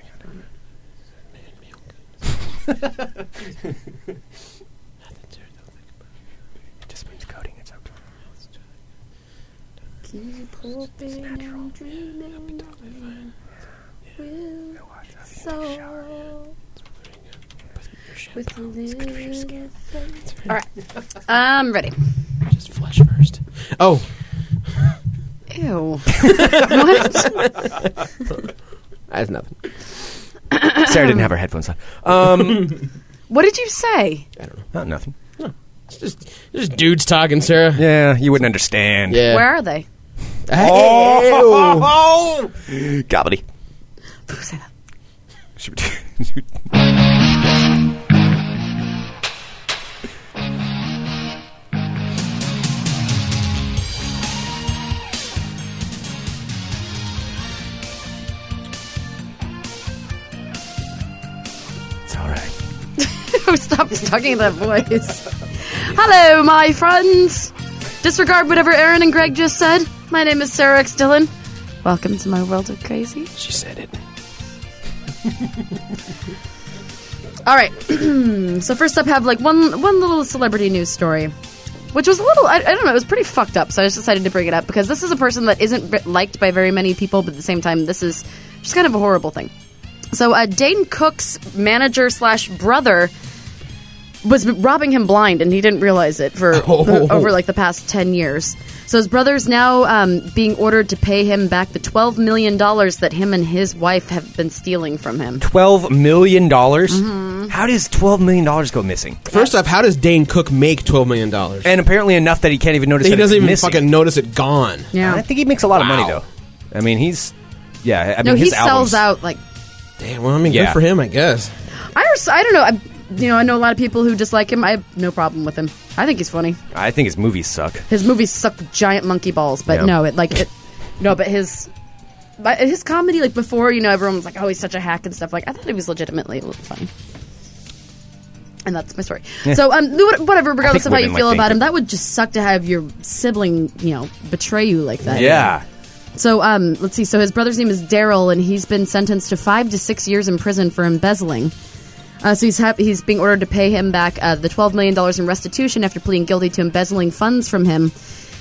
Speaker 4: It just means coding. It's okay.
Speaker 7: Keep hoping and dreaming. Will so. With little faith.
Speaker 5: I'm Um, ready.
Speaker 6: Just flesh first. Oh,
Speaker 5: Ew.
Speaker 6: that's nothing.
Speaker 4: Sarah didn't have her headphones on. Um,
Speaker 5: what did you say?
Speaker 4: not nothing.
Speaker 6: It's just, it's just dudes talking, Sarah.
Speaker 4: Yeah, you wouldn't understand.
Speaker 6: Yeah.
Speaker 5: Where are they?
Speaker 6: Oh.
Speaker 4: Oh, gobbity.
Speaker 5: Who said that?
Speaker 4: it's all right.
Speaker 5: <laughs> Oh, stop talking that voice. Hello, my friends. Disregard whatever Aaron and Greg just said. My name is Sarah X. Dillon. Welcome to my world of crazy.
Speaker 6: She said it.
Speaker 5: All right. <clears throat> so first up, have like one one little celebrity news story, which was a little I, I don't know it was pretty fucked up. So I just decided to bring it up because this is a person that isn't ve- liked by very many people, but at the same time, this is just kind of a horrible thing. So uh, Dane Cook's manager slash brother was robbing him blind, and he didn't realize it for
Speaker 6: Oh.
Speaker 5: over like the past ten years. So his brother's now um, being ordered to pay him back the twelve million dollars that him and his wife have been stealing from him.
Speaker 4: Twelve million dollars.
Speaker 6: Mm-hmm.
Speaker 4: How does twelve million dollars go missing?
Speaker 6: First off, how does Dane Cook make twelve million dollars?
Speaker 4: And apparently enough that he can't even notice.
Speaker 6: He
Speaker 4: that it's
Speaker 6: doesn't even
Speaker 4: missing.
Speaker 6: fucking notice it gone.
Speaker 5: Yeah.
Speaker 4: I think he makes a lot of money
Speaker 6: Wow.
Speaker 4: though. I mean, he's yeah. I mean,
Speaker 5: No, he
Speaker 4: his albums-
Speaker 5: sells out like
Speaker 6: Damn. Well, I mean,
Speaker 4: Yeah.
Speaker 6: good for him, I guess.
Speaker 5: I, res- I don't know. I, you know, I know a lot of people who dislike him. I have no problem with him. I think he's funny.
Speaker 4: I think his movies suck.
Speaker 5: His movies suck giant monkey balls, but
Speaker 4: Yeah.
Speaker 5: no, it like it. No, but his, but his comedy like before, you know, everyone was like, oh, he's such a hack and stuff. Like I thought he was legitimately funny. And that's my story. So, um, wh- whatever, regardless of how you
Speaker 4: women
Speaker 5: feel
Speaker 4: like
Speaker 5: about
Speaker 4: Dane
Speaker 5: him, that would just suck to have your sibling, you know, betray you like that.
Speaker 4: Yeah.
Speaker 5: So, um, let's see. So his brother's name is Daryl, and he's been sentenced to five to six years in prison for embezzling. Uh, so he's hap he's being ordered to pay him back uh, the twelve million dollars in restitution after pleading guilty to embezzling funds from him.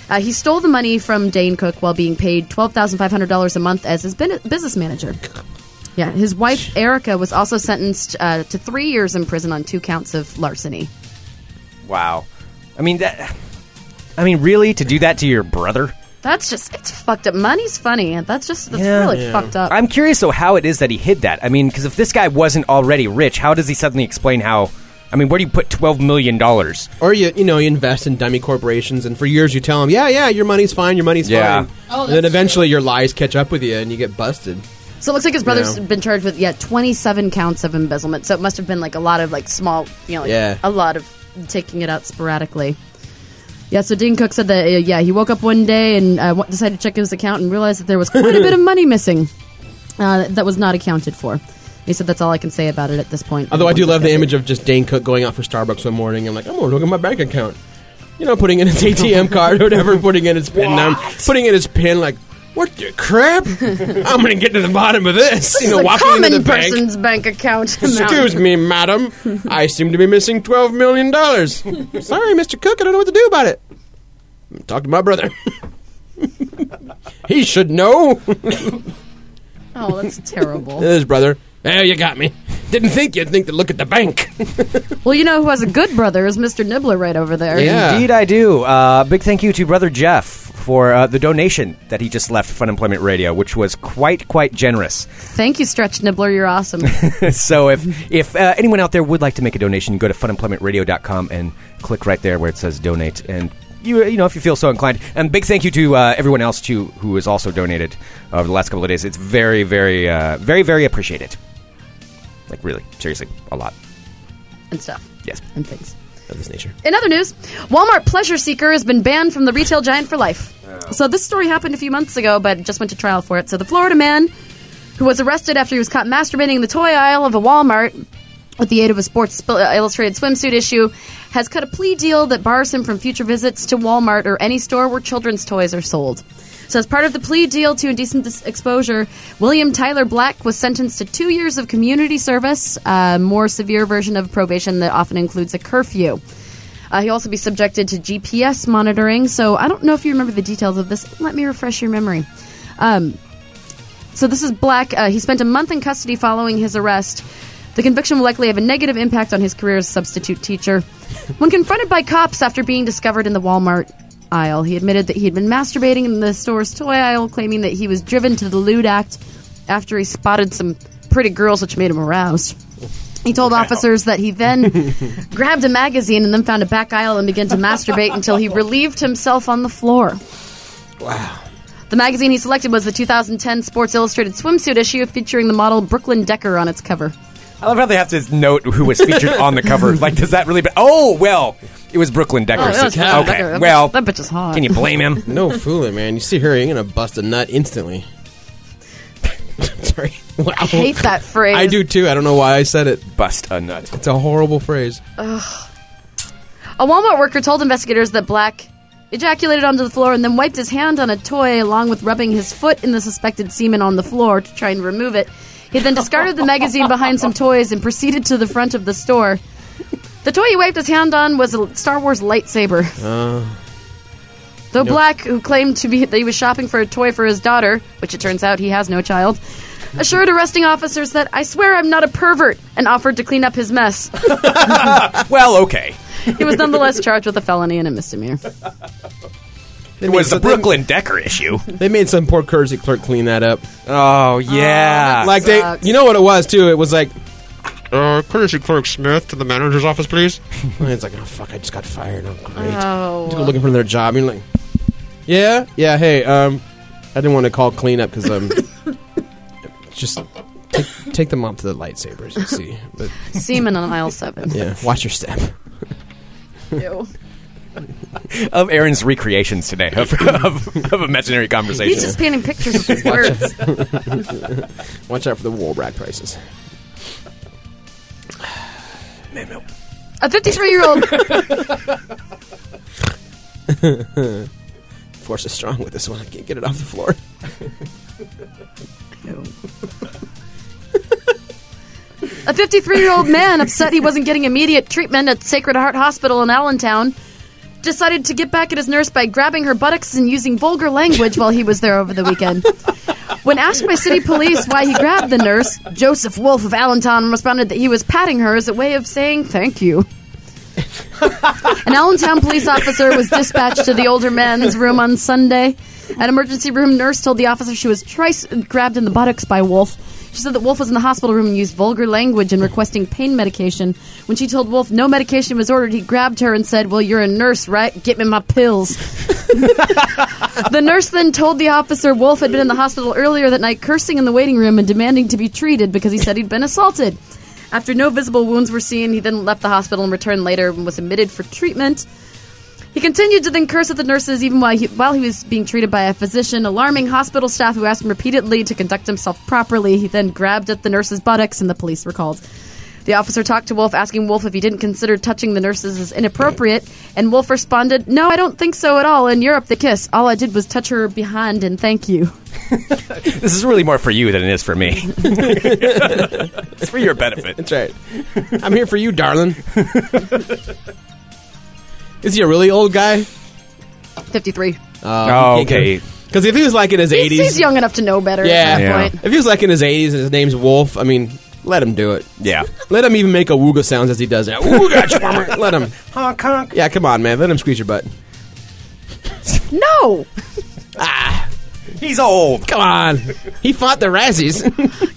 Speaker 5: Uh, he stole the money from Dane Cook while being paid twelve thousand five hundred dollars a month as his bin- business manager. Yeah, his wife Erica was also sentenced uh, to three years in prison on two counts of larceny.
Speaker 4: Wow. I mean that. I mean, really, to do that to your brother?
Speaker 5: That's just it's fucked up. Money's funny. That's just that's
Speaker 4: Yeah.
Speaker 5: really fucked up.
Speaker 4: I'm curious though how it is that he hid that. I mean, because if this guy wasn't already rich, how does he suddenly explain how? I mean, where do you put twelve million dollars?
Speaker 6: Or you, you know, you invest in dummy corporations, and for years you tell them, yeah, yeah, your money's fine, your money's
Speaker 4: Yeah.
Speaker 6: fine.
Speaker 5: Oh,
Speaker 6: and then eventually your lies catch up with you, and you get busted.
Speaker 5: So it looks like his brother's
Speaker 6: Yeah.
Speaker 5: been charged with yeah twenty seven counts of embezzlement. So it must have been like a lot of like small, you know, like
Speaker 6: Yeah.
Speaker 5: a lot of taking it out sporadically. Yeah. So Dean Cook said that uh, yeah he woke up one day and uh, wa- decided to check his account and realized that there was quite a
Speaker 6: <laughs>
Speaker 5: bit of money missing uh, that was not accounted for. He said that's all I can say about it at this point.
Speaker 6: Although I do love the image of just Dane Cook going out for Starbucks one morning. I'm like, I'm gonna look at my bank account. You know, putting in his <laughs> ATM card or whatever, putting in his pin number, putting in his pin. Like, what the crap? I'm gonna get to the bottom of this. you know,
Speaker 5: a
Speaker 6: walking
Speaker 5: common
Speaker 6: into the bank.
Speaker 5: person's bank, account.
Speaker 6: <laughs> Excuse me, madam. I seem to be missing twelve million
Speaker 5: <laughs>
Speaker 6: dollars. Sorry, Mr. Cook. I don't know what to do about it. Talk to my brother. he should know.
Speaker 5: Oh, that's terrible.
Speaker 6: His brother. Hey, you got me. Didn't think you'd think to look at the bank.
Speaker 5: well, you know who has a good brother is Mr. Nibbler right over there.
Speaker 6: Yeah.
Speaker 4: Indeed, I do. Uh, big thank you to Brother Jeff for uh, the donation that he just left Fun Employment Radio, which was quite quite generous.
Speaker 5: Thank you, Stretch Nibbler. You're awesome.
Speaker 4: so if if uh, anyone out there would like to make a donation, go to funemploymentradio.com and click right there where it says donate and. You, you know if you feel so inclined and big thank you to uh, everyone else too who has also donated over the last couple of days it's very very uh, very very appreciated like really seriously a lot
Speaker 5: and stuff.
Speaker 4: yes
Speaker 5: And things.
Speaker 6: Of this nature.
Speaker 5: In other news, Walmart Pleasure Seeker has been banned from the retail giant for life. So this story happened a few months ago, but just went to trial for it. So the Florida man who was arrested after he was caught masturbating in the toy aisle of a Walmart with the aid of a Sports Sp- uh, Illustrated swimsuit issue has cut a plea deal that bars him from future visits to Walmart or any store where children's toys are sold. So, as part of the plea deal to indecent dis- exposure, William Tyler Black was sentenced to two years of community service, a more severe version of probation that often includes a curfew. Uh, he'll also be subjected to GPS monitoring. So I don't know if you remember the details of this. Let me refresh your memory. Um, so this is Black. Uh, he spent a month in custody following his arrest. The conviction will likely have a negative impact on his career as a substitute teacher. when confronted by cops after being discovered in the Walmart aisle, he admitted that he had been masturbating in the store's toy aisle, claiming that he was driven to the lewd act after he spotted some pretty girls, which made him aroused. He told officers that he then grabbed a magazine and then found a back aisle and began to masturbate until he relieved himself on the floor. The magazine he selected was the 2010 Sports Illustrated swimsuit issue featuring the model Brooklyn Decker on its cover.
Speaker 4: I love how they have to note who was featured on the cover. Like, does that really? Be- oh well, it was Brooklyn Decker.
Speaker 5: Oh, that was Brooklyn
Speaker 4: okay,
Speaker 5: Decker. That bitch-
Speaker 4: well,
Speaker 5: that bitch is hot.
Speaker 4: Can you blame him?
Speaker 6: No fooling, man. You see her, you're gonna bust a nut instantly. <laughs> Sorry. Wow.
Speaker 5: <laughs> I hate that phrase.
Speaker 6: I do too. I don't know why I said it.
Speaker 4: Bust a nut.
Speaker 6: It's a horrible phrase.
Speaker 5: A Walmart worker told investigators that Black ejaculated onto the floor and then wiped his hand on a toy along with rubbing his foot in the suspected semen on the floor to try and remove it. He then discarded the magazine behind some toys and proceeded to the front of the store. The toy he wiped his hand on was a Star Wars lightsaber. Though Black, who claimed to be that he was shopping for a toy for his daughter, which it turns out he has no child, assured arresting officers that I swear I'm not a pervert and offered to clean up his mess.
Speaker 4: Well, okay.
Speaker 5: He was nonetheless charged with a felony and a misdemeanor.
Speaker 6: They
Speaker 4: It
Speaker 6: made
Speaker 4: was the
Speaker 6: some- they-
Speaker 4: Brooklyn Decker issue.
Speaker 6: They made some poor courtesy clerk clean that up.
Speaker 4: Oh yeah.
Speaker 6: like
Speaker 5: sucks.
Speaker 6: they, you know what it was too. It was like,
Speaker 10: Uh, courtesy clerk Smith to the manager's office, please.
Speaker 6: it's like, oh fuck, I just got fired. Oh great. Just go
Speaker 5: Oh,
Speaker 6: looking for another job. You're like, yeah, yeah. Hey, um, I didn't want to call cleanup because um, <laughs> just take, take them off to the lightsabers and see. But
Speaker 5: semen on aisle seven.
Speaker 6: yeah, watch your step.
Speaker 5: Ew.
Speaker 4: of Aaron's recreations today <laughs> of, of, of imaginary conversation.
Speaker 5: He's just painting pictures with his words.
Speaker 6: <laughs> Watch out for the wool rack prices.
Speaker 5: A 53 year
Speaker 6: <laughs>
Speaker 5: old.
Speaker 6: Force is strong with this one. I can't get it off the floor. <laughs>
Speaker 5: A 53 year old man, upset he wasn't getting immediate treatment at Sacred Heart Hospital in Allentown, decided to get back at his nurse by grabbing her buttocks and using vulgar language while he was there over the weekend. When asked by city police why he grabbed the nurse, Joseph Wolf of Allentown responded that he was patting her as a way of saying thank you. An Allentown police officer was dispatched to the older man's room on Sunday. An emergency room nurse told the officer she was twice grabbed in the buttocks by Wolf. She said that Wolf was in the hospital room and used vulgar language in requesting pain medication. When she told Wolf no medication was ordered, he grabbed her and said, Well, you're a nurse, right? Get me my pills. The nurse then told the officer Wolf had been in the hospital earlier that night, cursing in the waiting room and demanding to be treated because he said he'd been assaulted. After no visible wounds were seen, he then left the hospital and returned later and was admitted for treatment. He continued to then curse at the nurses even while he, while he was being treated by a physician, alarming hospital staff who asked him repeatedly to conduct himself properly. He then grabbed at the nurse's buttocks and the police were called. The officer talked to Wolf, asking Wolf if he didn't consider touching the nurses as inappropriate, and Wolf responded, No, I don't think so at all. In Europe, they kiss. All I did was touch her behind and thank you.
Speaker 4: this is really more for you than it is for
Speaker 5: <laughs>
Speaker 4: me. it's for your benefit.
Speaker 6: That's right. I'm here for you, darling. Is he a really old guy?
Speaker 5: 53.
Speaker 4: Oh, okay.
Speaker 6: Because if he was like in his
Speaker 5: He's, he's
Speaker 6: 80s,
Speaker 5: young enough to know better
Speaker 6: Yeah.
Speaker 5: at that
Speaker 4: Yeah.
Speaker 5: point.
Speaker 6: if he was like in his 80s and his name's Wolf, I mean, let him do it.
Speaker 4: Yeah.
Speaker 6: Let him even make a wooga sounds as he does <laughs> it. Wooga, Schwammer. Let him. Honk, honk. Yeah, come on, man. Let him squeeze your butt.
Speaker 5: No!
Speaker 4: <laughs> He's old.
Speaker 6: Come on. He fought the Razzies.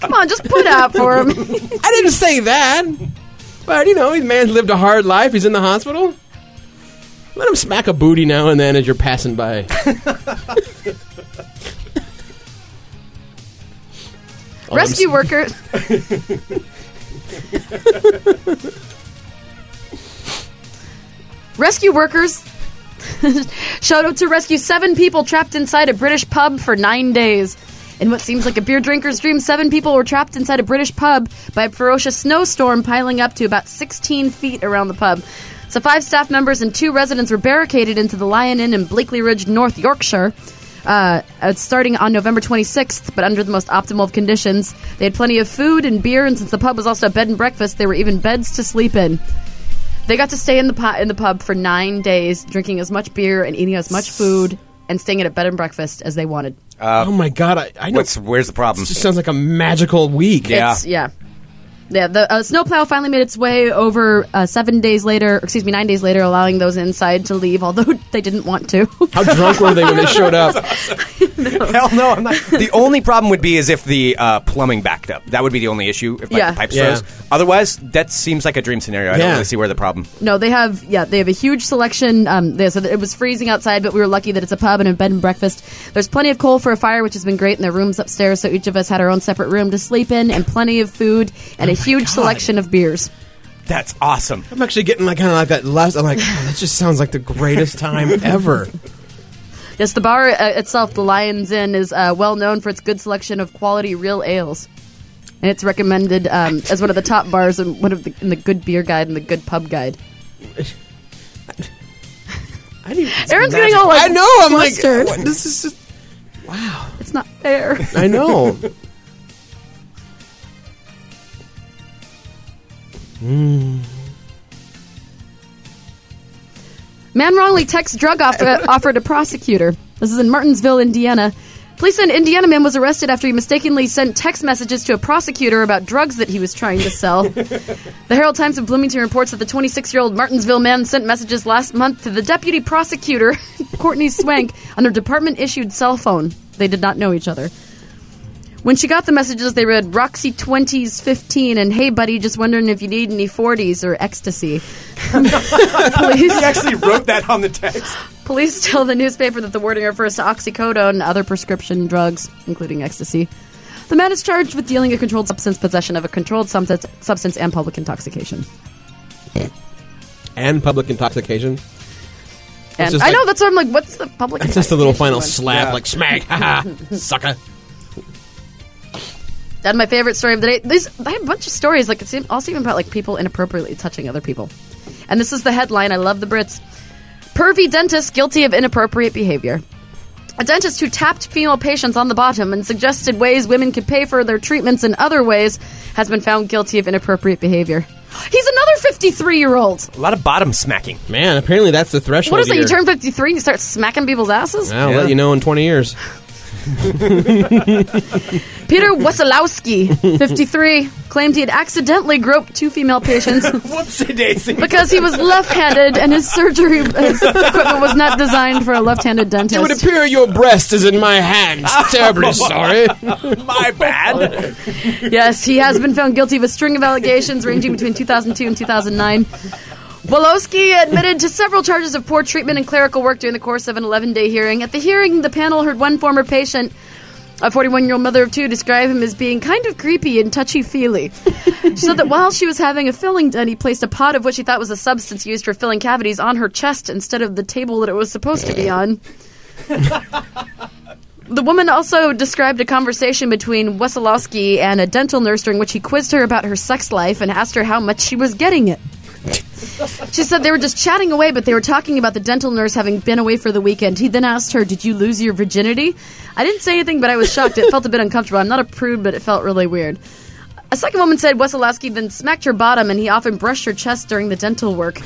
Speaker 6: <laughs>
Speaker 5: Come on, just put out for him. <laughs>
Speaker 6: I didn't say that. But, you know, the man's lived a hard life. He's in the hospital. Let him smack a booty now and then as you're passing by.
Speaker 5: Rescue worker. Rescue workers showed up to rescue seven people trapped inside a British pub for nine days. In what seems like a beer drinker's dream, seven people were trapped inside a British pub by a ferocious snowstorm piling up to about 16 feet around the pub. So, five staff members and two residents were barricaded into the Lion Inn in Bleakley Ridge, North Yorkshire, uh, uh, starting on November 26th, but under the most optimal of conditions. They had plenty of food and beer, and since the pub was also a bed and breakfast, there were even beds to sleep in. They got to stay in the pu- in the pub for nine days, drinking as much beer and eating as much food, and staying at a bed and breakfast as they wanted.
Speaker 6: oh my god, I, I know.
Speaker 4: What's
Speaker 6: It
Speaker 4: where's the problem?
Speaker 6: just sounds like a magical week.
Speaker 4: Yeah.
Speaker 5: It's, yeah. Yeah, the uh, snowplow finally made its way over uh, seven days later, or excuse me, nine days later, allowing those inside to leave, although <laughs> they didn't want to.
Speaker 6: How drunk were they when they
Speaker 4: <laughs>
Speaker 6: showed up?
Speaker 4: Hell no, I'm not. <laughs> The only problem would be is if the uh, plumbing backed up. That would be the only issue if like,
Speaker 5: Yeah.
Speaker 4: the pipes
Speaker 6: Yeah.
Speaker 4: froze. Otherwise, that seems like a dream scenario. I don't
Speaker 6: Yeah.
Speaker 4: really see where the problem.
Speaker 5: no, they have, yeah, they have a huge selection. Um, they, so it was freezing outside, but we were lucky that it's a pub and a bed and breakfast. There's plenty of coal for a fire, which has been great, and their rooms upstairs, so each of us had our own separate room to sleep in, and plenty of food, and a huge selection of beers.
Speaker 4: That's awesome.
Speaker 6: I'm actually getting like kind of like that last. I'm like, oh, that just sounds like the greatest time ever.
Speaker 5: Yes, the bar uh, itself, the Lion's Inn, is uh, well known for its good selection of quality real ales. And it's recommended um, as one of the top bars in, one of the, in the Good Beer Guide and the Good Pub Guide.
Speaker 6: I didn't,
Speaker 5: Aaron's getting all like,
Speaker 6: I know. I'm
Speaker 5: flustered.
Speaker 6: like, what, this is. Just,
Speaker 5: It's not fair.
Speaker 6: I know.
Speaker 5: Man wrongly texts drug offer, offer to prosecutor. This is in Martinsville, Indiana. Police said an Indiana man was arrested after he mistakenly sent text messages to a prosecutor about drugs that he was trying to sell. the Herald Times of Bloomington reports that the 26 year old Martinsville man sent messages last month to the deputy prosecutor, <laughs> Courtney Swank, on her department issued cell phone. They did not know each other. When she got the messages, they read Roxy 20s 15 and Hey buddy, just wondering if you need any 40s or ecstasy. Police.
Speaker 4: <laughs> He actually wrote that on the text.
Speaker 5: Police <laughs> tell the newspaper that the wording refers to oxycodone and other prescription drugs, including ecstasy. The man is charged with dealing a controlled substance, possession of a controlled substance, substance and public intoxication.
Speaker 6: and public intoxication.
Speaker 5: And
Speaker 6: just
Speaker 5: I
Speaker 6: like-
Speaker 5: know that's why I'm like, what's the public?
Speaker 6: It's just a little final
Speaker 5: intoxication
Speaker 6: slap, like smack, ha ha, sucker.
Speaker 5: one? And my favorite story of the day. These I have a bunch of stories. Like it seem, all seem about like people inappropriately touching other people. And this is the headline. I love the Brits. Pervy dentist guilty of inappropriate behavior. A dentist who tapped female patients on the bottom and suggested ways women could pay for their treatments in other ways has been found guilty of inappropriate behavior. He's another 53 year old.
Speaker 4: A lot of bottom smacking.
Speaker 6: Man, apparently that's the threshold.
Speaker 5: What is it?
Speaker 6: here.
Speaker 5: You turn 53 and you start smacking people's asses?
Speaker 6: I'll let you know in 20 years.
Speaker 5: Peter Wasilowski, 53, claimed he had accidentally groped two female
Speaker 4: <laughs>
Speaker 5: patients
Speaker 4: Whoopsie daisy.
Speaker 5: because he was left handed and his surgery his equipment was not designed for a left handed
Speaker 6: It would
Speaker 5: dentist.
Speaker 6: appear your breast is in my hands. <laughs> Terribly sorry.
Speaker 4: <laughs> My <laughs> bad.
Speaker 5: Yes, he has been found guilty of a string of allegations ranging between 2002 and 2009. Wolowski admitted to several charges of poor treatment and clerical work during the course of an 11 day hearing. At the hearing, the panel heard one former patient, a 41 year old mother of two, describe him as being kind of creepy and touchy feely. so that while she was having a filling done, he placed a pot of what she thought was a substance used for filling cavities on her chest instead of the table that it was supposed to be on. The woman also described a conversation between Wesolowski and a dental nurse during which he quizzed her about her sex life and asked her how much she was getting it. She said they were just chatting away, but they were talking about the dental nurse having been away for the weekend. He then asked her, Did you lose your virginity? I didn't say anything, but I was shocked. It felt a bit uncomfortable. I'm not a prude, but it felt really weird. A second woman said Wesolowski then smacked her bottom and he often brushed her chest during the dental work.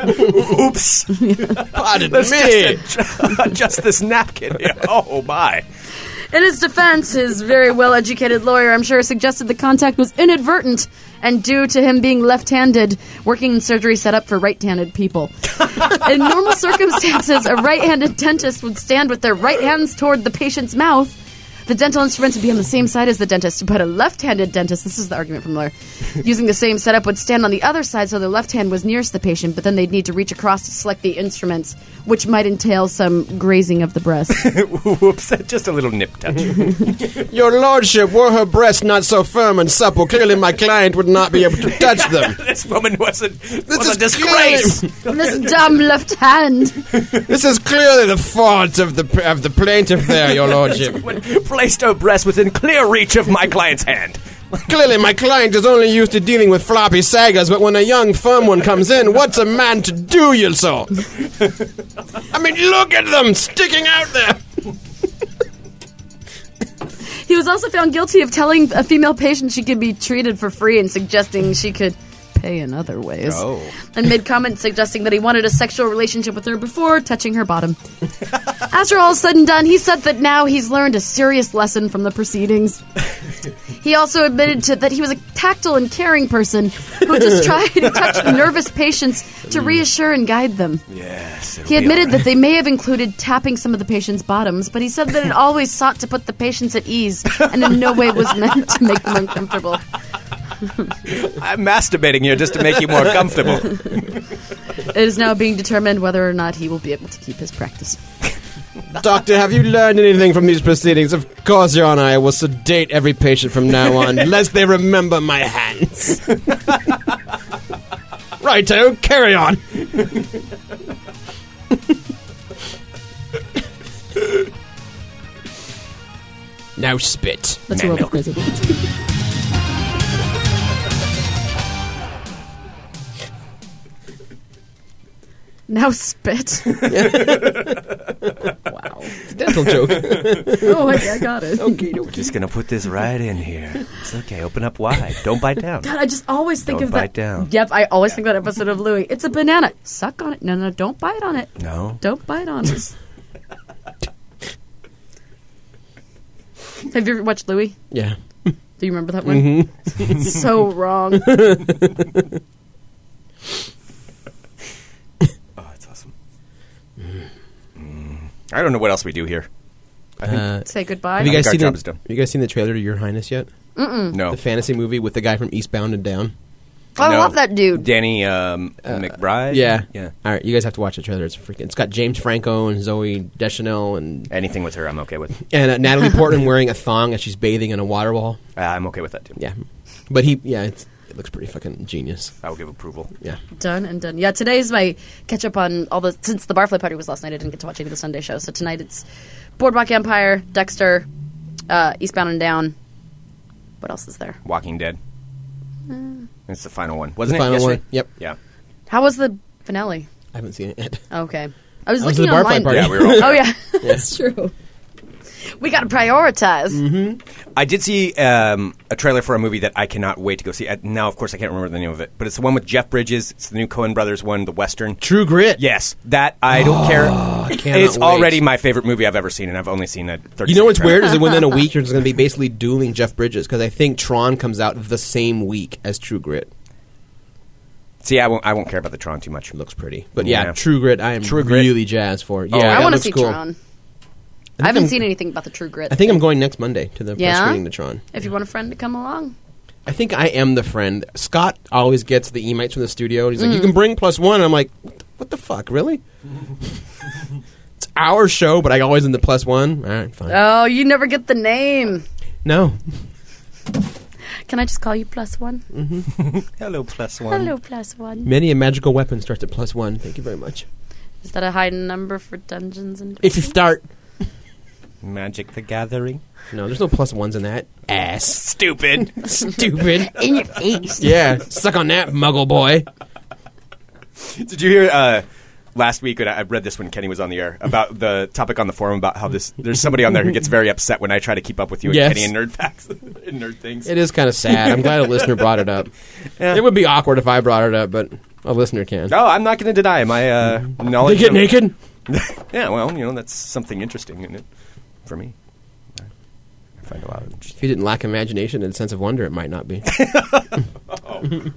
Speaker 4: Oops.
Speaker 6: Pardon me.
Speaker 4: Just, a- <laughs> just this napkin. Yeah. Oh my.
Speaker 5: In his defense, his very well educated lawyer, I'm sure, suggested the contact was inadvertent and due to him being left handed, working in surgery set up for right handed people. in normal circumstances, a right handed dentist would stand with their right hands toward the patient's mouth. The dental instruments would be on the same side as the dentist, but a left handed dentist, this is the argument from the lawyer, using the same setup would stand on the other side so their left hand was nearest the patient, but then they'd need to reach across to select the instruments, which might entail some grazing of the breast.
Speaker 4: Whoops. Just a little nip <laughs> touch.
Speaker 6: Your lordship, were her breasts not so firm and supple, clearly my client would not be able to touch them.
Speaker 4: this woman wasn't. This was
Speaker 6: is
Speaker 4: a disgrace.
Speaker 5: <laughs> this dumb left hand.
Speaker 6: This is clearly the fault of the of the plaintiff there, your lordship.
Speaker 4: When placed her breast within clear reach of my client's hand.
Speaker 6: Clearly, my client is only used to dealing with floppy sagas, but when a young, firm one comes in, what's a man to do, you soul? I mean, look at them sticking out there.
Speaker 5: He was also found guilty of telling a female patient she could be treated for free and suggesting she could pay in other ways.
Speaker 4: Oh.
Speaker 5: And made comment suggesting that he wanted a sexual relationship with her before touching her bottom. After all is said and done, he said that now he's learned a serious lesson from the proceedings. He also admitted to, that he was a tactile and caring person who just tried to touch nervous patients to reassure and guide them.
Speaker 4: Yes.
Speaker 5: He admitted that they may have included tapping some of the patients' bottoms, but he said that it always sought to put the patients at ease and in no way was meant to make them uncomfortable.
Speaker 4: I'm masturbating here just to make you more comfortable.
Speaker 5: It is now being determined whether or not he will be able to keep his practice.
Speaker 6: Doctor, have you learned anything from these proceedings? Of course, Your Honor, I will sedate every patient from now on, lest they remember my hands. <laughs> Righto, carry on. <laughs> now spit.
Speaker 5: Let's roll the quiz. Now spit. wow.
Speaker 6: Dental joke.
Speaker 5: Oh, I, I got it.
Speaker 4: We're <laughs> just gonna put this right in here. It's okay. Open up wide. Don't bite down.
Speaker 5: God, I just always think
Speaker 4: Don't
Speaker 5: of that.
Speaker 4: bite down.
Speaker 5: Yep, I always think that episode of Louie. It's a banana. Suck on it. No, no, don't bite on it.
Speaker 4: No.
Speaker 5: Don't bite on it. Have you ever watched Louie?
Speaker 6: yeah.
Speaker 5: Do you remember that one?
Speaker 4: Mm-hmm.
Speaker 5: It's so wrong.
Speaker 4: Oh, that's awesome. Mm. I don't know what else we do here.
Speaker 6: Uh,
Speaker 5: Say goodbye.
Speaker 6: have you guys
Speaker 4: our
Speaker 6: seen
Speaker 4: job
Speaker 6: the,
Speaker 4: is done.
Speaker 6: Have you guys seen the trailer to Your Highness yet?
Speaker 4: No.
Speaker 6: The fantasy movie with the guy from Eastbound and Down.
Speaker 5: I
Speaker 4: No.
Speaker 5: love that dude.
Speaker 4: Danny um, McBride.
Speaker 6: Yeah.
Speaker 4: Yeah.
Speaker 6: All right, you guys have to watch the trailer. It's freaking. It's got James Franco and Zoe Deschanel and
Speaker 4: Anything with her, I'm okay with.
Speaker 6: and
Speaker 4: <laughs>
Speaker 6: uh, Natalie Portman wearing a thong as she's bathing in a water wall.
Speaker 4: Uh, I'm okay with that too.
Speaker 6: Yeah, but he. Yeah, it's, it looks pretty fucking genius.
Speaker 4: I will give approval.
Speaker 6: Yeah.
Speaker 5: Done and done. Yeah, today's my catch up on all the since the barfly party was last night. I didn't get to watch any of the Sunday shows. So tonight it's Boardwalk Empire, Dexter, uh, Eastbound and Down. What else is there?
Speaker 4: Walking Dead. It's the final one, wasn't
Speaker 6: Final
Speaker 4: it? yesterday?
Speaker 6: one. Yep.
Speaker 4: Yeah.
Speaker 5: How was the finale?
Speaker 6: I haven't seen
Speaker 4: <laughs>
Speaker 6: it yet.
Speaker 5: Okay, I was
Speaker 6: I was
Speaker 5: looking
Speaker 6: at the barfly
Speaker 5: online.
Speaker 6: party.
Speaker 4: Yeah,
Speaker 6: <laughs>
Speaker 4: we were all.
Speaker 5: Oh yeah, that's true. We got to prioritize.
Speaker 6: Mm-hmm.
Speaker 4: I did see um, a trailer for a movie that I cannot wait to go see. Uh now, of course, I can't remember the name of it, but it's the one with Jeff Bridges. It's the new Coen Brothers one, the Western.
Speaker 6: True Grit.
Speaker 4: Yes, that I don't care.
Speaker 6: Oh, cannot
Speaker 4: it's
Speaker 6: wait.
Speaker 4: already my favorite movie I've ever seen, and I've only seen that. 30
Speaker 6: You know what's
Speaker 4: second trailer.
Speaker 6: weird is that
Speaker 4: <laughs>
Speaker 6: within a week you're just going to be basically dueling Jeff Bridges because I think Tron comes out the same week as True Grit.
Speaker 4: See, I won't. I won't care about the Tron too much.
Speaker 6: It looks pretty, but yeah,
Speaker 4: Yeah.
Speaker 6: True Grit. I am
Speaker 4: True Grit.
Speaker 6: really jazzed for. Yeah,
Speaker 4: yeah.
Speaker 5: Oh, I
Speaker 6: that
Speaker 5: want to
Speaker 6: looks
Speaker 5: see
Speaker 6: cool.
Speaker 5: Tron. I haven't
Speaker 6: I'm-
Speaker 5: seen anything about the True Grit.
Speaker 6: I think I'm going next Monday to the press
Speaker 5: Yeah?
Speaker 6: screening to Tron.
Speaker 5: if you want a friend to come along,
Speaker 6: I think I am the friend. Scott always gets the emites from the studio. And he's like,
Speaker 5: Mm.
Speaker 6: "You can bring plus one." And I'm like, "What the- "What the
Speaker 5: <laughs>
Speaker 6: fuck, really?" it's our show, but I always in the plus one. All right, fine.
Speaker 5: oh, you never get the name.
Speaker 6: no,
Speaker 5: Can I just call you plus one?
Speaker 6: Mm-hmm.
Speaker 4: Hello, plus one.
Speaker 5: Hello, plus one.
Speaker 6: many a magical weapon starts at plus one. Thank you very much.
Speaker 5: Is that a high number for Dungeons and
Speaker 6: If you start,
Speaker 4: Magic the Gathering.
Speaker 6: no, there's no plus ones in that
Speaker 5: <laughs>
Speaker 6: ass.
Speaker 4: Stupid.
Speaker 6: <laughs> Stupid.
Speaker 5: in your face?
Speaker 6: yeah, suck on that, Muggle boy.
Speaker 4: Did you hear uh, last week? when I I read this when Kenny was on the air about the topic on the forum about how this. There's somebody on there who gets very upset when I try to keep up with you and
Speaker 6: Yes.
Speaker 4: Kenny and nerd facts <laughs> and nerd things.
Speaker 6: <laughs> It is kind of sad. I'm glad a listener brought it up. It would be awkward if I brought it up, but a listener can.
Speaker 4: No, Oh, I'm not going to deny my uh, knowledge.
Speaker 6: They get
Speaker 4: of-
Speaker 6: naked.
Speaker 4: Yeah, well, you know that's something interesting in it for me. I find a lot of
Speaker 6: If you didn't lack imagination and a sense of wonder, it might not be.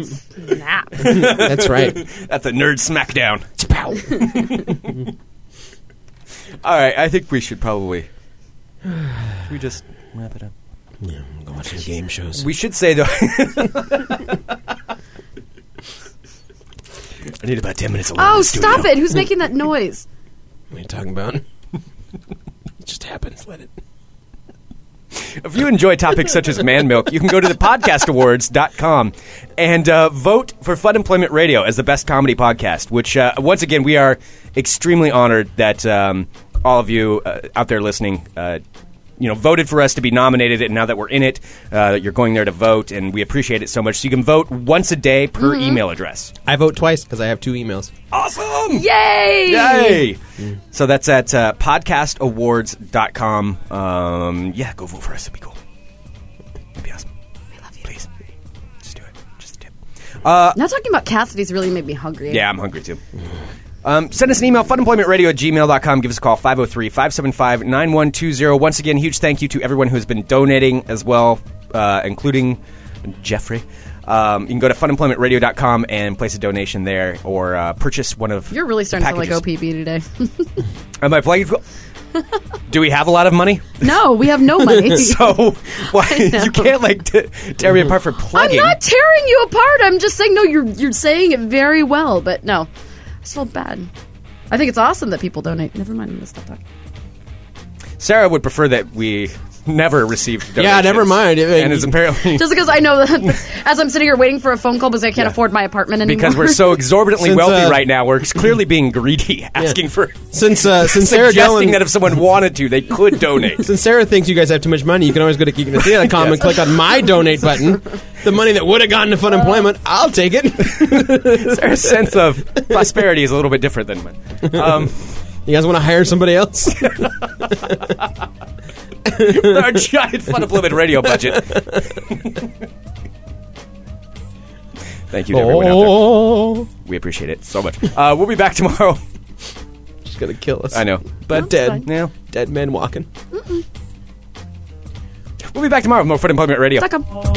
Speaker 5: Snap.
Speaker 6: That's right.
Speaker 4: <laughs> That's a nerd smackdown. All right, I think we should probably. <sighs> Should we just wrap it up.
Speaker 6: Go watch some game shows.
Speaker 4: We should say though. <laughs> I need about ten minutes. alone in
Speaker 5: Oh,
Speaker 4: the studio.
Speaker 5: stop it! Who's making that noise?
Speaker 6: What are you talking about? <laughs> it just happens. Let it.
Speaker 4: If you enjoy topics such as man milk, you can go to the podcastawards.com and uh, vote for Fun Employment Radio as the best comedy podcast, which, uh, once again, we are extremely honored that um, all of you uh, out there listening. Uh, you know, voted for us to be nominated, and now that we're in it, uh, you're going there to vote, and we appreciate it so much. So you can vote once a day per email address.
Speaker 6: I vote twice because I have two emails.
Speaker 4: Awesome!
Speaker 5: Yay!
Speaker 4: Yay! So that's at uh, podcastawards.com. Um, yeah, go vote for us. It'd be cool. It'd be awesome. We love you. Please. Just do it. Just a tip.
Speaker 5: now talking about Cassidy's really made me hungry.
Speaker 4: Yeah, I'm hungry too. Um, send us an email, funemploymentradio at gmail.com. Give us a call, 503 575 9120. Once again, huge thank you to everyone who's been donating as well, uh, including Jeffrey. Um, you can go to funemploymentradio.com and place a donation there or uh, purchase one of
Speaker 5: You're really starting
Speaker 4: the
Speaker 5: to sound
Speaker 4: packages.
Speaker 5: like OPB <laughs> today.
Speaker 4: Am I playing? Do we have a lot of money? <laughs>
Speaker 5: no, we have no
Speaker 6: <laughs>
Speaker 5: money.
Speaker 4: So why
Speaker 5: know.
Speaker 4: you can't like t- tear me apart for
Speaker 5: I'm
Speaker 4: plugging?
Speaker 5: not tearing you apart. I'm just saying no. You're you're saying it very well, but no, I still bad. I think it's awesome that people donate. Never mind, I'm gonna stop talking.
Speaker 4: Sarah would prefer that we never received. Donations.
Speaker 6: Yeah, never mind. It-
Speaker 4: and is apparently
Speaker 5: Just because I know that <laughs> as I'm sitting here waiting for a phone call because I can't afford my apartment
Speaker 4: <laughs>
Speaker 5: anymore.
Speaker 4: because we're
Speaker 5: <laughs>
Speaker 4: so exorbitantly
Speaker 6: Since,
Speaker 4: wealthy
Speaker 6: uh,
Speaker 4: right now,
Speaker 6: <clears throat>
Speaker 4: we're clearly being greedy, asking for
Speaker 6: Since uh, since Sarah
Speaker 4: suggesting
Speaker 6: Dillon,
Speaker 4: that if someone wanted to, they could donate.
Speaker 6: <laughs> since Sarah thinks you guys have too much money, you can always go
Speaker 4: <laughs>
Speaker 6: to geekandthetheater.com and click on my donate button. The money that would have gone to fun
Speaker 4: Uh.
Speaker 6: employment, I'll take it.
Speaker 4: Sarah's sense of prosperity is a little bit different than mine. Um,
Speaker 6: <laughs> You guys want to hire
Speaker 4: <laughs>
Speaker 6: somebody else?
Speaker 4: with our giant fun of limited radio budget. <laughs> Thank you to everyone out there.
Speaker 6: oh,
Speaker 4: We appreciate it so much. Uh, we'll be back <laughs> tomorrow.
Speaker 6: she's gonna kill us.
Speaker 4: I know, but
Speaker 5: it's
Speaker 6: dead.
Speaker 5: fine.
Speaker 4: yeah,
Speaker 6: Dead men walking.
Speaker 4: we'll be back tomorrow with more Fun Employment Radio.
Speaker 5: Suck 'em.